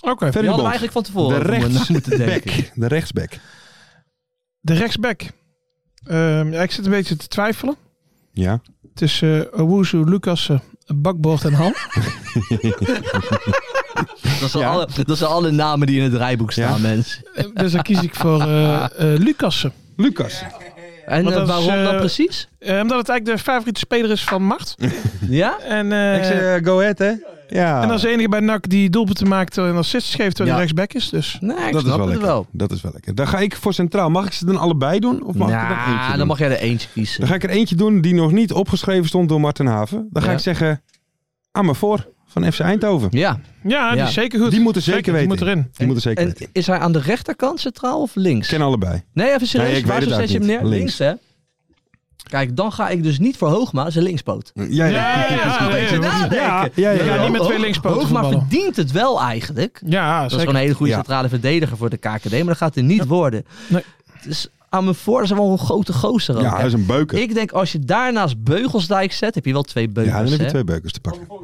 Oké,
Ferry
Die
de
hadden we
Bond.
eigenlijk van
De
tevoren over na moeten
rechtsback.
nou denken.
De rechtsback.
de rechtsback. Ehm, ja, ik zit een beetje te twijfelen
Ja.
tussen uh, Lucassen, Bakboord en Han.
Dat zijn, alle, dat zijn alle namen die in het rijboek staan, mensen.
Eh, dus dan kies ik voor eh eh, Lucassen.
Lucas.
En
Want
eh,
dat is,
waarom dan
eh,
precies?
Eh, omdat het eigenlijk de favoriete speler is van Mart.
Ja?
En, eh,
Ik zeg eh, go ahead, hè? Ja.
en als de enige bij NAC die doelpunten maakt en assists geeft terwijl hij
Ja.
rechtsback is. Dus.
Nee,
dat
ik
is
snap
wel
het
lekker.
wel.
Dat is wel lekker. Dan ga ik voor centraal. Mag ik ze dan allebei doen? Of mag ik er dan eentje
Ja,
doen?
Nou, dan mag jij er eentje kiezen.
Dan ga ik er eentje doen die nog niet opgeschreven stond door Martin Haven. Dan ga
Ja.
ik zeggen, aan me voor van FC Eindhoven.
Ja.
Ja, die
Ja.
is zeker goed.
Die moeten zeker
Die
weten.
moet erin.
Die moeten zeker
En
weten.
is hij aan de rechterkant centraal of links?
Ik ken allebei.
Nee, even serieus.
Nee, ik
Waar
weet het
zo zet je
ook
hem
niet.
neer?
Links.
Links. hè? Kijk, dan ga ik dus niet voor Hoogma, dat is een linkspoot. Oh,
Jij
Ja,
denkt-
ja, ja, ja.
ja, ja, ja.
Ja, niet met twee linkspoten
Hoogma
voetballen.
verdient het wel eigenlijk.
Ja,
Dat is
zeker.
gewoon een hele goede
Ja.
centrale verdediger voor de KKD, maar dat gaat hij niet worden.
Nee.
Dus aan mijn voor is wel een grote gozer. ook,
Ja,
hè.
hij is een beuker.
ik denk als je daarnaast Beugelsdijk zet, heb je wel twee
Ja, dan
beugels.
heb je
dus, hè.
twee beukers te pakken.
Oh,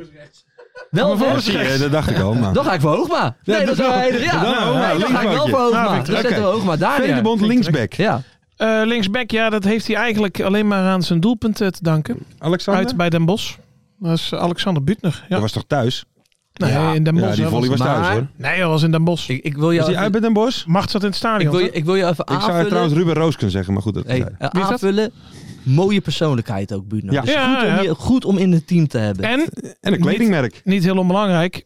Wel
Ja,
rechts.
zie je, dat dacht ik al. maar-
Dan ga ik voor Hoogma. Nee,
Ja,
dat is
dan-
wel een hele- Ja,
dan Hoogma,
Nee, dan ga ik wel
linksbankje.
voor
Nou,
Hoogma.
vind ik
Dan
terug.
zetten we
Oké.
Hoogma daar
Tweede
neer.
bond linksback.
Ja.
Eh, linksback, ja, dat heeft hij eigenlijk alleen maar aan zijn doelpunten te danken.
Alexander?
Uit bij Den Bosch. Dat is Alexander Butner. Ja.
Dat was toch thuis?
nee,
Ja.
in Den Bosch.
Ja, die
hè,
volley
was-
was thuis
maar-
hoor.
Nee, dat was in Den Bosch.
Ik, ik wil
Is
jou
hij uit
even,
bij Den Bosch?
Macht zat in het
ik
stadion.
wil, je-
toch?
ik wil jou even
Ik zou
aanvullen.
trouwens Ruben Roos kunnen zeggen, maar goed. Dat
Hey, eh,
Wie is dat?
aanvullen. Mooie persoonlijkheid ook, Bruno.
Ja.
Dus
Ja,
goed,
ja.
Om je, goed om in het team te hebben.
En,
En een kledingmerk.
niet heel onbelangrijk,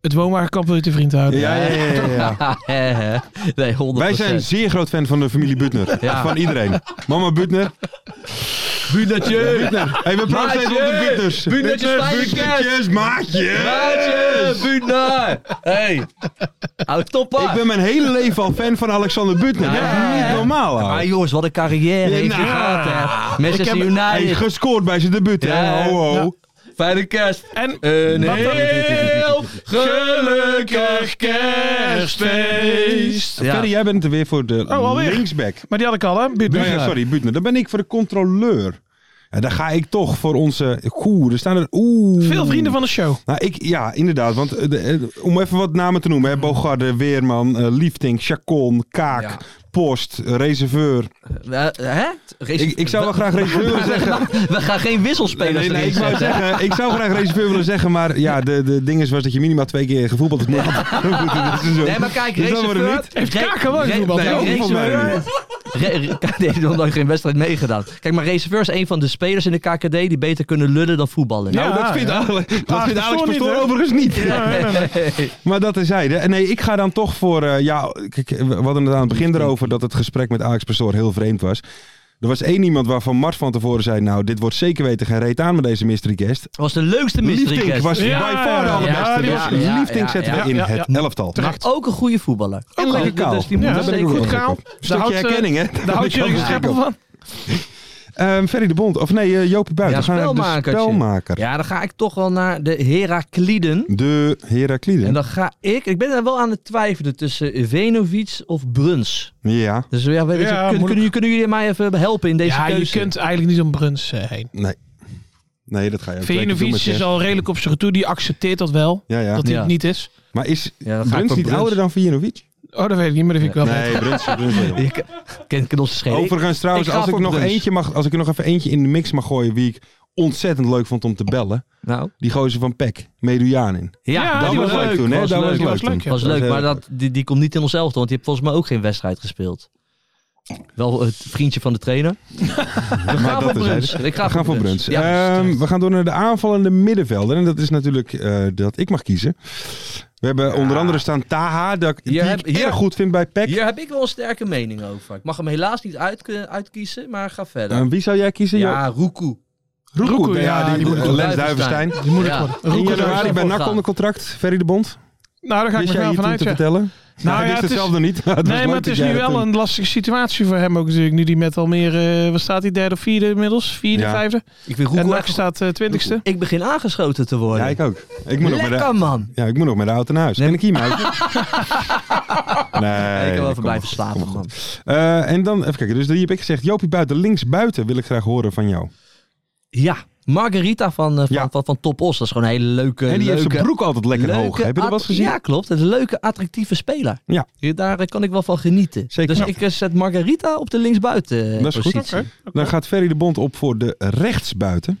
het woonwagenkamp wil je te vriend houden.
Ja, ja, ja, ja, ja.
nee, 100%.
Wij zijn zeer groot fan van de familie Butner.
Ja.
Van iedereen. Mama Butner.
Brunetje!
Butner. Hey, we praten even op de
Maatje.
Butners.
Butnertjes, fijne
Butnertjes, maatje.
Brunetje! Bruna! Hey! Houd toppa!
Ik ben mijn hele leven al fan van Alexander Butner.
Ja. Ah,
Dat is niet normaal,
Maar
ouwe.
jongens, wat een carrière heeft hij
Nou.
gehad, hè. Manchester
Hij heeft
United.
gescoord bij zijn debuut, hè.
Ja.
Ho, ho.
Fijne kerst.
En
Een
Wat dan?
heel gelukkig kerstfeest. Ja.
Ferry, jij bent er weer voor de
Oh,
alweer?
linksback.
Maar die had ik al, hè? Butner.
Nee, sorry, Butner. Dan ben ik voor de controleur. En dan ga ik toch voor onze... Oeh, er staan er... Oeh.
Veel vrienden van de show.
Nou, ik, ja, inderdaad. Want eh, de- eh, om even wat namen te
Mm.
noemen: hè, Bogarde, Weerman, eh, Liefdink, Chacon, Kaak,
Ja.
Post, eh, Reserveur.
Eh, hè?
Ik, ik zou wel graag Reserveur willen zeggen.
We gaan geen
Nee,
wisselspelers
nee, nee,
erin
ik, wou
zetten.
zeggen, ik zou graag reserveur willen zeggen, maar ja, de, de ding is was dat je minimaal twee keer gevoetbald hebt.
Nee, maar kijk,
Dus dat wordt
reserveur...
het
Heeft
Kaak gewoon gevoetbald?
Nee,
Nee, volgens mij
reserveur... Re- re- Kijk, die heeft nog nooit geen wedstrijd meegedaan. Kijk, maar reserveur is een van de spelers in de KKD die beter kunnen lullen dan voetballen.
Nou,
Ja,
dat vindt
ja.
Ale- dat
Ah,
vindt
dat
Alex
stoort niet,
Pastoor
hè?
overigens niet.
Nee, nee, nee.
Maar dat terzijde. En Nee, ik ga dan toch voor... eh, ja, kijk, we hadden het aan het begin erover dat het gesprek met Alex Pastoor heel vreemd was. Er was één iemand waarvan Mart van tevoren zei... Nou, dit wordt zeker weten geen reet aan met deze mystery guest.
Dat was de leukste mystery
Liefdink
guest.
was
Ja,
by far de
ja,
allerbeste.
ja,
Dus
ja, ja,
Liefdink
ja,
zetten we
ja,
in
ja,
het
ja.
elftal.
Maar ook een goede voetballer.
En lekker kaal.
Dus die moet
Ja,
er
Daar ben ik
zeker
ook
goed
in.
wel
kaal.
op.
Daar
Stukje
houdt, eh,
herkenning, hè?
Daar houdt Jurgen Streppel van.
Ehm, Ferry de Bond. Of nee, eh, Joopie Buiten.
Ja,
we gaan naar de
spelmakertje.
spelmaker.
Ja, dan ga ik toch wel naar de Herakliden.
De
En
Heraklide.
dan ga ik... Ik ben er wel aan het twijfelen tussen Venovic of Bruns.
Ja.
Dus ja, weet je,
Ja,
kun-
moeilijk.
kunnen, kunnen jullie mij even helpen in deze
Ja, je
keuze?
kunt eigenlijk niet om Bruns eh, heen.
Nee. Nee, dat ga je ook twee keer doen met
Vinovic is
Kerst.
al redelijk op zich toe. Die accepteert dat wel.
Ja, ja.
Dat hij het
Ja.
niet is.
Maar is
Ja, dan ga ik
Bruns
voor
niet
Bruns.
ouder dan Vinovic?
Oh, dat weet ik niet, maar dat vind ik wel vet.
Nee, Bruns, Bruns wel.
Je kent knossen schelen.
Overigens trouwens,
ik ga
als ik,
voor
nog
Bruns.
eentje mag, als ik er nog even eentje in de mix mag gooien wie ik ontzettend leuk vond om te bellen.
Nou,
Die gozer van Peck, Medujanin.
ja,
Ja,
dat
dat
die
Ah, was,
was leuk toen, hè?
was
Dat was
leuk,
leuk
was
toen.
leuk, ja.
was
dat was
leuk,
heel
maar dat, die, die komt niet in ons elftal, want die heeft volgens mij ook geen wedstrijd gespeeld. Wel het vriendje van de trainer. We gaan voor
dat is
Bruns.
hij.
Ik ga
We gaan voor Bruns.
Ja,
Ehm,
terecht.
we gaan door naar de aanvallende middenvelder. En dat is natuurlijk eh, dat ik mag kiezen. We hebben onder andere staan Taha, dat, die
Hier
ik
heb- hier-
erg goed vind bij Peck.
Hier heb ik wel een sterke mening over. Ik mag hem helaas niet uit, eh, uitkiezen, maar ga verder.
Eh, wie zou jij kiezen? Jo-
ja, Roekoe.
Roekoe.
Roekoe,
ja,
ja,
die,
die
moet
moet
door.
Lens
Duivenstein.
Duivenstein.
Die moet ik
Ja.
worden.
In
Roekel er
januari
wel.
bij
voor
NAC
gaan.
onder contract, Ferry de Bond.
Nou, daar ga ik
Wist
me
jij
wel
hier
van
toen
uit,
te
ja.
vertellen?
Nou
ik
ja,
wist het
het is-
zelf nog niet. maar was
Nee,
leuk
maar het
dat
is
jij eh,
nu
dat
wel
toen-
een lastige situatie voor hem ook natuurlijk. Nu die met Almere, eh, wat staat hij, derde of vierde inmiddels? Vierde,
Ja.
vijfde?
Ik vind
en
Roekoe
NAC
echt...
staat eh, twintigste.
Ik begin aangeschoten te worden.
Ja, ik ook. Ik moet nog met de,
Lekker man.
ja, ik moet nog met de auto naar huis.
Nee,
Ken ik hem uit? Nee.
ik kan wel
kom
even blijven
maar goed, kom
slapen,
maar goed.
man.
Eh, en dan, even kijken. Dus die heb ik gezegd. Jopie Buiten, links buiten wil ik graag horen van jou.
Ja, Margarita van, eh, van,
Ja.
van, van Top Os. Dat is gewoon een hele leuke...
en die heeft
leuke,
zijn broek altijd lekker hoog. Heb je dat wel eens
att-
gezien?
Ja, klopt. Een leuke, attractieve speler.
Ja.
Daar eh, kan ik wel van genieten.
Zeker.
Dus
Ja.
ik eh, zet Margarita op de linksbuiten eh,
Dat is goed.
positie.
Oké.
Dan gaat Ferry de Bond op voor de rechtsbuiten.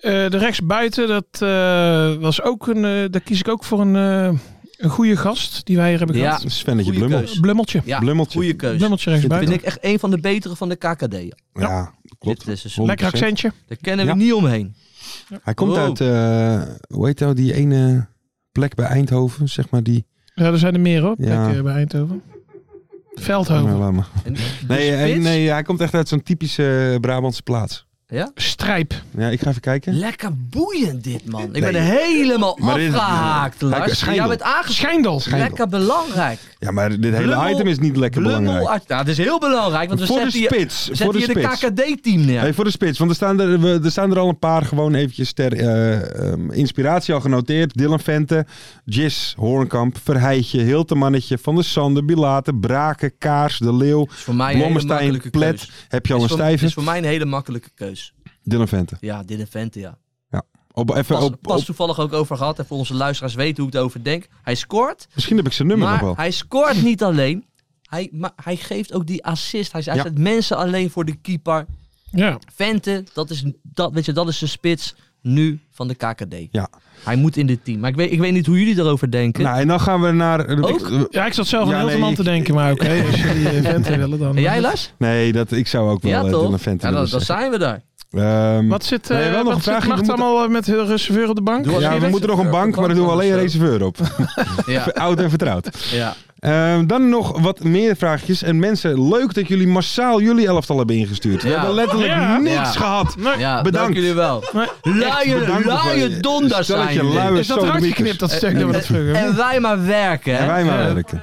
Eh, de rechtsbuiten, dat eh, was ook een. eh, daar kies ik ook voor een, eh, een goede gast die wij hier hebben
Ja.
gehad.
Svennetje
Goeie
Blummel.
keus.
Blummeltje.
Ja,
Blummeltje.
goede keuze.
Blummeltje
Vind
rechtsbuiten.
ik echt een van de betere van de KKD.
Ja, klopt.
Dit is een
Honderd
Lekker
procent.
accentje.
Daar kennen we
Ja.
niet omheen.
Hij komt
Wow.
uit, eh, hoe heet nou die ene plek bij Eindhoven? Zeg maar die...
Ja, er zijn er meer hoor.
Ja.
Kijk, eh, bij Eindhoven.
Nou,
Veldhoven.
laat maar.
En de
Nee, eh,
Oh. spits?
nee, hij komt echt uit zo'n typische eh, Brabantse plaats.
Ja?
Strijp.
Ja, ik ga even kijken.
Lekker boeiend dit, man. Ik ben
Nee.
er helemaal
Maar dit is-
afgehaakt,
Kijk,
Lars.
schijndel.
Jij bent aangeschoten.
Schijndel.
Schijndel.
Lekker belangrijk.
Ja, maar dit hele
Blummel-
item is niet lekker belangrijk.
Blummel uit- Ja, dat is heel belangrijk, Ah, want we
voor de
zetten hier, we
spits. voor
zetten
de
hier de
spits.
KKD-team neer.
Hey, voor de spits, want er staan er, we, er staan er al een paar gewoon eventjes ter eh, ehm, inspiratie al genoteerd. Dylan Vente, Jis, Hoornkamp, Verheitje, Hiltemannetje, Van der Sande, Bilaten, Braken, Kaars, De Leeuw,
is voor mij een hele
Blommestein,
makkelijke
Plet.
keus.
Heb je al een
is voor,
stijve?
is voor mij een hele makkelijke keus.
Dylan Vente.
Ja, dit Vente, ja.
Op, even
Pas,
op,
pas
op-
toevallig ook over gehad. En voor onze luisteraars weten hoe ik het over denk. Hij scoort,
misschien heb ik zijn nummer nog
maar
wel.
hij scoort niet alleen. Hij, maar hij geeft ook die assist. Hij, hij
Ja.
zet mensen alleen voor de keeper.
Ja.
Vente, dat is, dat, weet je, dat is de spits nu van de KKD.
Ja.
Hij moet in dit team. Maar ik weet, ik weet niet hoe jullie erover denken.
Nou, en dan gaan we naar...
Ook?
ja, ik zat zelf aan
Ja,
heel Hilterman
nee,
te
ik-
denken, maar oké. als jullie eh, Vente willen dan.
en jij, Lars?
Nee, dat, ik zou ook wel
Ja,
eh,
toch?
Dylan Vente
Ja, dan,
willen
dan
zeggen.
zijn we daar.
Ehm,
Wat zit, eh
Nee, wel nog
wat
een
zit
vraagje.
Macht
We moeten-
allemaal eh, met de reserveur op de bank?
Doe als
Ja,
ja,
je
we
weet-
moeten nog een bank, maar dan doen we alleen een reserveur op.
Ja,
Oud en vertrouwd.
ja.
Ehm, dan nog wat meer vraagjes. En mensen, leuk dat jullie massaal jullie elftal hebben ingestuurd. We
Ja.
hebben letterlijk
Ja.
niks
Ja.
gehad.
ja
Bedankt.
dank jullie wel. Luie,
bedankt voor
luie
je-
donders
stel dat
zijn
je
jullie.
luie-
Is dat eruit
Sodemieters.
geknipt, dat stuk dat we dat vroegen?
En wij maar werken, hè?
En wij maar
Ja.
werken.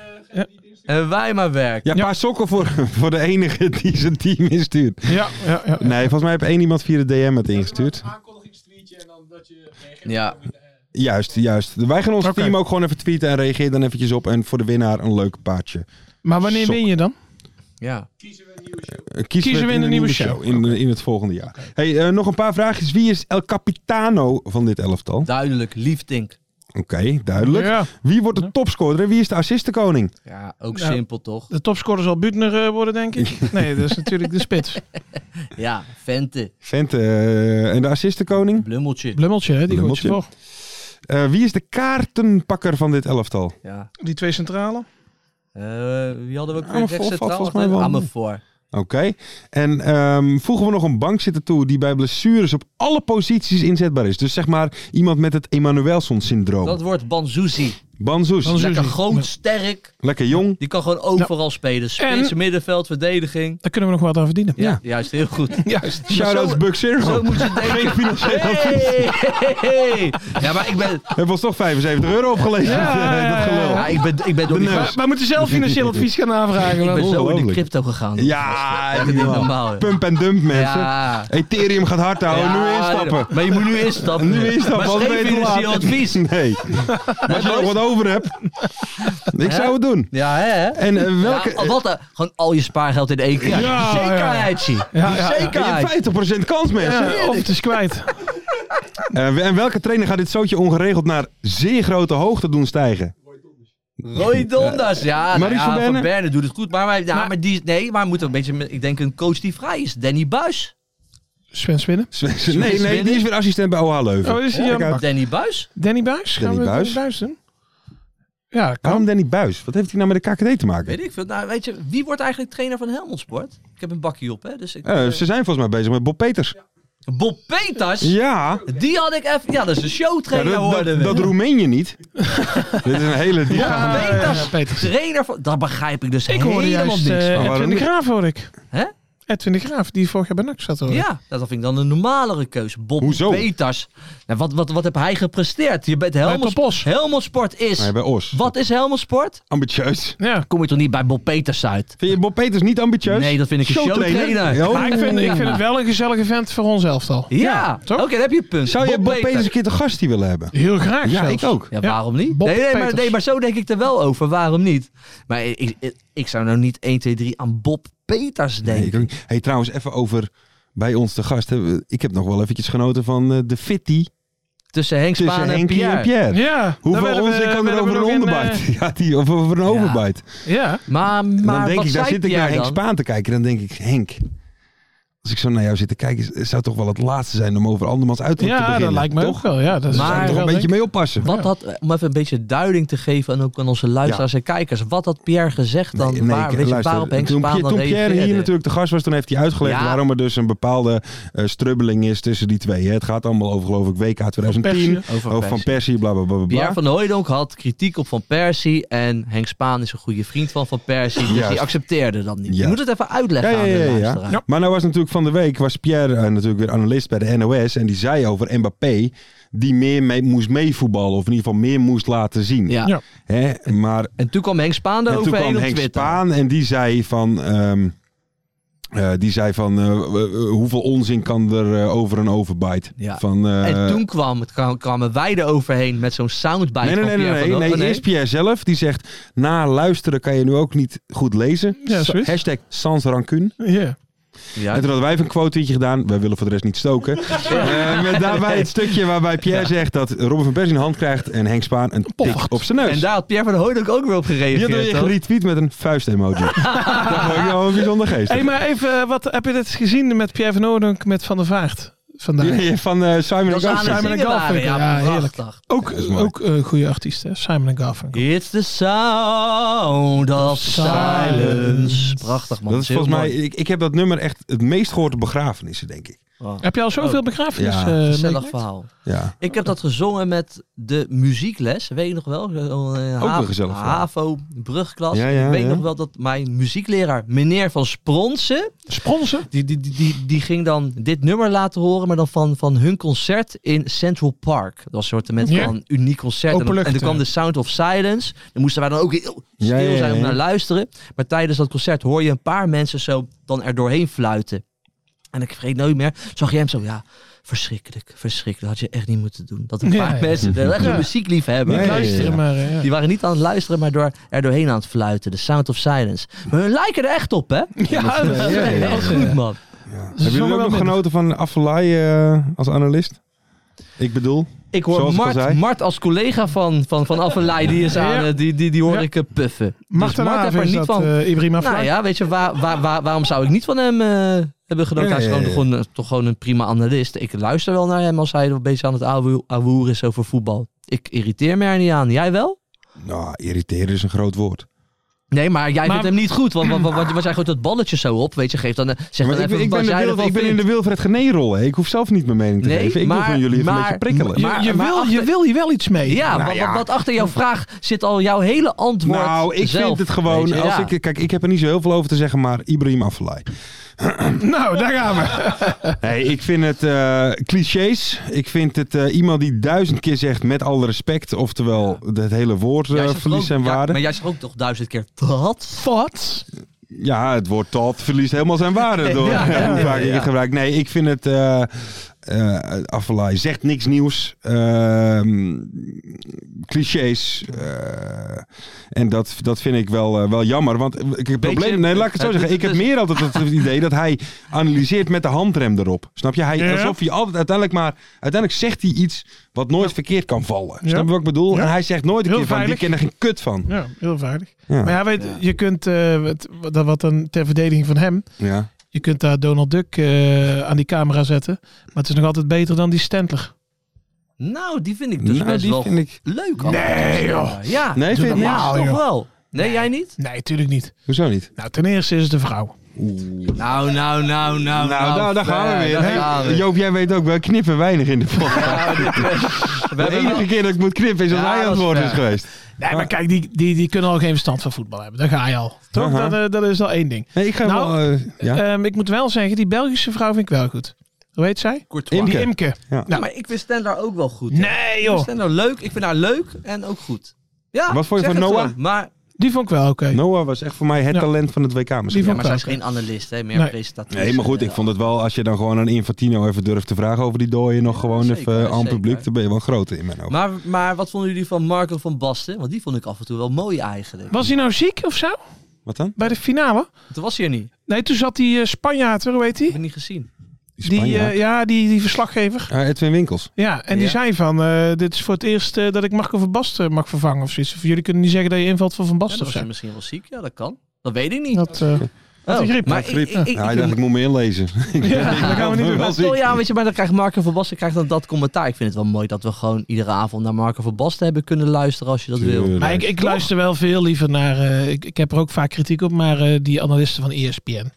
En wij maar werken.
Ja, een paar sokken voor, voor de enige die zijn team instuurt.
Ja, ja, ja.
Nee, volgens mij heeft één iemand via de DM het ingestuurd.
Ja.
Juist, juist. Wij gaan ons
Oké.
team ook gewoon even tweeten en reageer dan eventjes op. En voor de winnaar een leuk Eh, paardje.
Maar wanneer
Sok.
win je dan?
ja.
Eh, Kiezen, we het in de nieuwe show. In, de- in het volgende jaar. Hey, eh, nog een paar vraagjes. Wie is El Capitano van dit elftal?
Duidelijk, liefdink.
Oké, duidelijk.
Ja,
Wie wordt de topscorer en wie is de assistenkoning?
Ja, ook
Ja.
simpel toch?
de topscorer zal Butner eh, worden, denk ik. Nee, dat is natuurlijk de spits.
Ja, Vente,
Vente eh, en de assistenkoning.
blummeltje.
Blummeltje, hè, die gooit je voor.
Blummeltje. Eh, wie is de kaartenpakker van dit elftal?
Ja.
Die twee centrale.
Eh, wie hadden we ook weer Ah,
Amervoort
rechts
valt
centraal?
volgens mij wel mee.
Amervoor.
Oké. En ehm, voegen we nog een bankzitter toe die bij blessures op alle posities inzetbaar is. Dus zeg maar iemand met het Emanuelson-syndroom.
Dat wordt Banzuzi.
Banzoes.
Banzoes.
Lekker
Oh. Banzuzi. Ja.
groot, sterk.
Lekker jong.
Die kan gewoon overal spelen. Spits, middenveld, verdediging.
Daar kunnen we nog wat aan verdienen.
Ja, juist heel goed.
Juist.
Shoutouts
zo-
Buck Circle.
Zo moet je
Geen
denken.
financieel advies.
Hey, hey, hey. Ja, maar ik ben,
Hebben we ons toch 75 euro opgeleverd? eh,
Ja, ja, ja,
dat gelul.
ja, ik ben, ik ben door die,
neus.
ik
Maar wij moeten zelf financieel advies gaan aanvragen.
ben
want-
zo in
Ongelooflijk.
de crypto gegaan.
Ja,
Dat is
niet
niet
normaal.
normaal. hè.
Pump en dump mensen.
Ja.
Ethereum gaat hard houden.
Ja,
nu instappen.
Maar je moet nu instappen.
Nu instappen,
Maar
anders
geen
ben je te laat.
financieel advies.
Nee. Maar als je nog wat over hebt. Ik zou het doen.
Ja, hè?
En eh, welke...
Ja, wat dan? Gewoon al je spaargeld in één keer.
Ja,
Zekerheidje.
ja, ja.
Zekerheid.
je hebt 50% kans mensen.
Ja, of het is kwijt.
Eh, en welke trainer gaat dit zootje ongeregeld naar zeer grote hoogte doen stijgen?
Roy Donders, ja.
Maurice
nou ja,
Van Berne?
Berne doet het goed. Maar, maar, ja,
Maar-
maar, die, nee, maar moet een beetje, met- ik denk een coach die vrij is. Danny Buis.
Sven Swinnen.
Nee, nee, die is weer assistent bij OH Leuven.
Oh, is hij
Kijk
dan?
uit.
Danny Buis?
Danny Buis? Gaan
Danny
we
Buijs?
Danny Buis doen? Ja, dat kan.
Waarom Danny Buis? Wat heeft hij nou met de KKD te maken?
Weet ik veel. Nou, weet je, wie wordt eigenlijk trainer van Helmond Sport? Ik heb een bakje op, hè. Dus ik,
Eh, ze zijn volgens mij bezig met Bob Peters.
Bob Peters?
Ja,
Die had ik even... Ja, dat is een
Ja,
showtrainer,
dat,
hoorden
dat,
we.
dat Roemenië niet. Dit is een hele diep.
Peters.
Ja, Peters.
Trainer van... Dat begrijp ik dus
Ik hoorde
helemaal
juist
niks.
eh,
van.
waarom
Edwin de
niet?
Graaf, hoor ik.
Hè?
Edwin de Graaf, die vorig jaar bij NAC zat, hoor ik.
Ja, dat vind ik dan een normalere keuze. Bob
Hoezo?
Peters. Nou, wat, wat, wat heb hij gepresteerd? Je bent
Bij
Helmond,
Topos.
Helmond Sport is...
Nee, bij Os.
Wat is Helmond Sport?
Ambitieus.
Ja.
Kom je toch niet bij Bob Peters uit?
Vind je Bob Peters niet ambitieus?
Nee, dat vind ik een showtrainer.
Jo.
Maar ik vind, ik vind het wel een gezellig event voor ons elftal.
Ja,
Ja,
oké,
toch?
dan heb je een punt.
Zou je Bob Peters een keer de gast hier willen hebben?
Heel graag
Ja,
zelfs.
ik ook.
Ja,
Ja,
waarom niet?
Bob
nee, nee, maar,
Peters.
nee, maar zo denk ik er wel over. Waarom niet? Maar ik, ik, ik zou nou niet 1, 2, 3 aan Bob Peters
Nee, ik
denken.
ook niet. hey, trouwens, even over bij ons te gast. hè. Ik heb nog wel eventjes genoten van eh, de fitty
Tussen Henk Spaan
tussen
en,
Henkie
Pierre.
en Pierre.
Ja.
Hoeveel onzin kan er over een onderbite?
eh,
onderbijt?
Ja, die, of over een overbite.
eh, Ja.
Maar,
En
maar
dan denk
wat
ik, daar
zei
zit ik
Pierre
naar Henk
dan?
Spaan te kijken. Dan denk ik, Henk, als ik zo naar jou zit te kijken, is- zou toch wel het laatste zijn om over andermans uiterlijk te
Ja,
beginnen.
dat lijkt me
toch?
ook wel. Ja, dat
Maar-
zou
Daar
ik
moet toch
wel
een beetje
denken.
mee oppassen.
Wat had, eh, om even een beetje duiding te geven en ook aan onze luisteraars en kijkers. Wat had Pierre gezegd dan?
Nee, nee,
waar,
ik-
weet je,
luister,
waarop Henk
toen
Spaan
Pier-
dan
toen Pierre
reageerde?
hier natuurlijk de gast was, toen heeft hij uitgelegd
Ja.
waarom er dus een bepaalde eh, strubbeling is tussen die twee. hè. Het gaat allemaal over, geloof ik, WK 2010.
Persie.
Over
Over Van Persie, bla bla bla bla, bla.
Pierre van der Hooijdonk had kritiek op Van Persie. En Henk Spaan is een goede vriend van Van Persie. Dus die
Juist.
accepteerde dat niet. Je
Juist.
moet het even uitleggen
Ja, ja,
aan de
ja, ja.
luisteraar.
Ja.
Maar nou was natuurlijk van de week, was Pierre eh, natuurlijk weer analist bij de NOS. En die zei over Mbappé, die meer mee, moest meevoetballen. Of in ieder geval meer moest laten zien.
Ja.
Ja.
Hè? Maar
En toen kwam Henk Spaan
En toen
eroverheen
kwam
op
Henk
Twitter.
Spaan en die zei van... ehm, eh, die zei van eh, w- w- hoeveel onzin kan er eh, over een overbite?
Ja.
Van, eh,
en toen kwam, het kwam- kwamen wij eroverheen met zo'n soundbite
Nee, nee,
van
nee, nee,
Pierre
nee,
van der
nee,
Oh,
Eerst Pierre zelf die zegt: Na luisteren kan je nu ook niet goed lezen.
Ja,
Sa-
zoiets.
Hashtag sans rancune.
Ja.
Ja.
En toen hadden wij even een quoteetje gedaan. Wij willen voor de rest niet stoken. Eh, met daarbij het stukje waarbij Pierre zegt dat Robin van Persie een hand krijgt en Henk Spaan een tik op zijn neus.
En daar had Pierre van der Hooydonk ook weer op
die hadden we
gereageerd. hoor.
geretweet met een vuist-emoji. dat vond ik wel een bijzonder geest.
Hey, maar even, eh, wat, heb je dit gezien met Pierre van Oordonk met Van der Vaart vandaag?
Die van eh, Simon
Dat
en
ze aan het
Simon
zingen
en Garfunkel.
waren. Ja,
Ja, heerlijk.
prachtig.
Ook,
is mooi.
ook eh, goede artiest, hè? Simon en Garfunkel.
It's the sound of silence. Prachtig man.
Dat is
heel
volgens mij,
mooi.
ik, ik heb dat nummer echt het meest gehoord op begrafenissen, denk ik.
Oh,
Heb je al zoveel
Oh.
begrafenis?
Ja.
eh,
Gezellig
meegemaakt?
verhaal.
Ja.
Ik heb dat gezongen met de muziekles, weet je nog wel? Eh,
Ook
ha-
een gezellig verhaal.
HAVO, brugklas.
Ja, ja,
ik weet
ja.
nog wel dat mijn muziekleraar, meneer Van Spronsen,
Sponsor?
die, die, die, die, die ging dan dit nummer laten horen, maar dan van, van hun concert in Central Park. Dat was een soort met
Ja.
van uniek concert. En, dan- en
Openlucht,
dan kwam
eh.
de Sound of Silence. Dan moesten wij dan ook heel
Ja,
stil
ja, ja,
zijn om
ja.
naar luisteren. Maar tijdens dat concert hoor je een paar mensen zo dan er doorheen fluiten. En ik vergeet nooit meer, zag je hem zo, ja, verschrikkelijk, verschrikkelijk. Dat had je echt niet moeten doen. Dat een
Ja,
paar
ja.
mensen, dat echt
Ja.
een muziekliefhebber.
Ja, ja, ja.
Luisteren maar, eh, ja.
Die waren niet aan het luisteren, maar door, er doorheen aan het fluiten. De Sound of Silence. Maar hun lijken er echt op, hè?
Ja, dat
ja, ja, ja.
Echt goed,
Dus
man.
Hebben jullie ook nog genoten van Affelay eh, als analist? Ik bedoel,
Ik hoor
Zoals ik al
Mart,
zei.
Mart als collega van, van, van Affelay, die, is aan,
Ja.
eh, die, die, die hoor
Ja.
ik eh, puffen.
Marten
dus Mart
Haven
heeft er
is
niet
dat,
van.
eh, Ibrahim Afellay.
nou ja, weet je, waar, waar, waar, waarom zou ik niet van hem eh, hebben genoten?
Ja,
hij is
ja,
gewoon,
ja.
Gewoon, eh, toch gewoon een prima analist. Ik luister wel naar hem als hij een beetje aan het ouwe- ouwehoeren is over voetbal. Ik irriteer me er niet aan. Jij wel?
nou, irriteren is een groot woord.
Nee, maar jij
Maar-
vindt hem niet goed. Want, want, want, want jij gooit dat balletje zo op. Weet je, geef dan, eh, zeg
Maar
dan
ik,
even
ben- ik
wat
ben, de
jij
Wil-
ervan
ik ben in
vindt.
de Wilfred Gené rol. hè. Ik hoef zelf niet mijn mening te
Nee,
geven. Ik
maar-
wil van jullie even
maar-
een beetje prikkelen.
maar-
je, je, wil,
achter-
je wil hier wel iets mee.
Ja,
Nou
wat,
ja.
wat- wat achter jouw vraag zit al jouw hele antwoord
nou, ik
zelf,
vind het
weet
gewoon...
je,
Als
ja.
ik, kijk, ik heb er niet zo heel veel over te zeggen, maar Ibrahim Affelay.
Nou, daar gaan we.
Nee, ik vind het eh, clichés. Ik vind het eh, iemand die duizend keer zegt met alle respect. Oftewel, het hele woord eh,
Jij zegt
verliest
ook-
zijn
ja,
waarde.
maar jij zegt ook toch duizend keer, wat?
Wat?
Ja, het woord tot verliest helemaal zijn waarde door
Ja, ja,
hoe
ja,
vaak ik
ja.
het gebruik. Nee, ik vind het... eh, eh Afellay zegt niks nieuws. Ehm, clichés. eh, en dat, dat vind ik wel, eh, wel jammer. Want eh, ik- het probleem... Nee, laat ik het zo
het-
zeggen. Ik heb
het-
meer altijd het, het idee dat hij analyseert met de handrem erop. Snap je? Hij,
Ja.
Alsof hij altijd uiteindelijk maar... Uiteindelijk zegt hij iets wat nooit verkeerd kan vallen. Snap je wat ik bedoel?
Ja.
En hij zegt nooit een
Heel
keer van... Die
veilig.
ken er geen kut van.
Ja, heel veilig.
Ja.
Maar ja, weet, je kunt, eh, wat, wat- wat dan ter verdediging van hem,
Ja.
je kunt daar Donald Duck eh, aan die camera zetten. Maar het is nog altijd beter dan die Stentler.
Nou, die vind ik dus
Nou,
best
die
wel
vind ik...
leuk. Nee, joh. Ja,
Nee,
doe
vind Nou, je
normaal,
niet?
toch wel. Nee, jij niet?
Nee, tuurlijk niet.
Hoezo niet?
Nou, ten eerste is het een vrouw.
Nou, nou, nou, nou.
Nou, nou, daar gaan we
Fer,
weer.
daar gaan
Hey,
we.
Joop, jij weet ook, wij knippen weinig in de podcast.
We
de
hebben wel-
enige keer dat ik moet knippen is als
Ja,
hij aan het
dat is
woord is
fair.
geweest.
Nee, maar kijk, die, die, die kunnen al geen verstand van voetbal hebben. Daar ga je al. Toch?
Aha.
dat, eh, dat is al één ding.
Nee, ik ga
Nou,
wel... eh, ja.
Ehm, ik moet wel zeggen, die Belgische vrouw vind ik wel goed. Hoe heet zij?
Courtois.
Imke.
Die Imke.
Ja.
Ja,
Nou,
maar ik vind Stendar ook wel goed. hoor.
nee
Ik vind
joh,
Stendar leuk. Ik vind haar leuk en ook goed. Ja,
Wat vond je
zeg
van
het
Noah?
gewoon. Maar,
die vond ik wel oké.
eh,
Noah was echt voor mij het
Ja.
talent van het WK misschien.
Die
ja,
vond
maar
ik
zij
wel
is
oké.
geen analist, hè, meer
Nee.
presentatrice.
Nee, maar goed, ik vond het wel, als je dan gewoon aan Infantino even durft te vragen over die dooien, nog gewoon
zeker,
even eh, aan het
zeker.
publiek, dan ben je wel groot in mijn ogen.
Maar, maar wat vonden jullie van Marco van Basten? Want die vond ik af en toe wel mooi eigenlijk.
Was hij nou ziek of zo?
Wat dan?
Bij de finale?
Toen was hij er niet. Ik
Nee, toen zat die eh, Spanjaard, hoe heet
heb
die?
hem niet gezien.
Die,
Spanjaard.
eh, ja, die, die verslaggever.
Ah, Edwin Winkels.
Ja, en die
Ja.
zei van, eh, dit is voor het eerst eh, dat ik Marco van Basten mag vervangen of zoiets. Of jullie kunnen niet zeggen dat je invalt van Van
Ja,
Basten
dan
of
was
zo.
hij misschien wel ziek. Ja, dat kan. Dat weet ik niet.
Dat, eh,
Oh,
hij griep.
Maar
Hij
ik,
griep.
ik, ik, ik,
ja, hij dacht, ik moet me inlezen. Ik ben- ik
dat gaan we niet
ben
doen.
wel
Maar
ziek.
stel, ja, weet je, maar dan krijgt Marco van Basten krijgt dan dat commentaar. Ik vind het wel mooi dat we gewoon iedere avond naar Marco van Basten hebben kunnen luisteren als je dat wil.
Tuurlijk.
maar ik, ik luister wel veel liever naar, eh, ik, ik heb er ook vaak kritiek op, maar eh, die analisten van ESPN.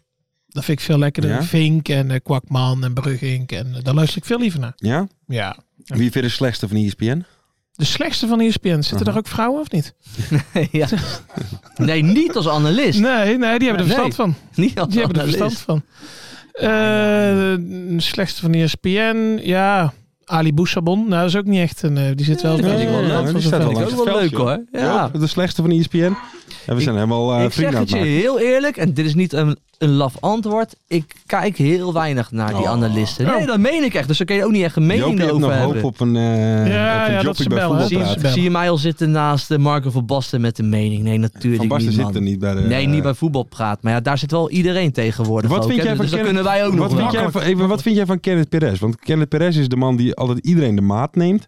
Dat vind ik veel lekkerder.
Ja?
Vink en eh, Kwakman en Brugink. En eh, daar luister ik veel liever naar.
Ja?
Ja.
Wie vind je de slechtste van E ESPN?
De slechtste van E ESPN. Zitten daar ook vrouwen of niet?
ja. Nee, niet als analist.
Nee, nee die hebben er
Nee.
verstand van.
Niet als
Die hebben er
analist.
verstand van. Eh, de E slechtste van ESPN, ja. Ali Boussabon, nou dat is ook niet echt een. eh, die zit wel.
Ja,
bij-
die wel leuk.
van
die
zo'n
staat
veld.
wel
langs
ook
het
wel
veldje.
leuk, hoor. Ja.
Joop, De slechtste van E ESPN. En we
Ik-
zijn helemaal eh,
ik zeg
vrienden aan
het
het
je
maken.
heel eerlijk, en dit is niet een, een laf antwoord. Ik kijk heel weinig naar die analisten.
Oh.
Nee, dat meen ik echt. Dus daar kun je ook niet echt een
Joop,
mening
je hebt
over
Oh. nog hoop
hebben.
op een, eh
Ja,
op een
ja, dat
job
ze
bij
bellen, hè.
voetbalpraat.
Zie-
Zie je mij al zitten naast eh, Marco van Basten met een mening? Nee, natuurlijk
Van Basten
niet, man.
zit er niet bij de...
Nee, niet bij voetbalpraat. Maar ja, daar zit wel iedereen tegenwoordig.
Eh, Wat
ook,
vind
hè.
jij van
dus dat
Kenneth-
kunnen wij ook nog
Wat vind,
wel.
jij van, even, wat vind jij van Kenneth Perez? Want Kenneth Perez is de man die altijd iedereen de maat neemt.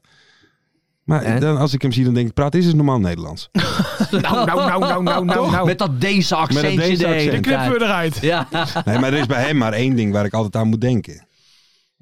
Maar
En?
dan, als ik hem zie, dan denk ik, praat is het normaal Nederlands.
Nou, nou, nou, nou, nou, nou,
Toch?
nou.
Met dat deze accentje
Met dat Deense
de hele
accent. Oh,
Die
Dan
knippen
tijd.
we eruit.
Ja.
Nee, maar er is bij hem maar één ding waar ik altijd aan moet denken.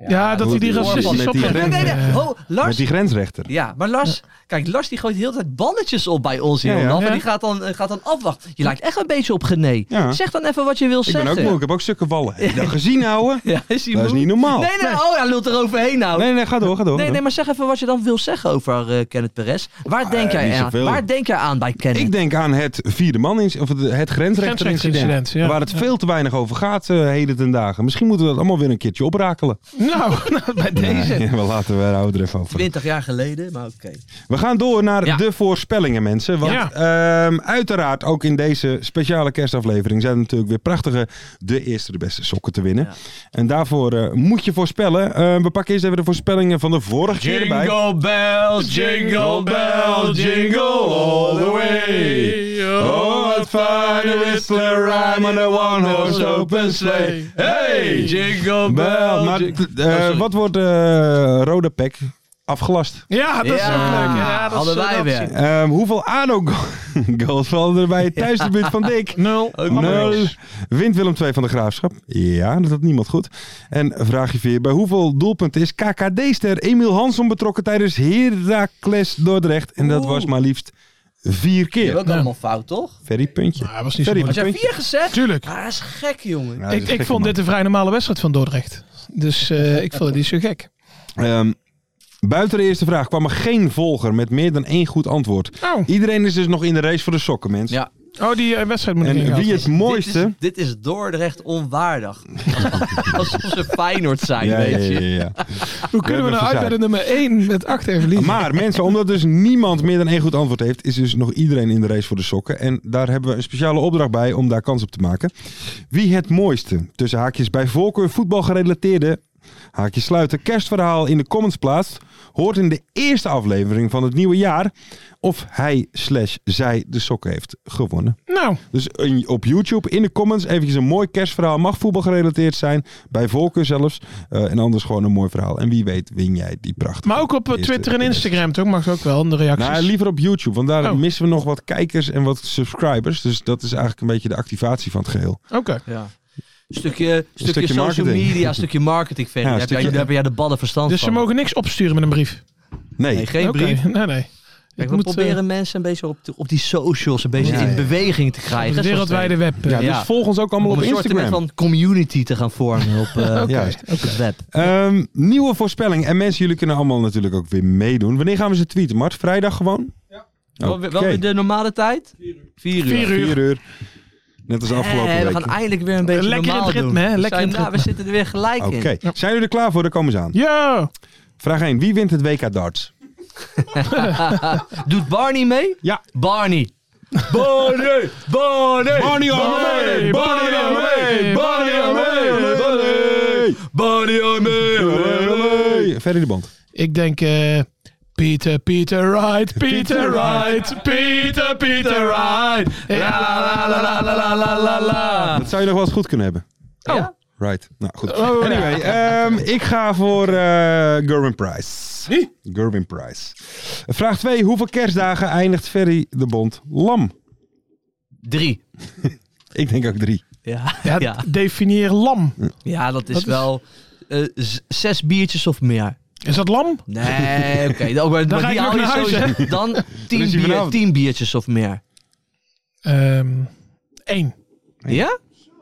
Ja, dat hij die
Met die
racistische
grens-
opmerking.
Nee, nee, nee. Oh,
Met
Lars.
die grensrechter.
Ja, maar Lars, kijk, Lars die gooit de hele tijd balletjes op bij ons hier.
Ja, ja.
Olaf, En
Ja.
die gaat dan, eh, gaat dan afwachten. Je lijkt echt een beetje op Gené.
Ja.
Zeg dan even wat je wil
Ik ben
zeggen.
ook moe, ik heb ook stukken vallen. Heb je dat gezien, ouwe?
Ja, is hij
Dat is
moe?
niet normaal.
Nee, nee, oh, hij lult er overheen nou. Nee.
Nee, nee, ga door, ga door.
Nee,
ga door.
maar zeg even wat je dan wil zeggen over eh, Kenneth Perez. Waar, denk jij
eh, niet
aan?
zoveel.
Waar denk jij aan bij Kenneth?
Ik denk aan het vierde man, in, of het, het grensrechterincident.
Grensrechterincident, ja.
Waar het veel te weinig over gaat eh, heden ten dagen. Misschien moeten we dat allemaal weer een keertje oprakelen.
Nou, nou, bij deze.
Nee, we laten we houden er even over.
20 jaar geleden, maar oké.
We gaan door naar
Ja.
de voorspellingen, mensen. Want ehm, uiteraard ook in deze speciale kerstaflevering zijn er natuurlijk weer prachtige de eerste de beste sokken te winnen.
Ja.
En daarvoor eh, moet je voorspellen. Eh, we pakken eerst even de voorspellingen van de vorige keer erbij.
bells, jingle bells,
jingle all the way. Oh, what fun a whistler rhyme on a one-horse open sleigh. Hey,
jingle
Wel, maar eh,
Oh,
wat wordt eh, rode pek afgelast?
Ja, dat is
Ja,
ook leuk. Ja, dat
hadden
is, eh,
wij
dat
weer.
is-
Ehm, hoeveel ADO-goals vallen er bij het thuisdebuut van Dick?
Nul.
Nul. Wint Willem 2 van de Graafschap? Ja, dat had niemand goed. En vraagje 4. Bij hoeveel doelpunten is KKD-ster Emiel Hanson betrokken tijdens Heracles Dordrecht? En dat
Oeh.
was maar liefst vier
Je
keer.
ook allemaal fout, toch?
Ferry, puntje.
Nou, dat was niet zo
Sorry,
Had
moeilijk.
jij
puntje.
vier gezegd?
Tuurlijk.
Ah, dat is gek, jongen.
Ja, Nou, dat is een
Ik, ik
gekke
vond
man.
dit een vrij normale wedstrijd van Dordrecht. Dus eh, ik vond het niet zo gek.
Ehm, buiten de eerste vraag kwam er geen volger met meer dan één goed antwoord.
Oh,
Iedereen is dus nog in de race voor de sokken, mensen.
Ja.
oh die eh, wedstrijd moet ik
En
ingaan.
wie het mooiste...
Dit is, dit is Dordrecht onwaardig. Alsof ze Feyenoord zijn,
Ja, ja,
weet je.
ja, ja,
Hoe kunnen we
Ja, dat
nou uit
is
bij de nummer 1 met 8 en verliezen?
Maar mensen, omdat dus niemand meer dan één goed antwoord heeft, is dus nog iedereen in de race voor de sokken. En daar hebben we een speciale opdracht bij om daar kans op te maken. Wie het mooiste, tussen haakjes, bij voorkeur voetbalgerelateerde Haakje sluiten. Kerstverhaal in de comments plaatst. Hoort in de eerste aflevering van het nieuwe jaar of hij slash zij de sok heeft gewonnen.
Nou,
Dus in- op YouTube in de comments eventjes een mooi kerstverhaal. Mag voetbalgerelateerd zijn, bij voorkeur zelfs. Eh, en anders gewoon een mooi verhaal. En wie weet win jij die prachtige.
maar ook op eh,
eerste-
Twitter en Instagram toch? Mag ook wel, de reacties.
Nou, liever op YouTube, want daar
Oh.
missen we nog wat kijkers en wat subscribers. Dus dat is eigenlijk een beetje de activatie van het geheel.
Oké.
Ja. Stukje, stukje,
stukje
social
marketing.
media, stukje marketing, Ferry.
Ja,
daar, heb jij,
stukje-
daar heb jij de ballen verstand
Dus ze
van.
mogen niks opsturen met een brief.
Nee,
Nee, geen
Oké,
brief.
Nee, nee.
Kijk,
Ik
we
moet, eh,
proberen mensen een beetje op, op die socials een beetje
Ja,
in
ja.
beweging te krijgen.
het
zoals
wereldwijde
wij-
web. eh.
ja,
Ja.
dus volg ons ook allemaal
Om
op
een soort
Instagram.
van community te gaan vormen op, eh,
Juist.
op het web.
Ehm, nieuwe voorspelling. En mensen, jullie kunnen allemaal natuurlijk ook weer meedoen. Wanneer gaan we ze tweeten, Mart? Vrijdag gewoon? Ja.
Wel- Wel in de normale tijd? Vier uur.
Vier uur.
Vier uur. Net als afgelopen
Eh, we
week.
gaan eindelijk weer een beetje
Lekker in
normaal
het ritme,
doen.
hè?
We
Lekker in
zijn-
het
nou, we zitten er weer gelijk
Oké.
in.
Zijn jullie er klaar voor? Daar komen ze aan.
Ja.
Vraag 1. Wie wint het WK darts?
Doet Barney mee?
Ja.
Barney. Barney! Barney!
Barney Armee! Barney Armee! Barney Armee!
Barney
Barney Verder de band.
Ik denk... eh, Peter, Peter Wright, Peter Wright, Peter, Peter Wright. Ja, la, la, la, la, la, la, la, la.
Dat zou je nog wel eens goed kunnen hebben.
Ja?
Right. Nou, goed. anyway, ehm, ik ga voor eh Gerwin Price.
Wie?
Gerwin Price. Vraag 2. Hoeveel kerstdagen eindigt Ferry de Bond lam?
Drie.
Ik denk ook drie.
Ja,
Ja,
ja.
definieer lam.
ja dat is
Wat is-
wel eh, z- zes biertjes of meer.
Is dat lam?
Nee, oké. dan- maar
ga
die
ik nog
hou je
naar huis,
sowieso- Dan tien,
is hij
bier-
vanavond.
tien biertjes of meer.
Ehm één.
Ja?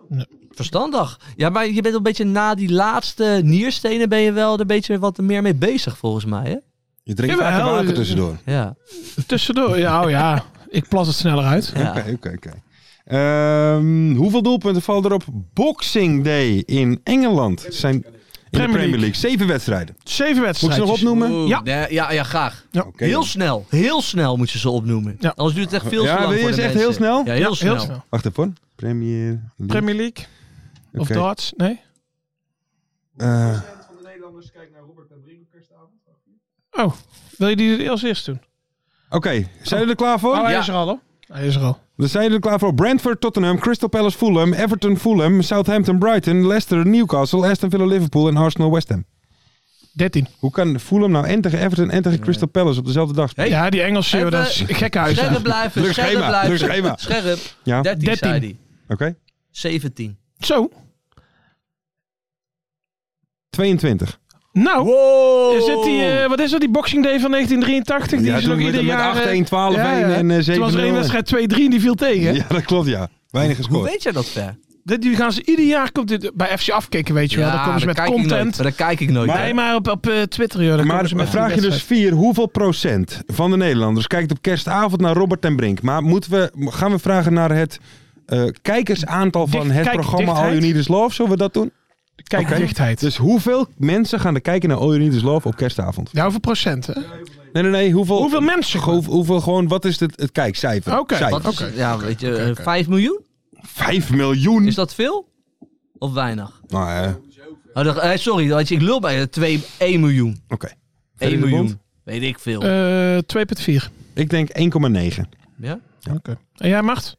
Nee.
Verstandig. Ja, maar je bent een beetje na die laatste nierstenen ben je wel een beetje wat meer mee bezig volgens mij, hè?
Je drinkt
Jawel,
vaker water
eh,
tussendoor.
Ja.
Tussendoor. Ja, oh ja. Ik plas het sneller uit.
ja.
Oké, oké, oké. Ehm, hoeveel doelpunten vallen er op Boxing Day in Engeland? Zijn in de Premier League. Zeven wedstrijden.
Zeven
Moet ik
wedstrijden.
ze nog opnoemen?
Oeh,
Ja.
nee, ja, ja, graag.
Ja.
Oké,
heel
dan.
snel. Heel snel moet je ze opnoemen.
Ja.
Anders duurt het echt veel te
Ja,
lang
wil je
voor de
ze echt
mensen.
heel snel?
Ja, heel snel.
Wacht even hoor. Premier League.
Premier League. Of
Oké.
darts. Nee.
Eh,
Oh, wil je die als eerst doen?
Oké, zijn jullie er klaar voor?
Oh, hij
Ja.
is er al hoor. Hij is er al.
Dan zijn jullie er klaar voor. Brentford, Tottenham, Crystal Palace, Fulham, Everton, Fulham, Southampton, Brighton, Leicester, Newcastle, Aston Villa, Liverpool en Arsenal, West Ham.
13.
Hoe kan Fulham nou en tegen Everton en tegen Crystal Palace op dezelfde dag spelen?
Ja, die Engelsen, joh,
Even-
dat is gekke huis.
Scherp blijven,
Druk
scherp
schema,
blijven.
druk schema.
Scherp.
Ja,
13, zei
13.
hij.
oké.
17.
Zo.
22.
Nou.
Wow!
Is dit die, eh, wat is dat, die Boxing Day van 1983? Die
ja,
is nog
met,
ieder
met
jaar...
8,
eh,
1, 12,
ja,
1
ja.
en eh, 7
Toen was er één wedstrijd 2-3 die viel tegen.
Ja, dat klopt ja. Weinig
Hoe
gescoord.
weet jij dat, Ver?
Dit, die gaan ze, ieder jaar komt dit bij FC afkicken, weet je wel. Dan komen ze
daar
met
kijk ik nooit,
content.
maar daar kijk ik nooit.
Nee, maar op, op eh, Twitter, joh. dan komen
Maar
ze met
vraag je
die
dus
wedstrijd.
4. Hoeveel procent van de Nederlanders kijkt op kerstavond naar Robert ten Brink? Maar moeten we, gaan we vragen naar het eh, kijkersaantal van
Dicht-
het
kijk-
programma
dichtheid?
All You Need Is Love? Zullen we dat doen?
Kijkdichtheid.
Dus hoeveel mensen gaan er kijken naar All You Need Is Love op kerstavond?
Ja, hoeveel procent, hè?
Nee, nee, nee. Hoeveel,
Hoeveel mensen
Hoe- hoeveel gewoon, wat is het, het kijkcijfer?
Oké,
Cijfer.
Wat is het? ja, weet je, eh, 5 miljoen?
5 miljoen.
Is dat veel? Of weinig?
Nou, eh, oké.
Oh, dat- eh, sorry, dat- ik lul bij 2, 1 miljoen. 1
Verder de Bond?
miljoen. Weet ik veel.
Eh, 2,4.
Ik denk 1,9.
ja?
En jij, Mart?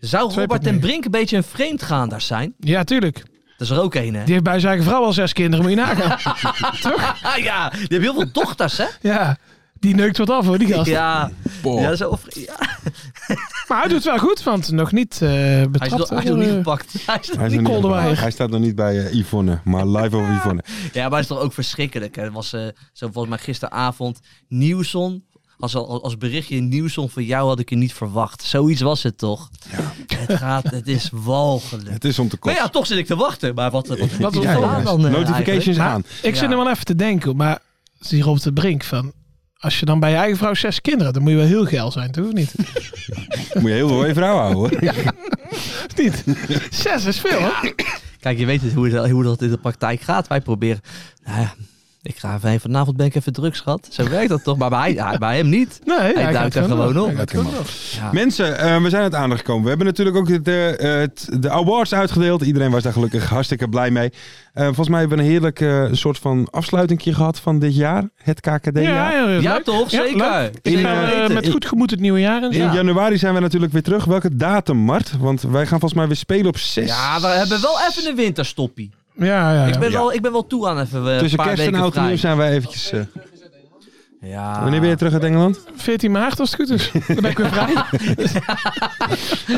Zou
2,9.
Robert ten Brink een beetje een vreemdgaander zijn?
Ja, tuurlijk.
Dat is er ook een, hè?
Die heeft bij zijn eigen vrouw al zes kinderen, moet je nagaan.
Ah, ja, die hebben heel veel dochters, hè?
ja, die neukt wat af, hoor, die gast.
Ja,
Boah.
ja,
Oh.
zo, of- ja.
Maar hij doet het wel goed, want nog niet eh
Hij, is
betrapt.
nog, hij is nog
door,
niet
eh,
gepakt. Hij is nog-
Hij, is nog niet
Kolderweijer.
gepakt. hij staat nog niet bij eh, Yvonne, maar live over Yvonne.
Ja, maar het is toch ook verschrikkelijk. hè? Het was eh, zo volgens mij gisteravond Nieuwson. Als, als als berichtje in Nieuwson van jou had ik je niet verwacht. Zoiets was het toch? Het gaat, het is walgelijk.
Het is om te
Maar
kosten.
ja, toch zit ik te wachten. Maar wat, wat, wat
Wat
is
is
er
het
aan
dan?
dan? eh,
Notifications
eigenlijk?
aan.
Ik zit
Ja.
er wel even te denken, maar zie Robert de Brink van... Als je dan bij je eigen vrouw zes kinderen, dan moet je wel heel geil zijn, toch? Of niet?
Moet je heel veel van je vrouw houden hoor.
Of niet? Zes is veel, hè?
Kijk, je weet het, hoe, dat- hoe dat in de praktijk gaat. Wij proberen. Nou ja, Ik ga even, vanavond ben ik even druk, schat. Zo werkt dat toch? Maar bij, hij- bij hem niet.
Nee, hij
duikt
kijkt
er gewoon
op.
op.
Hij kijkt
Lekker
gewoon op.
Ja.
Mensen, eh, we zijn aan het aandacht gekomen. We hebben natuurlijk ook de, eh, het- de awards uitgedeeld. Iedereen was daar gelukkig hartstikke blij mee. Eh, volgens mij hebben we een heerlijk eh, soort van afsluitingje gehad van dit jaar. Het KKD-jaar.
Ja, heel erg
Ja,
leuk.
toch? Zeker.
leuk. Ik
Zeker
ga, eh,
weten.
met goed gemoed het nieuwe jaar in.
In
Ja.
januari zijn we natuurlijk weer terug. Welke datum, Mart? Want wij gaan volgens mij weer spelen op 6.
Ja, we hebben wel even een winterstoppie.
Ja, ja, ja.
Ik ben,
Ja.
wel, ik ben wel toe aan even eh, een
Tussen
paar
kerst en
weken
oud en nieuw
vrij. Ah.
zijn wij eventjes... eh,
Ja.
wanneer ben je terug uit Engeland?
14 maart als het goed is. Dan ben ik weer vrij.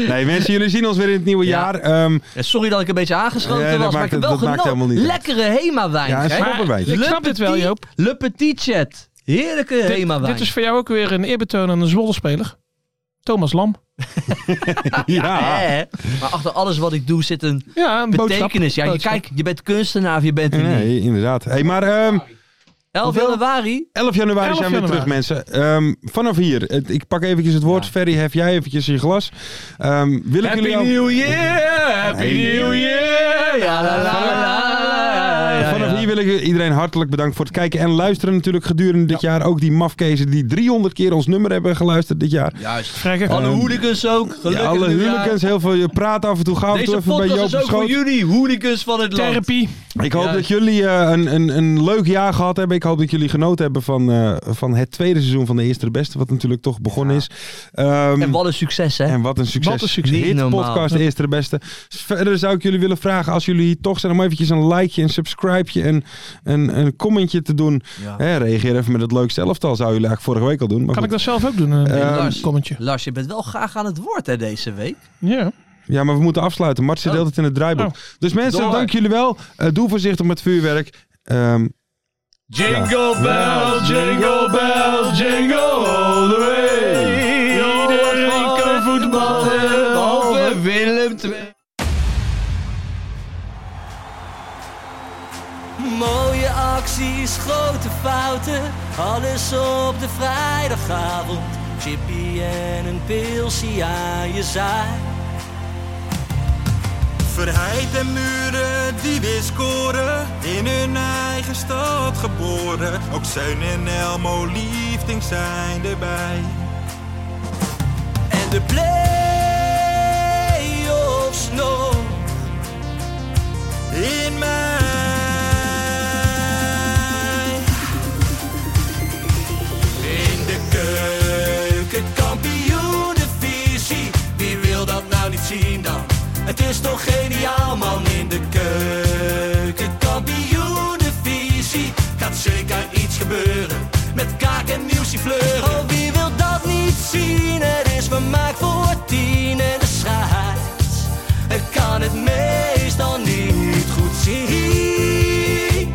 Nee, mensen, jullie zien ons weer in het nieuwe
Ja.
jaar. Ehm,
Ja, Sorry dat ik een beetje aangeschoten
Nee, dat
was, maar
maakt-
ik heb
dat
wel
maakt
genoten.
helemaal niet uit.
Lekkere Hema-wijn.
ja, en
hè?
stoppenwijd.
Ik
Le
snap dit wel,
Petit-
Joop.
Le Petit Chat. Heerlijke
dit,
Hema-wijn.
dit is voor jou ook weer een eerbetoon aan een Zwolle-speler. Thomas Lam.
Ja.
Hè? Maar achter alles wat ik doe zit een
Ja, een boodschap.
betekenis. Ja, je,
Boodschap.
kijk, je bent kunstenaar of je bent een
Nee, inderdaad. Hey, maar ehm,
11
Hoeveel?
januari.
11 januari
11
zijn we
januari.
terug, mensen. Ehm, vanaf hier. Het- ik pak eventjes het woord.
Ja.
Ferry, hef jij eventjes je glas. Ehm, wil ik jullie al-
Year! Happy
Hey.
Year! Ja, la, la, la, la, la, ja,
Vanaf
ja.
hier wil ik iedereen hartelijk bedanken voor het kijken en luisteren natuurlijk gedurende dit jaar. Ook die mafkezen die 300 keer ons nummer hebben geluisterd dit jaar.
Juist.
Vrij gek.
Alle hooligans ook.
Ja,
Gelukkig
alle
nieuwjaar.
hooligans, heel veel je praat af en toe. Ga af en toe
Deze
even bij Joop
podcast is
op
ook voor
schoot.
jullie, hooligans van het land.
Therapie.
Ik hoop
Ja.
dat jullie eh, een, een, een leuk jaar gehad hebben. Ik hoop dat jullie genoten hebben van, eh, van het tweede seizoen van de Eerste de Beste. Wat natuurlijk toch begonnen is. Ehm,
En wat een succes, hè?
En wat een succes.
Wat een succes.
Niet
Hit
normaal.
podcast, de eerste de beste. Verder zou ik jullie willen vragen, als jullie hier toch zijn, om eventjes een likeje, een subscribeje en een, een commentje te doen.
Ja.
Hè, reageer even met het leukste elftal, zou jullie eigenlijk vorige week al doen. Maar
Kan ik
goed.
dat zelf ook doen? Een
Eh,
een commentje.
Lars, je bent wel graag aan het woord hè, deze week.
Ja.
Ja, maar we moeten afsluiten. Mart zit
Oh.
deelt het in het draaiboek.
Oh.
Dus mensen,
Door.
dank jullie wel. Eh, doe voorzichtig met vuurwerk. Ehm,
Jingle
bell, jingle
bell, jingle all the way. Iedereen kan voetballen, behalve Willem II. Mooie acties, grote fouten, alles op de vrijdagavond. Chippy en een pilsie aan je zaai.
Verheid en muren die weer scoren, in hun eigen stad geboren. Ook Zijn en Elmo liefdings zijn erbij.
En de play-offs nog.
In mij. In de keuken, kampioen de visie. Wie wil dat nou niet zien dan? Het is toch geniaal man in de keuken, kampioen de visie. Gaat zeker iets gebeuren met kaak en nieuwsie fleuren. Oh, wie wil dat niet zien? Het is vermaakt voor tien en de scheids. Ik kan het meestal niet goed zien.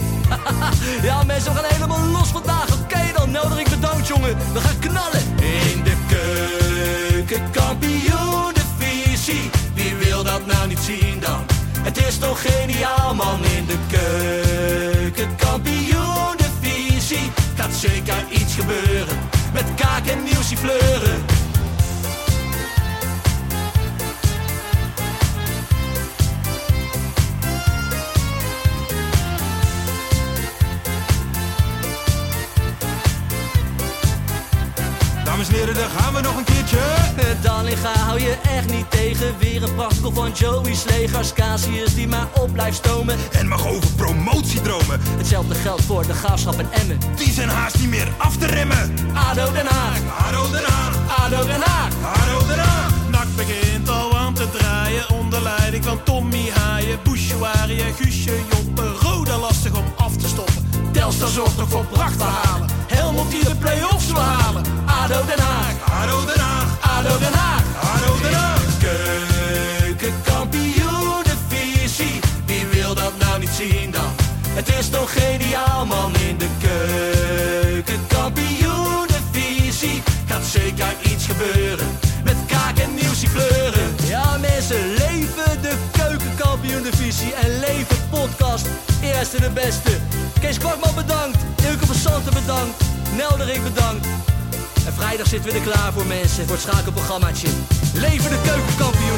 Ja, mensen, we gaan helemaal los vandaag. Oké, dan nodig ik bedankt, jongen. We gaan knallen. In de keuken, kampioen, de visie. Wie wil dat nou niet zien dan? Het is toch geniaal, man. In de keuken, kampioen, de visie. Gaat zeker iets gebeuren. Met kaak en nieuwsie fleuren. Dames en heren, daar gaan we nog een keertje.
Dallinga hou je echt niet tegen. Weer een prachtkel van Joey's legers. Casius die maar op blijft stomen.
En mag over promotiedromen.
Hetzelfde geldt voor de graafschap en Emmen.
Die zijn haast niet meer af te remmen.
ADO Den Haag,
Haro eraan,
ADO Den Haag.
haro eraan.
Nak begint al aan te draaien onder leiding van Tommy Haaien, Bouchouari en Guusje Joppen. Roda lastig om af te stoppen. Telstar zorgt nog voor pracht te halen. Helmond die de play-offs wil halen.
ADO Den Haag,
Haro eraan,
ADO Den Haag.
haro eraan. Keukenkampioen de visie. Wie wil dat nou niet zien dan? Het is toch geniaal man in de keukenkampioen de visie. Gaat zeker iets gebeuren. Met kaak en nieuwsie kleuren.
Ja mensen, leven de keukenkampioen-divisie en leven podcast. Eerste de beste. Kees Kwakman bedankt, Ilke van Santen bedankt, Nelderik bedankt. En vrijdag zitten we er klaar voor mensen, voor het schakelprogrammaatje. Leven de keukenkampioen